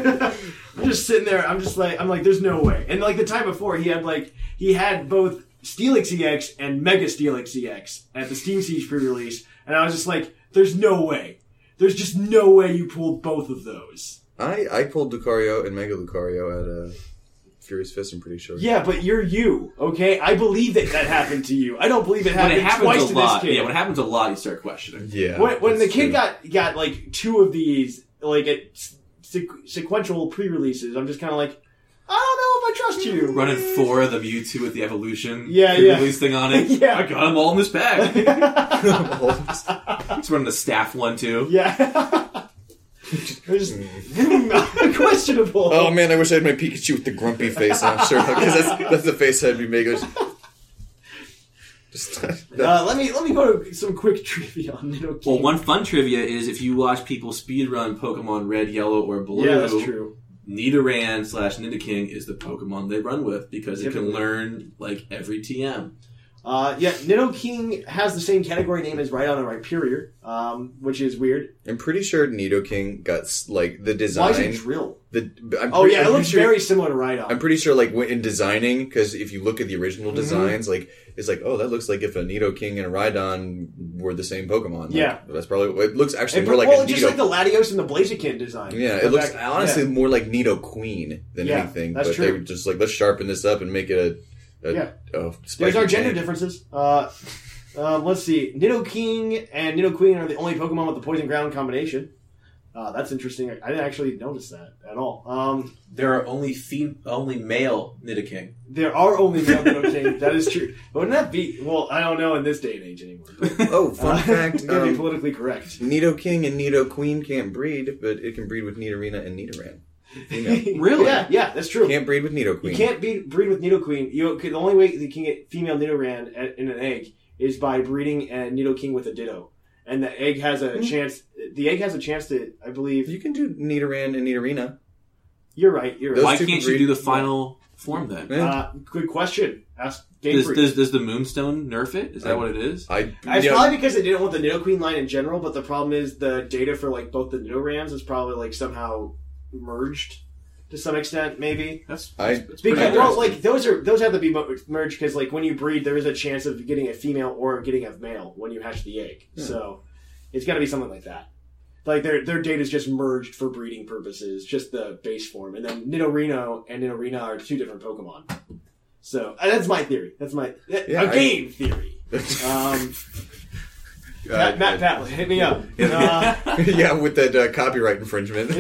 [SPEAKER 3] I'm just sitting there. I'm just like, I'm like, there's no way. And like the time before, he had like, he had both Steelix EX and Mega Steelix EX at the Steam Siege pre-release, and I was just like, there's no way. There's just no way you pulled both of those.
[SPEAKER 4] I I pulled Lucario and Mega Lucario at uh, Furious Fist. I'm pretty sure.
[SPEAKER 3] Yeah, but you're you, okay? I believe that that happened to you. I don't believe it
[SPEAKER 7] When
[SPEAKER 3] happened
[SPEAKER 7] it happens
[SPEAKER 3] twice
[SPEAKER 7] a
[SPEAKER 3] to
[SPEAKER 7] lot,
[SPEAKER 3] this kid.
[SPEAKER 7] yeah, when it happens a lot, you start questioning.
[SPEAKER 4] yeah.
[SPEAKER 3] when, when the
[SPEAKER 4] that's
[SPEAKER 3] kid
[SPEAKER 4] true.
[SPEAKER 3] got got like two of these like at sequ- sequential pre-releases, I'm just kind of like, I don't know if I trust you.
[SPEAKER 7] Running four of the Mewtwo with the evolution,
[SPEAKER 3] Yeah,
[SPEAKER 7] the
[SPEAKER 3] yeah.
[SPEAKER 7] release thing on it.
[SPEAKER 3] Yeah.
[SPEAKER 7] I got them all in this pack. It's running the staff one too.
[SPEAKER 3] Yeah. There's questionable.
[SPEAKER 4] Oh man, I wish I had my Pikachu with the grumpy face on. Sure, because that's that's the face I'd be making. Just
[SPEAKER 3] Uh, let me let me go to some quick trivia on Nido King.
[SPEAKER 7] Well, one fun trivia is if you watch people speedrun Pokemon Red, Yellow, or
[SPEAKER 4] Oh,
[SPEAKER 7] Blue,
[SPEAKER 3] yeah, that's true.
[SPEAKER 7] Nidoran slash Nidoking is the Pokemon they run with because it can
[SPEAKER 3] Typically.
[SPEAKER 7] learn like every TM.
[SPEAKER 3] Uh, yeah, Nido King has the same category name as Rhydon and Rhyperior, um, which is weird.
[SPEAKER 4] I'm pretty sure Nidoking got s- like the
[SPEAKER 3] Why is
[SPEAKER 4] design.
[SPEAKER 3] it drill?
[SPEAKER 4] The I'm
[SPEAKER 3] Oh
[SPEAKER 4] pretty-
[SPEAKER 3] yeah,
[SPEAKER 4] I'm
[SPEAKER 3] it looks
[SPEAKER 4] pretty sure-
[SPEAKER 3] very similar to Rhydon.
[SPEAKER 4] I'm pretty sure, like when- in designing, because if you look at the
[SPEAKER 3] Mm-hmm.
[SPEAKER 4] original designs, like it's like, oh, that looks like if a Nidoking and a Rhydon were the same Pokemon. Like,
[SPEAKER 3] Yeah.
[SPEAKER 4] that's probably. It looks actually
[SPEAKER 3] And
[SPEAKER 4] more
[SPEAKER 3] well,
[SPEAKER 4] like a
[SPEAKER 3] just
[SPEAKER 4] Nido.
[SPEAKER 3] like the Latios and the Blaziken design.
[SPEAKER 4] yeah,
[SPEAKER 3] Go
[SPEAKER 4] it looks
[SPEAKER 3] back-
[SPEAKER 4] honestly
[SPEAKER 3] yeah.
[SPEAKER 4] more like Nido Queen than
[SPEAKER 3] Yeah,
[SPEAKER 4] anything.
[SPEAKER 3] that's
[SPEAKER 4] but
[SPEAKER 3] true.
[SPEAKER 4] they were just like let's sharpen this up and make it a, a,
[SPEAKER 3] Yeah.
[SPEAKER 4] a
[SPEAKER 3] There's
[SPEAKER 4] spiky
[SPEAKER 3] our gender
[SPEAKER 4] tank.
[SPEAKER 3] differences. Uh, um, let's see. Nidoking and Nidoqueen are the only Pokemon with the Poison Ground combination. Uh, that's interesting. I didn't actually notice that at all. Um,
[SPEAKER 7] There are only fem- only male Nidoking.
[SPEAKER 3] there are only male Nidoking. that is true. Wouldn't that be? Well, I don't know in this day and age anymore.
[SPEAKER 4] Oh, fun fact:
[SPEAKER 3] It's gotta be
[SPEAKER 4] um,
[SPEAKER 3] politically correct.
[SPEAKER 4] Nido King and Nido Queen can't breed, but it can breed with Nidorina and Nidoran. Female.
[SPEAKER 7] Really?
[SPEAKER 3] Yeah, yeah, that's true.
[SPEAKER 4] can't breed with Nido
[SPEAKER 3] You
[SPEAKER 4] Queen.
[SPEAKER 3] can't be, breed with Nidoqueen. You could, the only way you can get female Nidoran at, in an egg is by breeding a Nidoking with a Ditto, and the egg has a
[SPEAKER 4] Hmm.
[SPEAKER 3] chance. The egg has a chance to, I believe.
[SPEAKER 4] You can do Nidoran and Nidorina.
[SPEAKER 3] You're right. You're
[SPEAKER 4] Those
[SPEAKER 3] right.
[SPEAKER 7] Why
[SPEAKER 4] two
[SPEAKER 7] can't
[SPEAKER 4] breed-
[SPEAKER 7] you do the final form then?
[SPEAKER 4] Yeah.
[SPEAKER 3] Uh, good question. Ask Game
[SPEAKER 7] Does,
[SPEAKER 3] Freak.
[SPEAKER 7] does, does the Moonstone nerf it? Is that what it is?
[SPEAKER 4] I,
[SPEAKER 3] it's
[SPEAKER 4] yeah,
[SPEAKER 3] probably because they didn't want the Nidoqueen line in general, but the problem is the data for like both the Nidorans is probably like somehow merged to some extent, maybe.
[SPEAKER 7] That's,
[SPEAKER 4] I-
[SPEAKER 7] that's pretty
[SPEAKER 3] Because well,
[SPEAKER 7] interesting.
[SPEAKER 3] like those are those have to be mo- merged because like when you breed, there is a chance of getting a female or getting a male when you hatch the egg.
[SPEAKER 4] Hmm.
[SPEAKER 3] So it's got to be something like that. Like their their data is just merged for breeding purposes, just the base form, and then Nidorino and Nidorina are two different Pokemon. So uh, that's my theory. That's my uh,
[SPEAKER 4] Yeah,
[SPEAKER 3] a
[SPEAKER 4] I-
[SPEAKER 3] game theory. Um, Matt, Matt Patlin, hit me up. Uh,
[SPEAKER 4] Uh, yeah, with that uh, copyright infringement.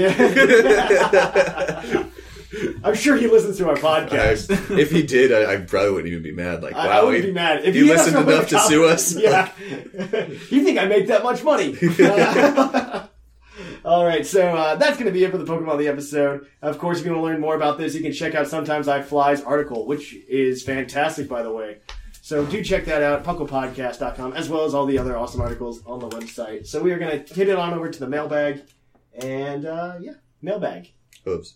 [SPEAKER 3] I'm sure he listens to our podcast.
[SPEAKER 4] I- if he did, I, I probably wouldn't even be mad. Like, wow,
[SPEAKER 3] I, I would
[SPEAKER 4] he-
[SPEAKER 3] be mad if
[SPEAKER 4] you
[SPEAKER 3] he
[SPEAKER 4] listened
[SPEAKER 3] asked for
[SPEAKER 4] enough to
[SPEAKER 3] my
[SPEAKER 4] sue us.
[SPEAKER 3] Yeah, you think I make that much money? All right, so uh, that's going to be it for the Pokemon of the episode. Of course, if you want to learn more about this, you can check out Sometimes I Fly's article, which is fantastic, by the way. So do check that out, pucklepodcast.com, as well as all the other awesome articles on the website. So we are going to hit it on over to the mailbag And uh, yeah, mailbag.
[SPEAKER 4] Hooves.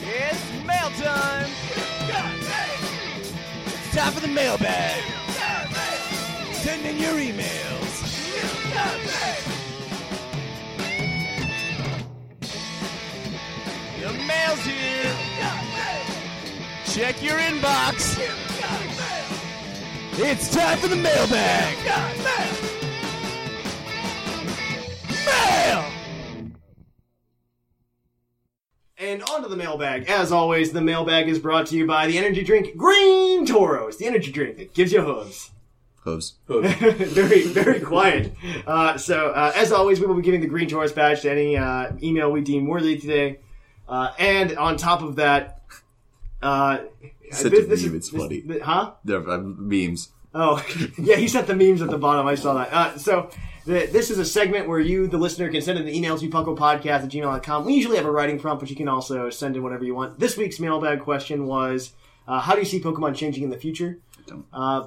[SPEAKER 2] It's mail time. It's time for the mailbag. Send in your emails. The mail's here. Check your inbox. It's time for the mailbag. Mail.
[SPEAKER 3] And onto the mailbag. As always, the mailbag is brought to you by the energy drink Green Toros, the energy drink that gives you hooves.
[SPEAKER 4] Hooves.
[SPEAKER 3] very, very quiet. Uh, so, uh, as always, we will be giving the Green Taurus badge to any uh, email we deem worthy today. Uh, and on top of that, uh,
[SPEAKER 4] Such a meme, it's funny.
[SPEAKER 3] th- huh?
[SPEAKER 4] They're, uh, memes.
[SPEAKER 3] Oh, yeah, he sent the memes at the bottom. I saw that. Uh, so, th- this is a segment where you, the listener, can send in the emails, podcast at gmail.com. We usually have a writing prompt, but you can also send in whatever you want. This week's mailbag question was uh, How do you see Pokemon changing in the future? Uh,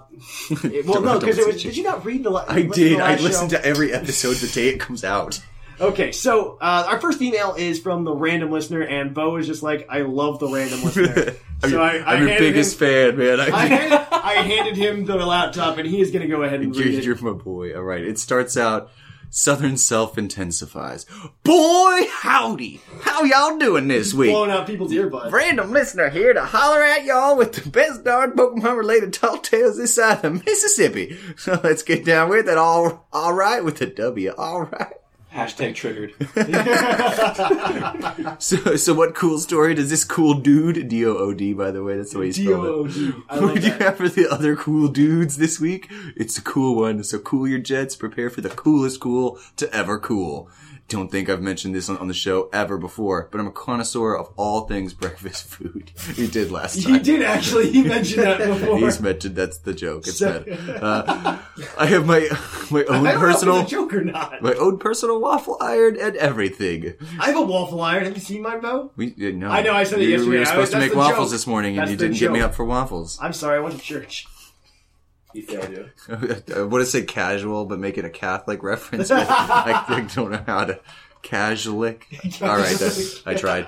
[SPEAKER 3] it- well,
[SPEAKER 4] Don't-
[SPEAKER 3] no,
[SPEAKER 4] don't
[SPEAKER 3] because
[SPEAKER 4] see
[SPEAKER 3] it was.
[SPEAKER 4] it
[SPEAKER 3] Did you not read the? la-
[SPEAKER 4] I
[SPEAKER 3] listen to
[SPEAKER 4] did.
[SPEAKER 3] the
[SPEAKER 4] I
[SPEAKER 3] last
[SPEAKER 4] listened
[SPEAKER 3] show?
[SPEAKER 4] to every episode the day it comes out.
[SPEAKER 3] Okay, so uh, our first email is from the random listener, and Bo is just like, "I love the random listener."
[SPEAKER 4] I'm,
[SPEAKER 3] so
[SPEAKER 4] your-
[SPEAKER 3] I, I
[SPEAKER 4] I'm your
[SPEAKER 3] handed
[SPEAKER 4] biggest
[SPEAKER 3] Him,
[SPEAKER 4] fan, man. I,
[SPEAKER 3] I, handed, I handed him the laptop, and he is going to go ahead and
[SPEAKER 4] you're,
[SPEAKER 3] read it.
[SPEAKER 4] you're my boy. All right. It starts out. Southern self intensifies. Boy, howdy! How y'all doing this week?
[SPEAKER 3] Blowing out people's earbuds.
[SPEAKER 4] Random listener here to holler at y'all with the best darn Pokemon related tall tales this side of the Mississippi. So let's get down with it. All, all right with a W. All right.
[SPEAKER 7] Hashtag triggered.
[SPEAKER 4] So, so what cool story does this cool dude, D O O D, by the way, that's the way you spell it.
[SPEAKER 3] D-O-O-D. I
[SPEAKER 4] What
[SPEAKER 3] love
[SPEAKER 4] do you
[SPEAKER 3] that.
[SPEAKER 4] have for the other cool dudes this week? It's a cool one. So cool your jets. Prepare for the coolest cool to ever cool. Don't think I've mentioned this on, on the show ever before, but I'm a connoisseur of all things breakfast food. You did last time.
[SPEAKER 3] He did actually. He mentioned that before.
[SPEAKER 4] He's mentioned that's the joke. It's
[SPEAKER 3] So-
[SPEAKER 4] bad. Uh, I have my my own personal
[SPEAKER 3] Know if it's a joke or not?
[SPEAKER 4] my own personal waffle iron and everything.
[SPEAKER 3] I have a waffle iron. Have you seen my Bo?
[SPEAKER 4] We uh, no.
[SPEAKER 3] I know, I said it
[SPEAKER 4] You- We
[SPEAKER 3] yesterday. I-
[SPEAKER 4] were supposed to
[SPEAKER 3] that's
[SPEAKER 4] make
[SPEAKER 3] the
[SPEAKER 4] waffles
[SPEAKER 3] joke.
[SPEAKER 4] this morning, and
[SPEAKER 3] That's
[SPEAKER 4] you
[SPEAKER 3] the
[SPEAKER 4] didn't get me
[SPEAKER 3] joke.
[SPEAKER 4] up for waffles.
[SPEAKER 3] I'm sorry, I went to church.
[SPEAKER 7] He failed you.
[SPEAKER 4] I would have said casual, but make it a Catholic reference. but I, I don't know how to. Casualic. All right, that's, I tried.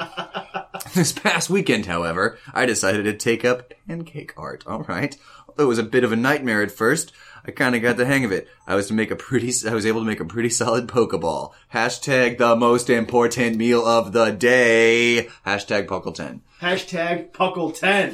[SPEAKER 4] This past weekend, however, I decided to take up pancake art. All right, although it was a bit of a nightmare at first, I kind of got the hang of it. I was to make a pretty, I was able to make a pretty solid pokeball. Hashtag the most important meal of the day. Hashtag Puckleton.
[SPEAKER 3] Hashtag Puckle Ten.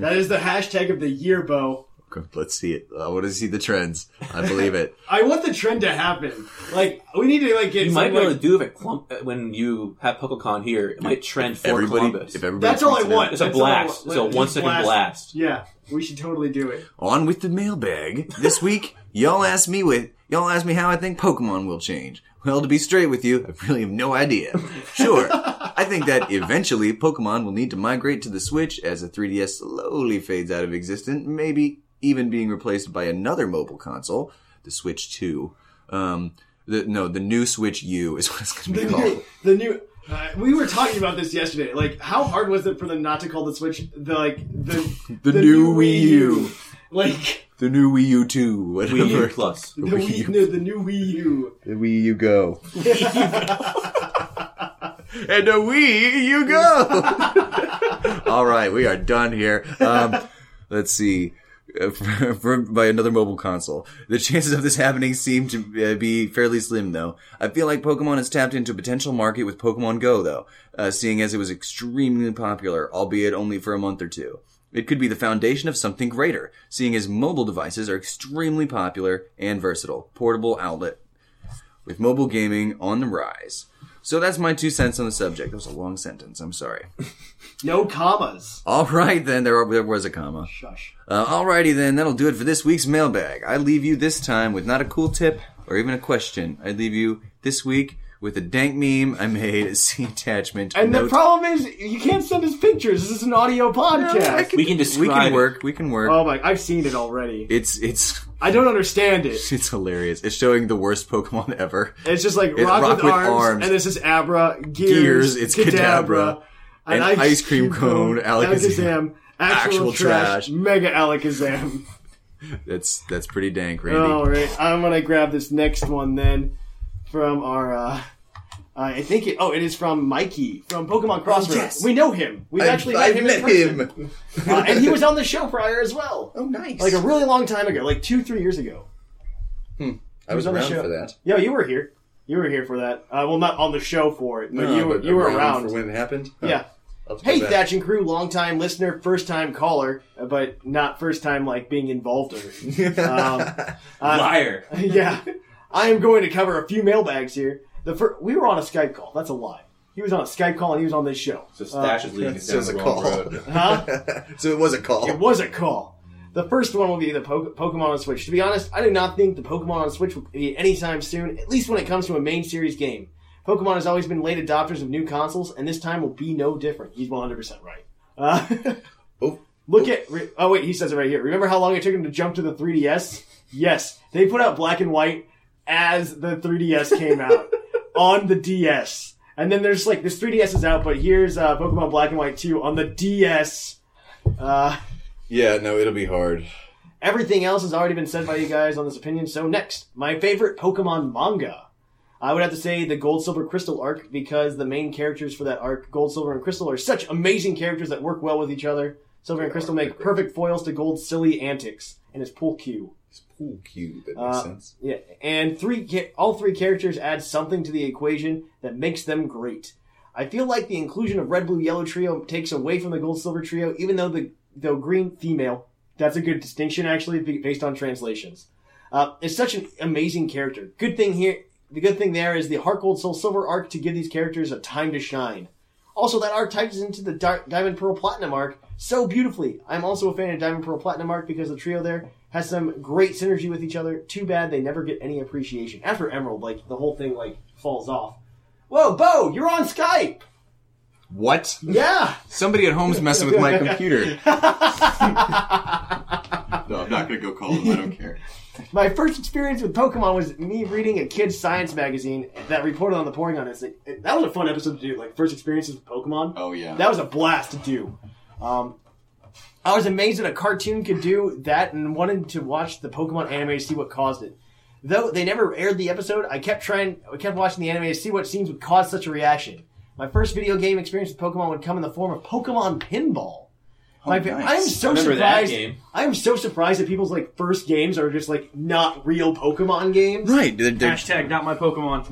[SPEAKER 3] that is the hashtag of the year, Bo.
[SPEAKER 4] Okay, Let's see it. Uh, I want to see the trends. I believe it.
[SPEAKER 3] I want the trend to happen. Like we need to like get.
[SPEAKER 7] You
[SPEAKER 3] some,
[SPEAKER 7] might be
[SPEAKER 3] like,
[SPEAKER 7] able to do if it clump uh, when you have PuckleCon here. It might trend for
[SPEAKER 4] everybody,
[SPEAKER 7] Columbus.
[SPEAKER 4] if everybody,
[SPEAKER 3] That's all I
[SPEAKER 4] tweets it out.
[SPEAKER 3] want.
[SPEAKER 7] It's a
[SPEAKER 3] That's all I
[SPEAKER 7] blast.
[SPEAKER 3] want.
[SPEAKER 7] It's a
[SPEAKER 3] Just
[SPEAKER 7] one-second blast.
[SPEAKER 3] Yeah, we should totally do it.
[SPEAKER 4] On with the mailbag. This week, y'all asked me with y'all asked me how I think Pokemon will change. Well, to be straight with you, I really have no idea. Sure, I think that eventually Pokemon will need to migrate to the Switch as the 3DS slowly fades out of existence, maybe even being replaced by another mobile console, the Switch 2. Um, the, no, the new Switch U is what it's going to
[SPEAKER 3] The
[SPEAKER 4] be called.
[SPEAKER 3] new, the new. Uh, we were talking about this yesterday. Like, how hard was it for them not to call the Switch the like the
[SPEAKER 4] The new Wii U.
[SPEAKER 3] Like
[SPEAKER 4] The new Wii U 2, whatever.
[SPEAKER 7] Wii U Plus.
[SPEAKER 3] the Wii, no, the new Wii U.
[SPEAKER 4] The Wii U Go. and the Wii U Go. All right, we are done here. Um, let's see. Uh, for- for- by another mobile console. The chances of this happening seem to uh, be fairly slim, though. I feel like Pokemon has tapped into a potential market with Pokemon Go, though, uh, seeing as it was extremely popular, albeit only for a month or two. It could be the foundation of something greater, seeing as mobile devices are extremely popular and versatile. Portable outlet with mobile gaming on the rise. So that's my two cents on the subject. That was a long sentence. I'm sorry.
[SPEAKER 3] No commas.
[SPEAKER 4] All right, then. There, there was a comma.
[SPEAKER 3] Shush.
[SPEAKER 4] Uh, alrighty then, that'll do it for this week's mailbag. I leave you this time with not a cool tip or even a question. I leave you this week with a dank meme I made. See attachment.
[SPEAKER 3] And the
[SPEAKER 4] Note-
[SPEAKER 3] problem is, you can't send us pictures. This is an audio
[SPEAKER 4] I
[SPEAKER 3] podcast.
[SPEAKER 7] We can
[SPEAKER 4] we
[SPEAKER 7] describe.
[SPEAKER 4] can
[SPEAKER 7] it.
[SPEAKER 4] work. We can work.
[SPEAKER 3] oh my! I've seen it already.
[SPEAKER 4] It's it's
[SPEAKER 3] I don't understand it.
[SPEAKER 4] it's hilarious. It's showing the worst Pokemon ever.
[SPEAKER 3] It's just like
[SPEAKER 4] It's
[SPEAKER 3] rock,
[SPEAKER 4] rock
[SPEAKER 3] with,
[SPEAKER 4] with
[SPEAKER 3] arms,
[SPEAKER 4] arms.
[SPEAKER 3] and this is Abra
[SPEAKER 4] Gears,
[SPEAKER 3] Gears.
[SPEAKER 4] it's
[SPEAKER 3] Kadabra,
[SPEAKER 4] Kadabra, and ice cream cone, Alakazam,
[SPEAKER 3] Alakazam, actual,
[SPEAKER 4] actual
[SPEAKER 3] trash,
[SPEAKER 4] trash.
[SPEAKER 3] Mega Alakazam.
[SPEAKER 4] That's that's pretty dank, Randy.
[SPEAKER 3] All right, I'm gonna grab this next one then from our. Uh, I think it. Oh, it is from Mikey from Pokemon Crossroads.
[SPEAKER 4] Oh, yes.
[SPEAKER 3] We know him. We've
[SPEAKER 4] I-
[SPEAKER 3] actually met
[SPEAKER 4] I
[SPEAKER 3] him.
[SPEAKER 4] met
[SPEAKER 3] in person.
[SPEAKER 4] him.
[SPEAKER 3] Uh, and he was on the show prior as well.
[SPEAKER 4] Oh, nice.
[SPEAKER 3] Like a really long time ago, like two, three years ago.
[SPEAKER 4] I was
[SPEAKER 3] on the
[SPEAKER 4] around
[SPEAKER 3] show.
[SPEAKER 4] for that.
[SPEAKER 3] Yeah, you were here. You were here for that. Uh, well, not on the show for it, but
[SPEAKER 4] No,
[SPEAKER 3] you were
[SPEAKER 4] but
[SPEAKER 3] you were around.
[SPEAKER 4] for when it happened. Huh.
[SPEAKER 3] Yeah.
[SPEAKER 4] I'll have to
[SPEAKER 3] Hey,
[SPEAKER 4] go back.
[SPEAKER 3] Thatch and crew, long time listener, first time caller, uh, but not first time like being involved or anything. um,
[SPEAKER 7] Liar.
[SPEAKER 4] Oh,
[SPEAKER 3] yeah, I am going to cover a few mailbags here. The fir- we were on a Skype call. That's a lie. He was on a Skype call and he was on this show.
[SPEAKER 7] So Stash is leading us down
[SPEAKER 4] It's
[SPEAKER 7] the
[SPEAKER 4] a
[SPEAKER 7] wrong
[SPEAKER 4] call.
[SPEAKER 7] road.
[SPEAKER 4] so it was a call.
[SPEAKER 3] It was a call. The first one will be the po- Pokemon on Switch. To be honest, I do not think the Pokemon on Switch will be anytime soon, at least when it comes to a main series game. Pokemon has always been late adopters of new consoles, and this time will be no different. He's 100% right. Uh,
[SPEAKER 4] Oh.
[SPEAKER 3] look at. Re- oh, wait, he says it right here. Remember how long it took him to jump to the 3DS? Yes, they put out Black and White as the 3DS came out on the DS. And then there's like, this 3DS is out, but here's uh, Pokemon Black and White 2 on the DS. Uh,
[SPEAKER 4] Yeah, no, it'll be hard.
[SPEAKER 3] Everything else has already been said by you guys on this opinion. So next, my favorite Pokemon manga. I would have to say the Gold Silver Crystal arc because the main characters for that arc, Gold Silver and Crystal, are such amazing characters that work well with each other. Silver and Crystal make perfect foils to Gold's silly antics and his pool cue.
[SPEAKER 4] It's pool cue. That makes
[SPEAKER 3] Uh,
[SPEAKER 4] sense.
[SPEAKER 3] Yeah, and three ca- all three characters add something to the equation that makes them great. I feel like the inclusion of Red Blue Yellow trio takes away from the Gold Silver trio, even though the though Green female. That's a good distinction, actually, be- based on translations. Uh, it's such an amazing character. Good thing here, the good thing there is the Heart Gold Soul Silver arc to give these characters a time to shine. Also, that arc ties into the Di- Diamond Pearl Platinum arc so beautifully. I'm also a fan of Diamond Pearl Platinum arc because the trio there has some great synergy with each other. Too bad they never get any appreciation. After Emerald, like the whole thing like falls off. Whoa, Bo, you're on Skype.
[SPEAKER 1] What?
[SPEAKER 3] Yeah.
[SPEAKER 1] Somebody at home's messing with my computer. no, I'm not gonna go call them. I don't care.
[SPEAKER 3] My first experience with Pokemon was me reading a kid's science magazine that reported on the Porygon incident. It- That was a fun episode to do, like first experiences with Pokemon.
[SPEAKER 1] Oh, yeah.
[SPEAKER 3] That was a blast to do. Um, I was amazed that a cartoon could do that and wanted to watch the Pokemon anime to see what caused it. Though they never aired the episode, I kept trying, I kept watching the anime to see what scenes would cause such a reaction. My first video game experience with Pokemon would come in the form of Pokemon Pinball. My fa-
[SPEAKER 1] Oh, nice.
[SPEAKER 3] I'm so
[SPEAKER 7] Remember that
[SPEAKER 3] surprised.
[SPEAKER 7] game.
[SPEAKER 3] I'm so surprised that people's like first games are just like not real Pokemon games.
[SPEAKER 4] Right. They're, they're-
[SPEAKER 8] Hashtag not my Pokemon.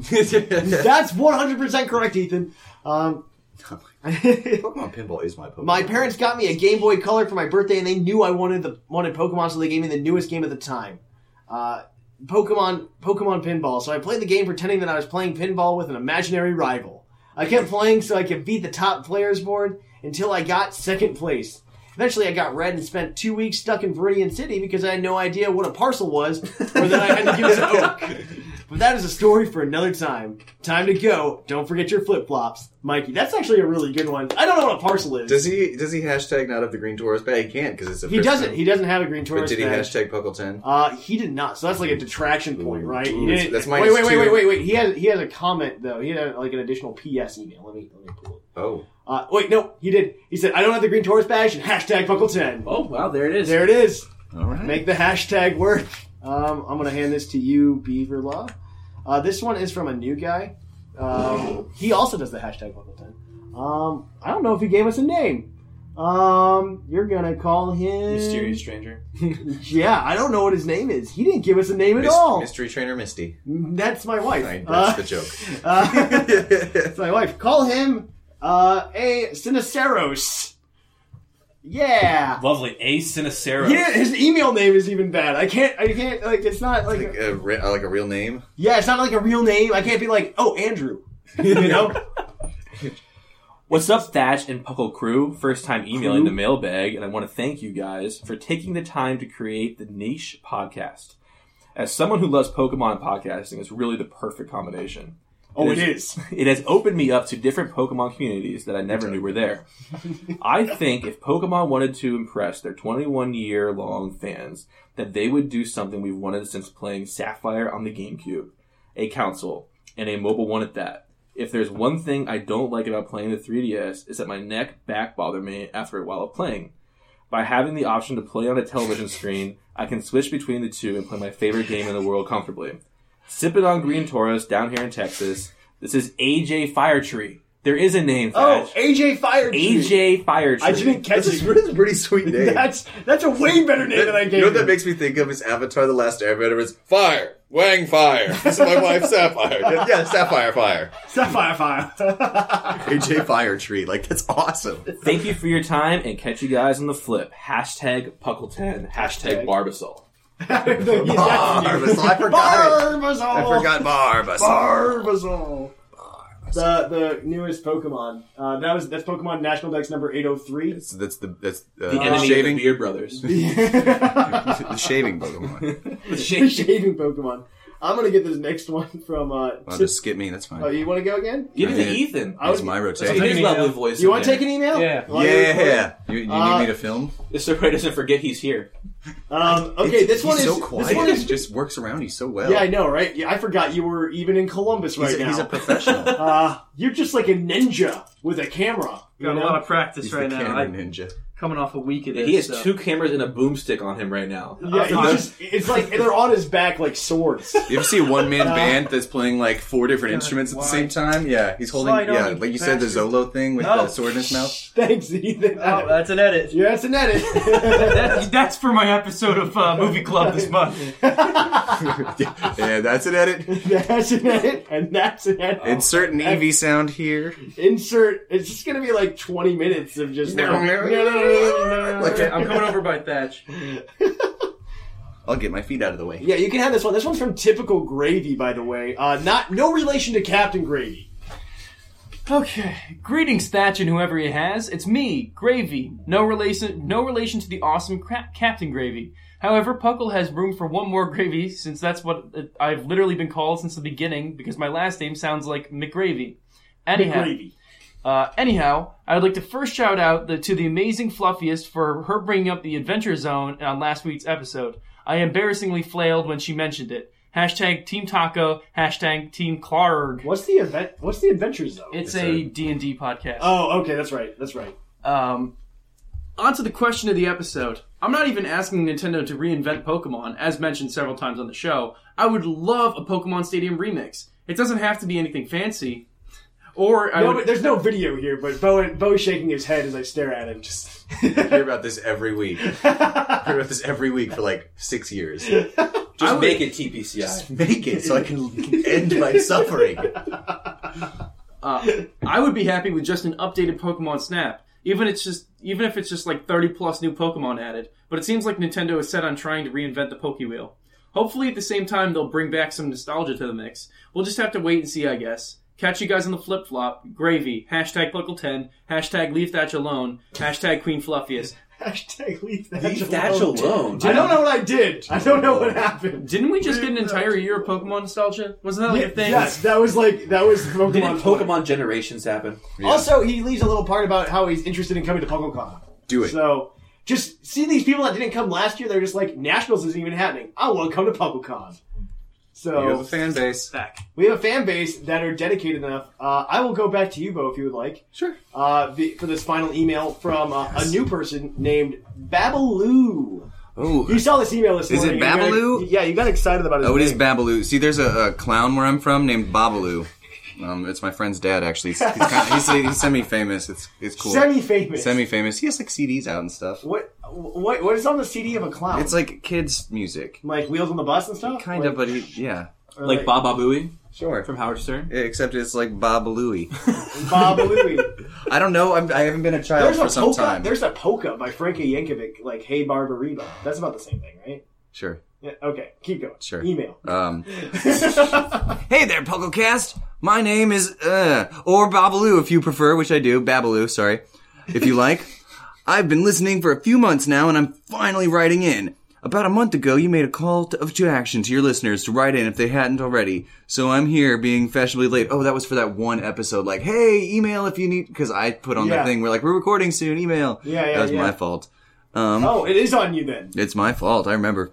[SPEAKER 3] That's 100% correct, Ethan. Um,
[SPEAKER 4] Pokemon Pinball is my Pokemon.
[SPEAKER 3] my parents got me a Game Boy Color for my birthday, and they knew I wanted the wanted Pokemon, so they gave me the newest game at the time, uh, Pokemon Pokemon Pinball. So I played the game pretending that I was playing pinball with an imaginary rival. I kept playing so I could beat the top players board until I got second place. Eventually, I got red and spent two weeks stuck in Viridian City because I had no idea what a parcel was, or that I had to give it to Oak. But that is a story for another time. Time to go. Don't forget your flip flops, Mikey. That's actually a really good one. I don't know what a parcel is.
[SPEAKER 4] Does he does he hashtag not have the green Taurus badge? He can't because it's a.
[SPEAKER 3] He doesn't. He doesn't have a green
[SPEAKER 4] But
[SPEAKER 3] Taurus
[SPEAKER 4] did he
[SPEAKER 3] badge.
[SPEAKER 4] hashtag Puckle Ten?
[SPEAKER 3] uh, he did not. So that's like a detraction point, right? He
[SPEAKER 4] Ooh,
[SPEAKER 3] didn't-
[SPEAKER 4] that's
[SPEAKER 3] wait,
[SPEAKER 4] minus
[SPEAKER 3] wait, wait,
[SPEAKER 4] two.
[SPEAKER 3] wait, wait, wait. He has he has a comment though. He had like an additional PS email. Let me let me pull it.
[SPEAKER 4] oh,
[SPEAKER 3] Uh, wait, no, he did. He said, "I don't have the green Taurus badge." And hashtag Puckle Ten.
[SPEAKER 7] Oh wow, there it is.
[SPEAKER 3] There it is.
[SPEAKER 4] all right.
[SPEAKER 3] Make the hashtag work. Um, I'm gonna hand this to you, Beaver Law. Uh, this one is from a new guy. Um, he also does the hashtag Buckleton. Um, I don't know if he gave us a name. Um, you're gonna call him
[SPEAKER 7] Mysterious stranger.
[SPEAKER 3] Yeah, I don't know what his name is. He didn't give us a name at
[SPEAKER 4] Mis-
[SPEAKER 3] all.
[SPEAKER 4] Mystery Trainer Misty.
[SPEAKER 3] That's my wife.
[SPEAKER 4] Right,
[SPEAKER 3] Uh,
[SPEAKER 4] that's the joke.
[SPEAKER 3] uh, That's my wife. Call him uh, a Siniceros. Yeah.
[SPEAKER 10] Lovely. A Sinicero.
[SPEAKER 3] Yeah, his email name is even bad. I can't. I can't. Like, it's not like.
[SPEAKER 4] like, a re- like a real name.
[SPEAKER 3] Yeah, it's not like a real name. I can't be like, oh, Andrew. You know?
[SPEAKER 7] What's up, Thatch and Puckle Crew? First time emailing the mailbag, and I want to thank you guys for taking the time to create the niche podcast. As someone who loves Pokemon and podcasting, it's really the perfect combination.
[SPEAKER 3] oh,
[SPEAKER 7] it
[SPEAKER 3] it
[SPEAKER 7] is.
[SPEAKER 3] is.
[SPEAKER 7] It has opened me up to different Pokemon communities that I never knew were there. I think if Pokemon wanted to impress their 21 year long fans, that they would do something we've wanted since playing Sapphire on the GameCube, a console, and a mobile one at that. If there's one thing I don't like about playing the 3DS, is that my neck back bothered me after a while of playing. By having the option to play on a television screen, I can switch between the two and play my favorite game in the world comfortably. Sip it on Green Toros down here in Texas. This is AJ Firetree. There is a name.
[SPEAKER 3] Oh,
[SPEAKER 7] Thatch.
[SPEAKER 3] AJ Fire.
[SPEAKER 7] AJ Firetree.
[SPEAKER 3] I didn't catch
[SPEAKER 4] This is
[SPEAKER 3] it.
[SPEAKER 4] this is a pretty sweet name.
[SPEAKER 3] That's that's a way better name than I
[SPEAKER 4] you
[SPEAKER 3] gave.
[SPEAKER 4] know what that
[SPEAKER 3] him.
[SPEAKER 4] makes me think of is Avatar: The Last Airbender. It's fire, Wang fire. This is my wife Sapphire. Yeah, yeah, Sapphire fire.
[SPEAKER 3] Sapphire Fire.
[SPEAKER 4] AJ Fire Tree. Like that's awesome.
[SPEAKER 7] Thank you for your time and catch you guys on the flip. Hashtag Puckleton. Hashtag Barbasol.
[SPEAKER 4] Barbasol. I forgot. it.
[SPEAKER 3] Barbasol.
[SPEAKER 4] I forgot Barbasol.
[SPEAKER 3] Barbasol. The the newest Pokemon. Uh, that was that's Pokemon National Dex number eight hundred three.
[SPEAKER 4] So that's the that's uh,
[SPEAKER 7] The enemy of
[SPEAKER 4] shaving
[SPEAKER 7] the Beard Brothers.
[SPEAKER 4] the shaving Pokemon.
[SPEAKER 3] Shaving Pokemon. I'm gonna get this next one from. Uh,
[SPEAKER 4] Well,
[SPEAKER 3] Chip-
[SPEAKER 4] just skip me. That's fine.
[SPEAKER 3] oh, you want to go again?
[SPEAKER 7] Give it to
[SPEAKER 4] Yeah.
[SPEAKER 7] Ethan.
[SPEAKER 3] I
[SPEAKER 4] That's
[SPEAKER 3] would-
[SPEAKER 4] my
[SPEAKER 7] Take
[SPEAKER 4] rotation.
[SPEAKER 7] his
[SPEAKER 8] an
[SPEAKER 7] lovely
[SPEAKER 8] email.
[SPEAKER 7] voice.
[SPEAKER 3] You
[SPEAKER 7] in
[SPEAKER 3] want to
[SPEAKER 7] there.
[SPEAKER 3] take an email?
[SPEAKER 8] Yeah.
[SPEAKER 3] While you record?
[SPEAKER 4] Yeah, you, you
[SPEAKER 3] Uh,
[SPEAKER 4] need me to film.
[SPEAKER 7] This everybody doesn't forget he's here.
[SPEAKER 3] Um, okay, this
[SPEAKER 4] He's
[SPEAKER 3] one is
[SPEAKER 4] so quiet.
[SPEAKER 3] This one
[SPEAKER 4] he
[SPEAKER 3] is.
[SPEAKER 4] just works around you so well.
[SPEAKER 3] Yeah, I know, right? Yeah, I forgot you were even in Columbus right
[SPEAKER 4] He's, a,
[SPEAKER 3] now.
[SPEAKER 4] he's a professional.
[SPEAKER 3] uh, you're just like a ninja with a camera. you
[SPEAKER 8] Got a
[SPEAKER 3] know?
[SPEAKER 8] lot of practice
[SPEAKER 4] he's
[SPEAKER 8] right
[SPEAKER 4] the
[SPEAKER 8] now.
[SPEAKER 4] camera
[SPEAKER 8] I,
[SPEAKER 4] ninja.
[SPEAKER 8] coming off a week of this.
[SPEAKER 7] He has
[SPEAKER 8] so.
[SPEAKER 7] two cameras and a boomstick on him right now.
[SPEAKER 3] Yeah, he's just, it's like they're on his back like swords.
[SPEAKER 4] You ever see a one man band that's playing like four different instruments at the
[SPEAKER 8] why?
[SPEAKER 4] same time? Yeah, he's holding.
[SPEAKER 8] Slide on,
[SPEAKER 4] yeah,
[SPEAKER 8] you
[SPEAKER 4] like you said, the
[SPEAKER 8] bastard.
[SPEAKER 4] Zolo thing with
[SPEAKER 8] No.
[SPEAKER 4] the sword in his mouth.
[SPEAKER 3] Thanks, Ethan.
[SPEAKER 8] Oh, that's an edit.
[SPEAKER 3] yeah, it's an edit.
[SPEAKER 8] That's, that's for my episode of uh, Movie Club this month.
[SPEAKER 4] yeah, that's an edit.
[SPEAKER 3] that's an edit, and that's an
[SPEAKER 8] Oh.
[SPEAKER 3] edit.
[SPEAKER 4] Insert an EV sound here.
[SPEAKER 3] Insert. It's just gonna be like 20 minutes of just. Like,
[SPEAKER 8] Okay, I'm coming over by Thatch.
[SPEAKER 4] I'll get my feet out of the way.
[SPEAKER 3] yeah, you can have this one. This one's from Typical Gravy, by the way. Uh, not no relation to Captain Gravy.
[SPEAKER 8] Okay. Greetings, Thatch, and whoever he has. It's me, Gravy. No relation, no relation to the awesome crap Captain Gravy. However, Puckle has room for one more gravy, since that's what uh, I've literally been called since the beginning, because my last name sounds like McGravy. Anyhow,
[SPEAKER 3] Gravy.
[SPEAKER 8] Uh, anyhow, I would like to first shout out the, to the amazing Fluffiest for her bringing up the Adventure Zone on last week's episode. I embarrassingly flailed when she mentioned it. Hashtag Team Taco. Hashtag Team Clarg.
[SPEAKER 3] What's the event? What's the adventure zone?
[SPEAKER 8] It's a D and D podcast.
[SPEAKER 3] oh, okay, that's right. That's right.
[SPEAKER 8] Um, on to the question of the episode. I'm not even asking Nintendo to reinvent Pokemon, as mentioned several times on the show. I would love a Pokemon Stadium remix. It doesn't have to be anything fancy. Or I
[SPEAKER 3] No,
[SPEAKER 8] would-
[SPEAKER 3] but there's no video here, but Bo Bo is shaking his head as I stare at him. Just
[SPEAKER 4] I hear about this every week. I hear about this every week for like six years.
[SPEAKER 7] Just make it TPCI.
[SPEAKER 4] Make it so I can end my suffering.
[SPEAKER 8] I would be happy with just an updated Pokemon Snap. Even it's just even if it's just like 30 plus new Pokemon added, but it seems like Nintendo is set on trying to reinvent the Pokewheel. Hopefully at the same time they'll bring back some nostalgia to the mix. We'll just have to wait and see, I guess. Catch you guys on the flip flop. Gravy. Hashtag Puckle10. Hashtag Leave Thatch Alone. Hashtag Queen Fluffiest.
[SPEAKER 3] hashtag leave that
[SPEAKER 7] Leave that alone.
[SPEAKER 3] I don't know what I did. I don't know what happened.
[SPEAKER 8] Didn't we just get an entire year of Pokemon nostalgia? Wasn't that like a thing?
[SPEAKER 3] Yes, that was like that was Pokemon.
[SPEAKER 7] Didn't Pokemon Generations happen?
[SPEAKER 3] Also, he leaves a little part about how he's interested in coming to PuckleCon.
[SPEAKER 4] Do it.
[SPEAKER 3] So just see these people that didn't come last year. They're just like Nationals isn't even happening. I want to come to PuckleCon.
[SPEAKER 8] Oh.
[SPEAKER 4] You have
[SPEAKER 3] So
[SPEAKER 4] a fan base.
[SPEAKER 3] we have a fan base that are dedicated enough. Uh, I will go back to you, Bo, if you would like.
[SPEAKER 4] Sure.
[SPEAKER 3] uh, the, for this final email from uh, a new person named Babaloo.
[SPEAKER 4] Oh,
[SPEAKER 3] You saw this email this
[SPEAKER 4] Is it
[SPEAKER 3] morning. You got-
[SPEAKER 4] Babaloo?
[SPEAKER 3] yeah, you got excited about it.
[SPEAKER 4] Oh, it is Babaloo. See, there's a, a clown where I'm from named Babaloo. Um, it's my friend's dad, actually. He's, he's, kind of, he's, he's semi-famous. It's it's cool.
[SPEAKER 3] Semi-famous.
[SPEAKER 4] Semi-famous. He has like CDs out and stuff.
[SPEAKER 3] What? What? What is on the CD of a clown?
[SPEAKER 4] It's like kids' music,
[SPEAKER 3] like Wheels on the Bus and stuff.
[SPEAKER 4] kind
[SPEAKER 3] Like-
[SPEAKER 4] of. But he, yeah,
[SPEAKER 3] or
[SPEAKER 7] Like Baba Uh, Booey
[SPEAKER 4] sure.
[SPEAKER 7] from Howard Stern?
[SPEAKER 4] Yeah, Except it's like Babalooey.
[SPEAKER 3] Babaloo.
[SPEAKER 4] I don't know. I'm, I haven't been a child
[SPEAKER 3] There's
[SPEAKER 4] for
[SPEAKER 3] a
[SPEAKER 4] some
[SPEAKER 3] polka.
[SPEAKER 4] time.
[SPEAKER 3] There's a polka by Frankie Yankovic. Like Hey Barbarita. That's about the same thing, right?
[SPEAKER 4] Sure.
[SPEAKER 3] Yeah, okay, keep going.
[SPEAKER 4] Sure.
[SPEAKER 3] Email.
[SPEAKER 4] Um, hey there, Pugglecast. My name is uh, or Babaloo if you prefer, which I do. Babaloo, sorry, if you like. I've been listening for a few months now, and I'm finally writing in. About a month ago, you made a call to, of to action to your listeners to write in if they hadn't already. So I'm here, being fashionably late. Oh, that was for that one episode. Like, hey, email if you need, because I put on
[SPEAKER 3] Yeah.
[SPEAKER 4] that thing. We're like, we're recording soon. Email.
[SPEAKER 3] Yeah, yeah,
[SPEAKER 4] That was
[SPEAKER 3] yeah.
[SPEAKER 4] my fault.
[SPEAKER 3] Oh, it is on you then.
[SPEAKER 4] It's my fault. I remember.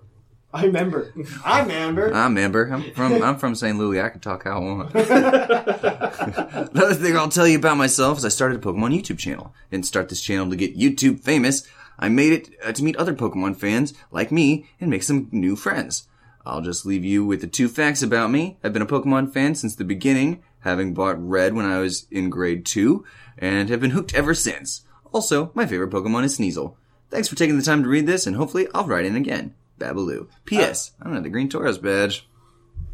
[SPEAKER 3] I remember. I remember.
[SPEAKER 1] Uh,
[SPEAKER 4] I'm Amber. I'm from I'm from St. Louis. I can talk how I want. Another thing I'll tell you about myself is I started a Pokemon YouTube channel. Didn't start this channel to get YouTube famous.
[SPEAKER 1] I made it uh, to meet other Pokemon fans like me and make some new friends. I'll just leave you with the two facts about me. I've been a Pokemon fan since the beginning, having bought Red when I was in grade 2, and have been hooked ever since. Also, my favorite Pokemon is Sneasel. Thanks for taking the time to read this, and hopefully I'll write in again. Babaloo. P.S. I don't have the Green Taurus badge.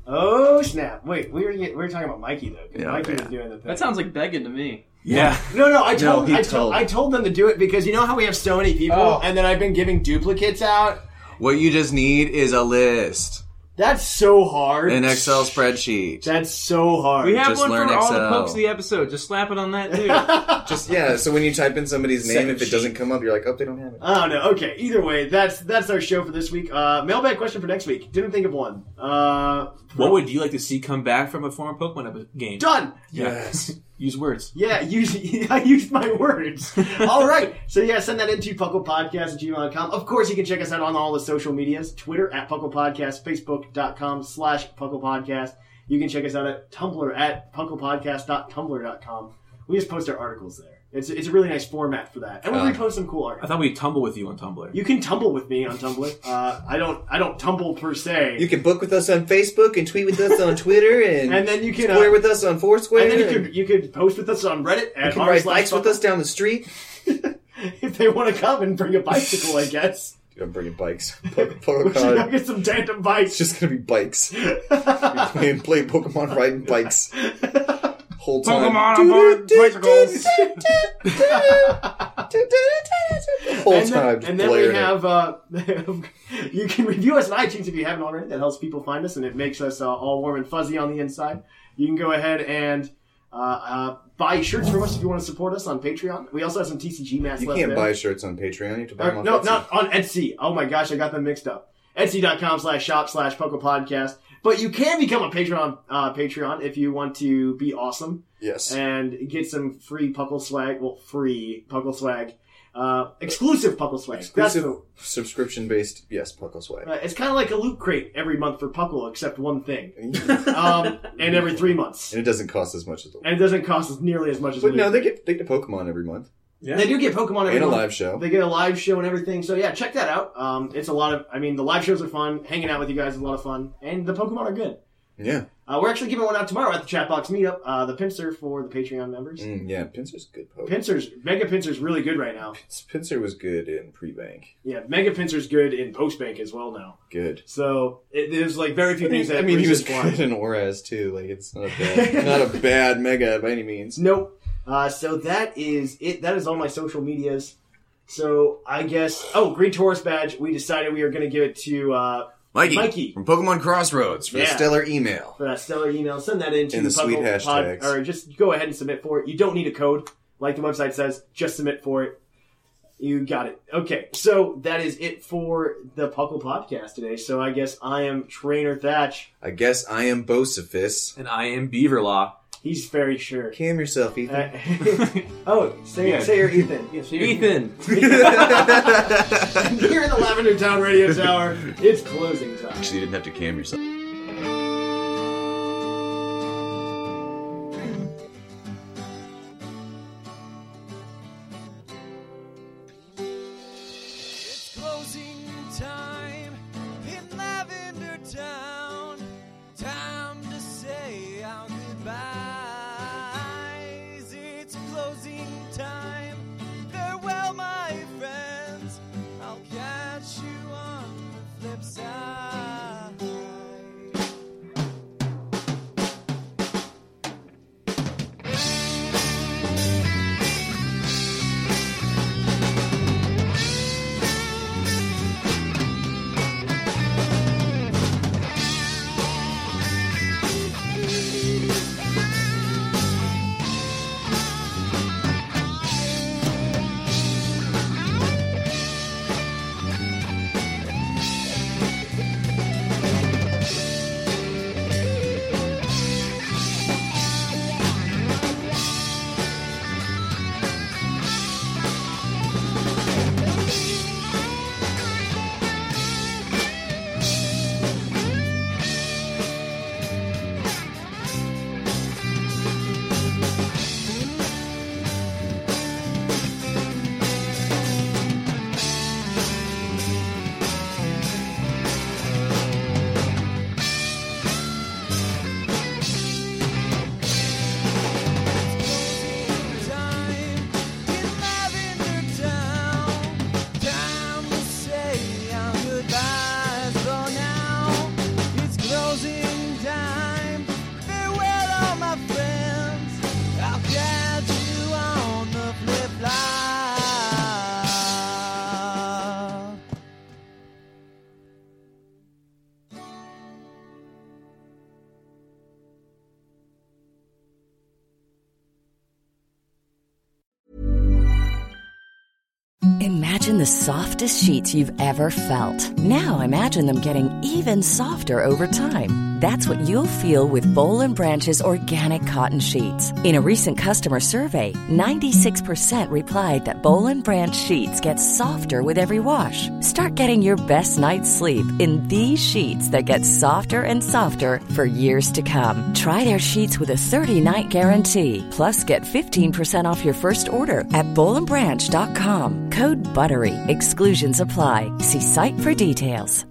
[SPEAKER 3] Oh snap! Wait, we were we were talking about Mikey though. 'cause
[SPEAKER 1] Yeah,
[SPEAKER 3] Mikey
[SPEAKER 1] yeah.
[SPEAKER 3] was doing the thing.
[SPEAKER 8] That sounds like begging to me.
[SPEAKER 1] Yeah.
[SPEAKER 3] No, no, I told,
[SPEAKER 1] he
[SPEAKER 3] I, told
[SPEAKER 1] told.
[SPEAKER 3] I told them to do it because you know how we have so many people,
[SPEAKER 8] Oh.
[SPEAKER 3] and then I've been giving duplicates out.
[SPEAKER 1] What you just need is a list.
[SPEAKER 3] That's so hard.
[SPEAKER 1] An Excel spreadsheet.
[SPEAKER 3] That's so hard.
[SPEAKER 8] We have
[SPEAKER 1] Just
[SPEAKER 8] one
[SPEAKER 1] learn
[SPEAKER 8] for all the
[SPEAKER 1] Excel.
[SPEAKER 8] pokes of the episode. Just slap it on that too.
[SPEAKER 4] Just yeah. So when you type in somebody's name,
[SPEAKER 5] Second
[SPEAKER 4] if it
[SPEAKER 5] sheet.
[SPEAKER 4] doesn't come up, you're like, oh, they don't have it.
[SPEAKER 3] Oh no. Okay. Either way, that's that's our show for this week. Uh, mailbag question for next week. Didn't think of one. Uh,
[SPEAKER 7] What would you like to see come back from a former Pokemon epi- game?
[SPEAKER 3] done.
[SPEAKER 7] Yes. Use words.
[SPEAKER 3] Yeah, use, I used my words. all right. So, yeah, send that into pucklepodcast at gmail.com. Of course, you can check us out on all the social medias Twitter at pucklepodcast, Facebook.com slash pucklepodcast. You can check us out at Tumblr at pucklepodcast.tumblr.com. We just post our articles there. It's, it's a really nice format for that. And we
[SPEAKER 4] Uh,
[SPEAKER 3] repost some cool
[SPEAKER 7] I
[SPEAKER 3] articles.
[SPEAKER 7] thought we'd tumble with you on Tumblr.
[SPEAKER 3] You can tumble with me on Tumblr. Uh, I don't. I don't tumble per se.
[SPEAKER 4] You can book with us on Facebook and tweet with us on Twitter and
[SPEAKER 3] And then you can, uh,
[SPEAKER 4] square with us on Foursquare
[SPEAKER 3] and then you could you could post with us on Reddit at
[SPEAKER 4] you can
[SPEAKER 3] r
[SPEAKER 4] ride
[SPEAKER 3] slash
[SPEAKER 4] bikes with
[SPEAKER 3] puckle-
[SPEAKER 4] us down the street.
[SPEAKER 3] if they want to come and bring a bicycle. I guess.
[SPEAKER 4] Dude, I'm bringing bikes. Po-
[SPEAKER 3] We should go
[SPEAKER 4] Pokemon.
[SPEAKER 3] get some tandem bikes.
[SPEAKER 4] It's Oh, just gonna be bikes. playing, playing Pokemon, riding bikes. Whole time.
[SPEAKER 8] Pokemon on board bicycles.
[SPEAKER 4] Whole
[SPEAKER 3] and
[SPEAKER 4] time.
[SPEAKER 3] then, and then we
[SPEAKER 4] blaring it.
[SPEAKER 3] have uh, you can review us on iTunes if you haven't already. That helps people find us and it makes us uh, all warm and fuzzy on the inside. You can go ahead and uh, uh, buy shirts from us if you want to support us on Patreon. We also have some TCG masks
[SPEAKER 4] You
[SPEAKER 3] left
[SPEAKER 4] can't
[SPEAKER 3] there.
[SPEAKER 4] buy shirts on Patreon. You have to buy
[SPEAKER 3] Or,
[SPEAKER 4] them off
[SPEAKER 3] Uh, no,
[SPEAKER 4] Etsy.
[SPEAKER 3] not on Etsy. Oh my gosh, I got them mixed up. Etsy.com slash shop slash Poco Podcast. But you can become a Patreon uh, Patreon if you want to be awesome.
[SPEAKER 4] Yes.
[SPEAKER 3] and get some free puckle swag. Well, free puckle swag, uh, exclusive puckle swag. That's
[SPEAKER 4] Exclusive subscription based. Yes, Puckle Swag.
[SPEAKER 3] the- uh, it's kind of like a loot crate every month for puckle, except one thing, um, and every three months,
[SPEAKER 4] And it doesn't cost as much as the.
[SPEAKER 3] and it doesn't cost us nearly as much as. a
[SPEAKER 4] But
[SPEAKER 3] loot
[SPEAKER 4] no, they
[SPEAKER 3] crate.
[SPEAKER 4] get they get Pokemon every month.
[SPEAKER 3] They do get Pokemon every
[SPEAKER 4] And a
[SPEAKER 3] month.
[SPEAKER 4] live show.
[SPEAKER 3] They get a live show and everything. So yeah, check that out. Um, it's a lot of. I mean, the live shows are fun. Hanging out with you guys is a lot of fun, and the Pokemon are good.
[SPEAKER 4] Yeah.
[SPEAKER 3] Uh, we're actually giving one out tomorrow at the Chatbox Meetup. Uh, the pincer for the Patreon members.
[SPEAKER 4] Mm, yeah, Pinsir's a good Pokemon.
[SPEAKER 3] Pincers, Mega Pincer's really good right now.
[SPEAKER 4] Pinsir was good in pre bank.
[SPEAKER 3] Yeah, Mega Pincer's good in post bank as well now.
[SPEAKER 4] Good.
[SPEAKER 3] So it, there's like very few things that
[SPEAKER 4] I mean, he
[SPEAKER 3] Bruce
[SPEAKER 4] was
[SPEAKER 3] has won.
[SPEAKER 4] good in Oraz too. Like, it's not a bad, not a bad mega by any means.
[SPEAKER 3] Nope. Uh, so that is it. That is all my social medias. So I guess. Oh, Green Taurus badge. We decided we are going to give it to uh,
[SPEAKER 1] Mikey,
[SPEAKER 3] Mikey.
[SPEAKER 1] from Pokemon Crossroads.
[SPEAKER 4] For the
[SPEAKER 3] Yeah.
[SPEAKER 4] stellar email.
[SPEAKER 3] for that stellar email. Send that in to
[SPEAKER 4] In the sweet
[SPEAKER 3] Puckle Pod-
[SPEAKER 4] hashtags.
[SPEAKER 3] or just go ahead and submit for it. You don't need a code, like the website says. Just submit for it. You got it. Okay, so that is it for the Puckle podcast today. So I guess I am Trainer Thatch.
[SPEAKER 4] I guess I am Bosophis.
[SPEAKER 7] And I am Beaverlaw.
[SPEAKER 3] He's very sure.
[SPEAKER 4] Cam yourself, Ethan.
[SPEAKER 3] Uh, oh, say,
[SPEAKER 7] Yeah.
[SPEAKER 3] say you're Ethan.
[SPEAKER 7] Ethan.
[SPEAKER 3] Here in the Lavender Town Radio Tower, it's closing time.
[SPEAKER 1] Actually, you didn't have to cam yourself.
[SPEAKER 2] It's closing time in Lavender Town. Time to say our goodbyes. It's closing time. Farewell, my friends. I'll catch you on the flip side.
[SPEAKER 10] Imagine the softest sheets you've ever felt. Now imagine them getting even softer over time. That's what you'll feel with Bowl and Branch's organic cotton sheets. In a recent customer survey, 96% replied that Bowl and Branch sheets get softer with every wash. Start getting your best night's sleep in these sheets that get softer and softer for years to come. Try their sheets with a 30-night guarantee. Plus, get 15% off your first order at bowlandbranch.com. Code BUTTERY. Exclusions apply. See site for details.